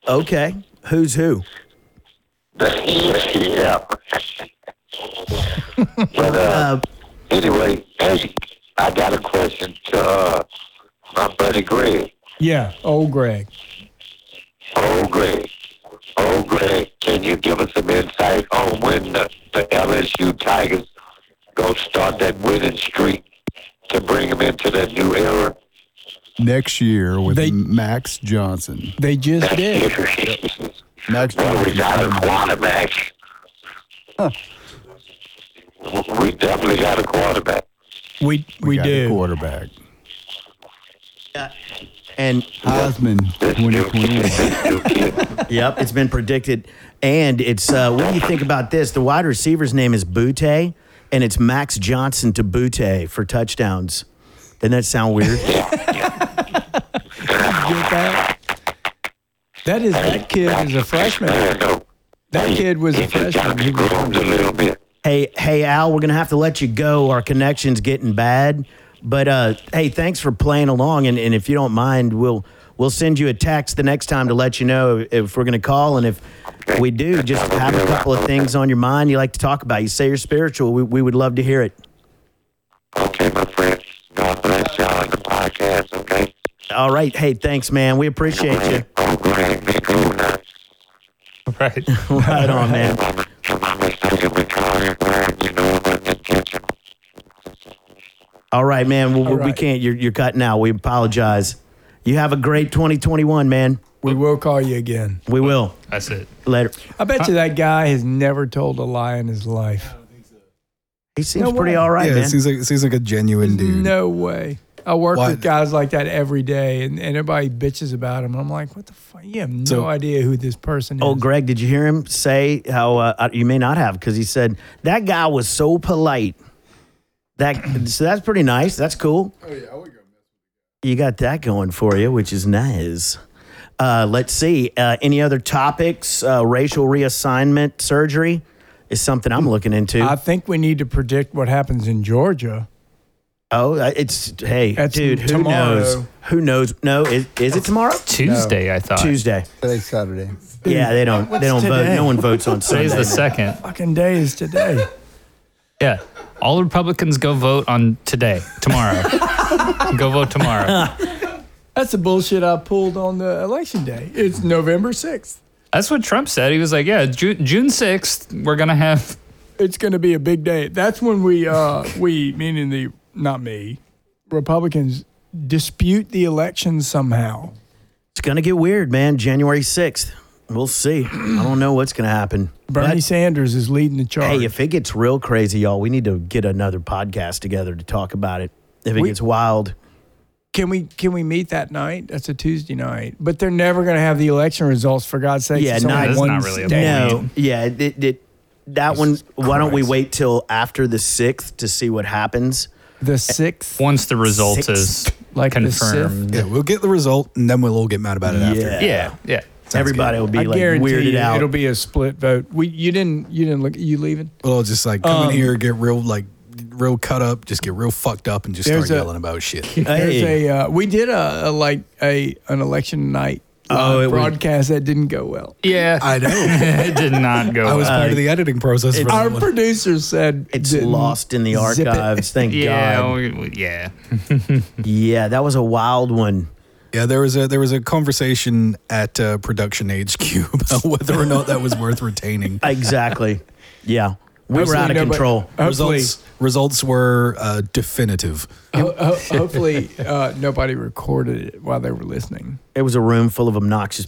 S2: Okay, who's who?
S6: yeah. but uh,
S2: Uh,
S6: anyway, hey, I got a question to uh, my buddy Greg.
S1: Yeah, old Greg.
S6: Oh, Greg. Oh, Greg, can you give us some insight on when the, the LSU Tigers going to start that winning streak to bring them into that new era?
S3: Next year with
S1: They-
S3: Max Johnson.
S1: They just did.
S3: Max
S6: Well, we
S3: Johnson.
S6: got a quarterback. We definitely got a quarterback.
S1: We we,
S3: got a
S1: do.
S3: quarterback.
S2: and
S3: Osman
S6: This new
S3: 2021.
S6: kid, this new kid.
S2: yep, it's been predicted. And it's uh, what do you think about this? The wide receiver's name is Butte, and it's Max Johnson to Butte for touchdowns. Doesn't that sound weird?
S1: Get that? That is that kid is a freshman.
S6: I don't know.
S1: That kid was
S6: oh, He
S1: a
S6: just got
S1: freshman. He
S6: to
S1: was-
S6: groomed a little bit.
S2: Hey, hey, Al, we're gonna have to let you go. Our connection's getting bad, but uh, hey, thanks for playing along. And, and if you don't mind, we'll we'll send you a text the next time to let you know if we're gonna call. And if we do, just have a couple of things on your mind you like to talk about. You say you're spiritual. We, we would love to hear it.
S6: Okay, my friend. God bless y'all in the podcast, okay?
S2: All right. Hey, thanks, man. We appreciate you.
S6: Oh, Greg, be cool now.
S4: Right.
S2: Right on, man.
S6: I'm, I'm mistaken with calling Greg. You know, I'm intentional.
S2: All right, man. Well, we
S1: right.
S2: can't. You're you're cutting out. We apologize. You have a great 2021, man.
S1: We will call you again.
S2: We will
S4: That's it.
S2: later.
S1: I bet you that guy has never told a lie in his life.
S2: He seems
S1: No
S2: pretty
S1: way.
S2: all right,
S5: Yeah,
S2: man.
S5: it seems like it seems like a genuine dude.
S1: No way. I work
S5: Why-
S1: with guys like that every day, and, and everybody bitches about them. I'm like, what the fuck? You have no
S5: So-
S1: idea who this person is.
S2: Oh, Greg, did you hear him say how uh, you may not have because he said that guy was so polite. That so that's pretty nice. That's cool. Oh yeah, I would go. You got that going for you, which is nice. Uh, let's see. Uh, any other topics? Uh, racial reassignment surgery is something I'm looking into.
S1: I think we need to predict what happens in Georgia.
S2: oh, uh, it's hey,
S1: That's
S2: dude. Who
S1: tomorrow.
S2: knows? Who knows? No, is, is it tomorrow?
S4: Tuesday, I thought.
S2: Tuesday.
S3: Today's Saturday.
S2: Yeah, they don't. They don't vote.
S1: today?
S2: No one votes on Sunday.
S4: Today's the second.
S1: Fucking day is today.
S4: Yeah. All Republicans go vote on today, tomorrow. go vote tomorrow.
S1: That's the bullshit I pulled on the election day. It's November 6th.
S4: That's what Trump said. He was like, yeah, June, June 6th, we're going to have.
S1: It's going to be a big day. That's when we, uh, we meaning the not me, Republicans dispute the election somehow.
S2: It's gonna get weird, man. January sixth. We'll see. I don't know what's gonna happen.
S1: Bernie
S2: But,
S1: Sanders is leading the charge.
S2: hey, if it gets real crazy, y'all, we need to get another podcast together to talk about it. If it
S1: We-
S2: gets wild,
S1: can we can we meet that night? That's a Tuesday night. But they're never going to have the election results for God's sake.
S2: Yeah,
S1: It's only
S2: no, that's
S1: one
S4: not really a
S1: state.
S4: point.
S2: no, yeah, it, it, it- that one. Why don't we
S1: Christ.
S2: wait till after the sixth to see what happens?
S1: The sixth.
S4: Once the result
S2: Sixth.
S4: is
S1: Like the
S4: confirmed.
S5: Yeah, we'll get the result and then we'll all get mad about it after.
S2: Yeah.
S4: Yeah. Yeah.
S2: Everybody will be
S1: I
S2: like
S1: guarantee
S2: weirded
S1: you,
S2: out.
S1: it'll be a split vote. We you didn't you didn't look you leaving?
S5: Well, I'll just like
S1: Um,
S5: come in here, get real like real cut up, just get real fucked up, and just start
S1: There's a-
S5: yelling about shit.
S1: There's
S2: Hey.
S1: a uh, we did a, a like a an election night
S2: Oh,
S1: live
S2: it was-
S1: broadcast that didn't go well.
S4: Yeah.
S5: I know.
S4: it did not go
S5: I was
S4: well.
S5: part of the editing process for
S1: Our
S5: that one.
S1: producer said
S2: it's
S1: didn't
S2: lost in the
S1: zip it. oh,
S2: archives. Thank
S4: Yeah.
S2: God.
S4: we- we- yeah.
S2: Yeah, that was a wild one.
S5: Yeah, there was a there was a conversation at uh, production HQ about whether or not that was worth retaining.
S2: Uh, Exactly. yeah, we were
S1: Hopefully
S2: out of
S1: nobody-
S2: control.
S1: Hopefully,
S5: Results results were uh, definitive.
S1: ho- ho- hopefully uh, nobody recorded it while they were listening.
S2: It was a room full of obnoxious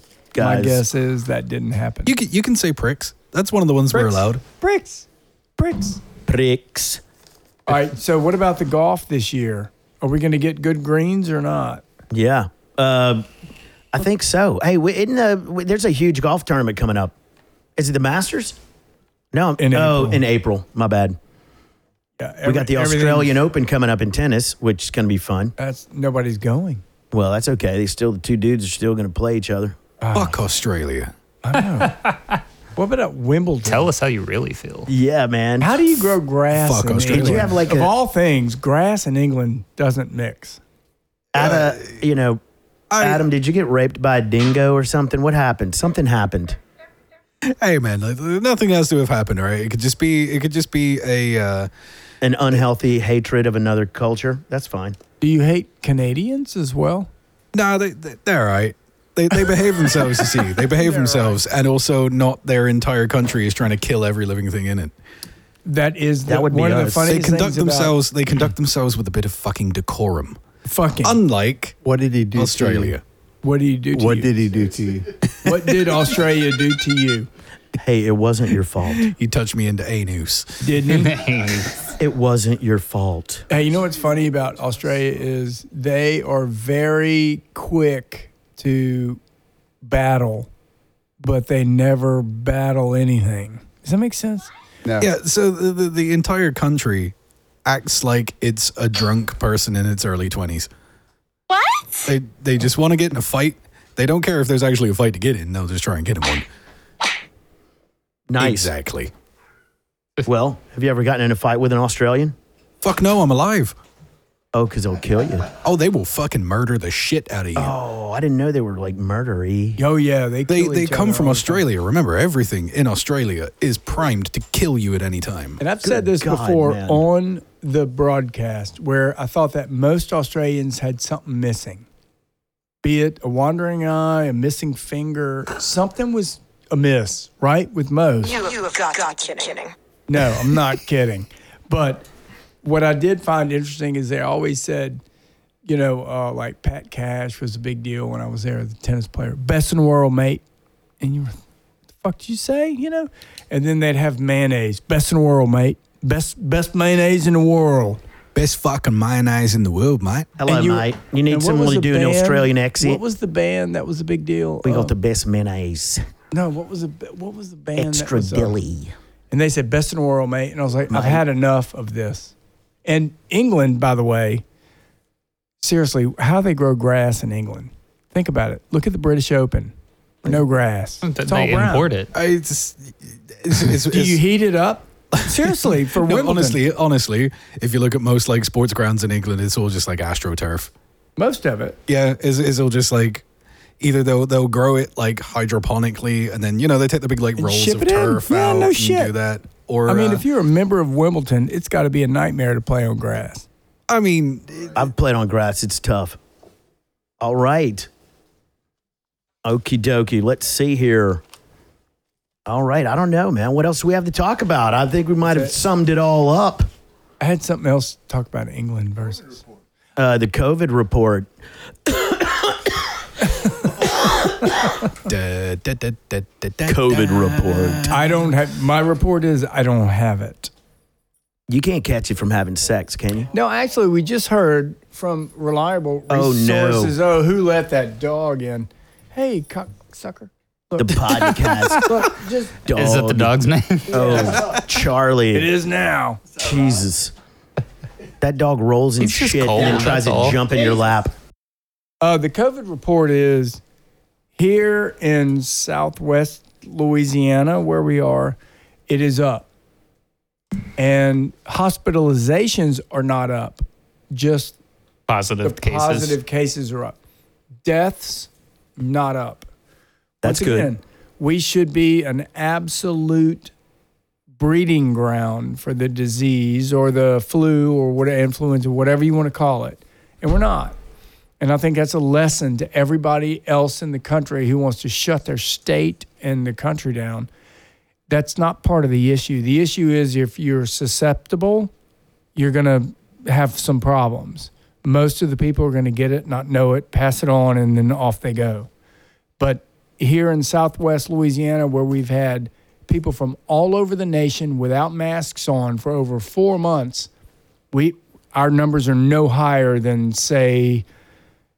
S1: My
S2: guys.
S1: guess is that didn't happen.
S5: You can you can say pricks. That's one of the ones we're allowed.
S1: bricks, bricks.
S2: Pricks.
S1: All right. So, what about the golf this year? Are we going to get good greens or not?
S2: Yeah. Uh, I think so. Hey, we, isn't the, w there's a huge golf tournament coming up. Is it the Masters? No.
S1: In
S2: oh,
S1: April.
S2: in April. My bad.
S1: Yeah,
S2: We got the Australian Open coming up in tennis, which is going to be fun.
S1: That's nobody's going.
S2: Well, that's okay. They still the two dudes are still going to play each other.
S5: Fuck Australia.
S1: What about Wimbledon?
S4: Tell us how you really feel.
S2: Yeah, man.
S1: How do you grow grass?
S5: Fuck
S1: in
S5: Australia.
S1: England?
S5: Did you have,
S2: like,
S1: of
S2: a-
S1: all things, grass in England doesn't mix.
S2: At a, you know, Adam, did you get raped by a dingo or something? What happened? Something happened.
S5: Hey man, like, nothing has to have happened, all right? It could just be it could just be a uh,
S2: An unhealthy hatred of another culture. That's fine.
S1: Do you hate Canadians as well?
S5: No, they, they they're all right. They they behave themselves. You see, they behave themselves, and also not their entire country is trying to kill every living thing in it.
S1: That is
S2: That
S1: the,
S2: would be
S1: one of the
S2: us.
S1: funniest
S5: They conduct
S1: things about
S5: themselves. They conduct themselves with a bit of fucking decorum,
S1: fucking.
S5: unlike
S3: What did he do? to
S5: Australia.
S1: what do you do?
S3: you?
S1: To
S3: What
S1: you?
S3: did he do to you?
S1: What did Australia do to you?
S2: Hey, it wasn't your fault.
S5: He touched me into anus.
S1: Didn't he?
S2: It wasn't your fault.
S1: Hey, you know what's funny about Australia is they are very quick to battle, but they never battle anything. Does that make sense?
S3: No.
S5: Yeah, so the, the the entire country acts like it's a drunk person in its early twenties. What? They they just want to get in a fight. They don't care if there's actually a fight to get in. They'll just try and get in one.
S2: Nice.
S5: Exactly.
S2: Well, have you ever gotten in a fight with an Australian?
S5: Fuck no, I'm alive.
S2: Oh, because they'll kill you.
S5: Oh, they will fucking murder the shit out of you.
S2: Oh, I didn't know they were like murdery.
S1: Oh yeah, they
S5: They,
S1: kill
S5: they
S1: each
S5: come
S1: other
S5: from
S1: all the time.
S5: Australia. Remember, everything in Australia is primed to kill you at any time.
S1: And I've said
S2: Good
S1: this
S2: God,
S1: before
S2: man.
S1: on the broadcast where I thought that most Australians had something missing. Be it a wandering eye, a missing finger, something was amiss, right? With most.
S7: You, you have got, got kidding.
S1: No, I'm not kidding. But what I did find interesting is they always said, you know, uh, like Pat Cash was a big deal when I was there, the tennis player, best in the world, mate. And you were, what the fuck did you say? You know? And then they'd have mayonnaise, best in the world, mate, best best mayonnaise in the world.
S5: Best fucking mayonnaise in the world, mate.
S2: Hello,
S1: And you-
S2: mate. You need
S1: and what
S2: someone
S1: was the
S2: to do an
S1: band-
S2: Australian accent.
S1: What was the band that was a big deal?
S2: we
S1: Uh,
S2: got the best mayonnaise,
S1: no. What was the what was the band? that
S2: extra
S1: was, uh,
S2: dilly.
S1: and they said best in the world, mate. And I was like, I've had enough of this. And England, by the way, seriously, how they grow grass in England? Think about it. Look at the British Open. No grass.
S4: That
S1: It's all
S4: they
S1: brown.
S4: import it.
S5: I just, it's, it's,
S1: Do you heat it up? Seriously, for
S5: no,
S1: Wimbledon.
S5: honestly, honestly, if you look at most like sports grounds in England, it's all just like astroturf.
S1: most of it.
S5: Yeah, is is it'll just like either they'll they'll grow it like hydroponically, and then you know they take the big like
S1: And
S5: rolls
S1: ship
S5: of
S1: it in.
S5: turf
S1: Yeah,
S5: out
S1: no
S5: and
S1: shit.
S5: do that. Or
S1: I mean,
S5: uh,
S1: if you're a member of Wimbledon, it's got to be a nightmare to play on grass.
S5: I mean,
S2: I've played on grass. It's tough. All right. Okie dokie. Let's see here. All right. I don't know, man. What else do we have to talk about? I think we might have summed it all up.
S1: I had something else to talk about in England versus.
S2: Uh, the COVID report.
S5: da, da, da, da, da, da,
S2: COVID
S5: da.
S2: report.
S1: I don't have my report is I don't have it.
S2: You can't catch it from having sex, can you?
S1: No, actually, we just heard from reliable
S2: Oh, no.
S1: resources. Oh, who let that dog in? Hey, cocksucker.
S2: The podcast.
S1: Look, just
S2: dog.
S4: Is that the dog's name?
S2: Oh, Charlie.
S1: it is now.
S2: Jesus. That dog rolls in
S4: He's just
S2: shit
S4: cold,
S2: and then tries
S4: that's
S2: to
S4: all.
S2: jump in your lap.
S1: Uh, the COVID report is here in Southwest Louisiana, where we are. It is up, and hospitalizations are not up. Just
S4: Positive
S1: the
S4: cases.
S1: positive cases are up. Deaths not up.
S2: That's
S1: Once
S2: good.
S1: again, we should be an absolute breeding ground for the disease or the flu or what influenza, whatever you want to call it, and we're not. And I think that's a lesson to everybody else in the country who wants to shut their state and the country down. That's not part of the issue. The issue is if you're susceptible, you're going to have some problems. Most of the people are going to get it, not know it, pass it on, and then off they go. But here in Southwest Louisiana, where we've had people from all over the nation without masks on for over four months, we our numbers are no higher than say,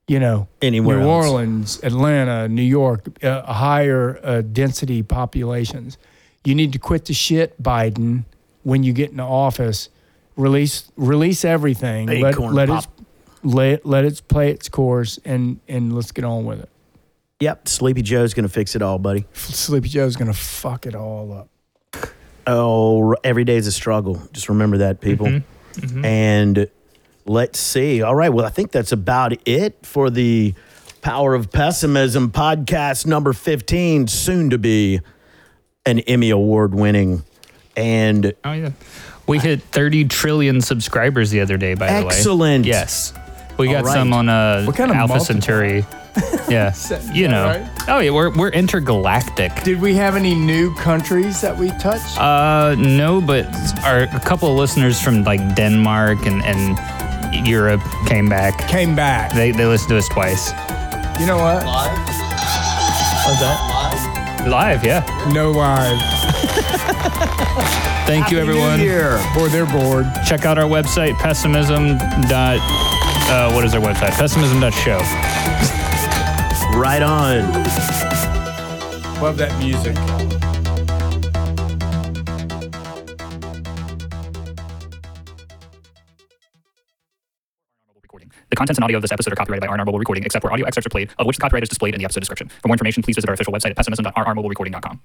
S1: you know,
S2: Anywhere
S1: New
S2: else.
S1: Orleans, Atlanta, New York, uh, higher uh, density populations. You need to quit the shit, Biden. When you get into office, release release everything. let
S2: Acorn
S1: let
S2: pop.
S1: it let, let it play its course, and and let's get on with it.
S2: Yep, Sleepy Joe's gonna fix it all, buddy.
S1: Sleepy Joe's gonna fuck it all up.
S2: Oh, r- every day's a struggle. Just remember that, people.
S4: Mm-hmm.
S2: And let's see. All right. Well, I think that's about it for the Power of Pessimism podcast number 15, soon to be an Emmy Award winning. And
S4: Oh, yeah. We hit 30 trillion subscribers the other day, by the way.
S2: Excellent.
S4: Yes. We got
S2: right.
S4: some on uh,
S1: What kind of
S4: Alpha
S1: multiple?
S4: Centauri. Yeah. you know.
S1: right?
S4: Oh, yeah. We're, we're intergalactic.
S1: Did we have any new countries that we touched?
S4: Uh, no, but our, a couple of listeners from like Denmark and, and Europe came back.
S1: Came back.
S4: They, they listened to us twice.
S1: You know what?
S4: What's that? Live, yeah.
S1: No live.
S4: Thank you, everyone.
S1: Or they're bored.
S4: Check out our website, pessimism. Dot, uh, what is our website? Pessimism. dot show.
S2: right on.
S1: Love that music.
S7: The contents and audio of this episode are copyrighted by RNR Mobile Recording, except where audio excerpts are played, of which the copyright is displayed in the episode description. For more information, please visit our official website at pessimism.rrmobilerecording.com.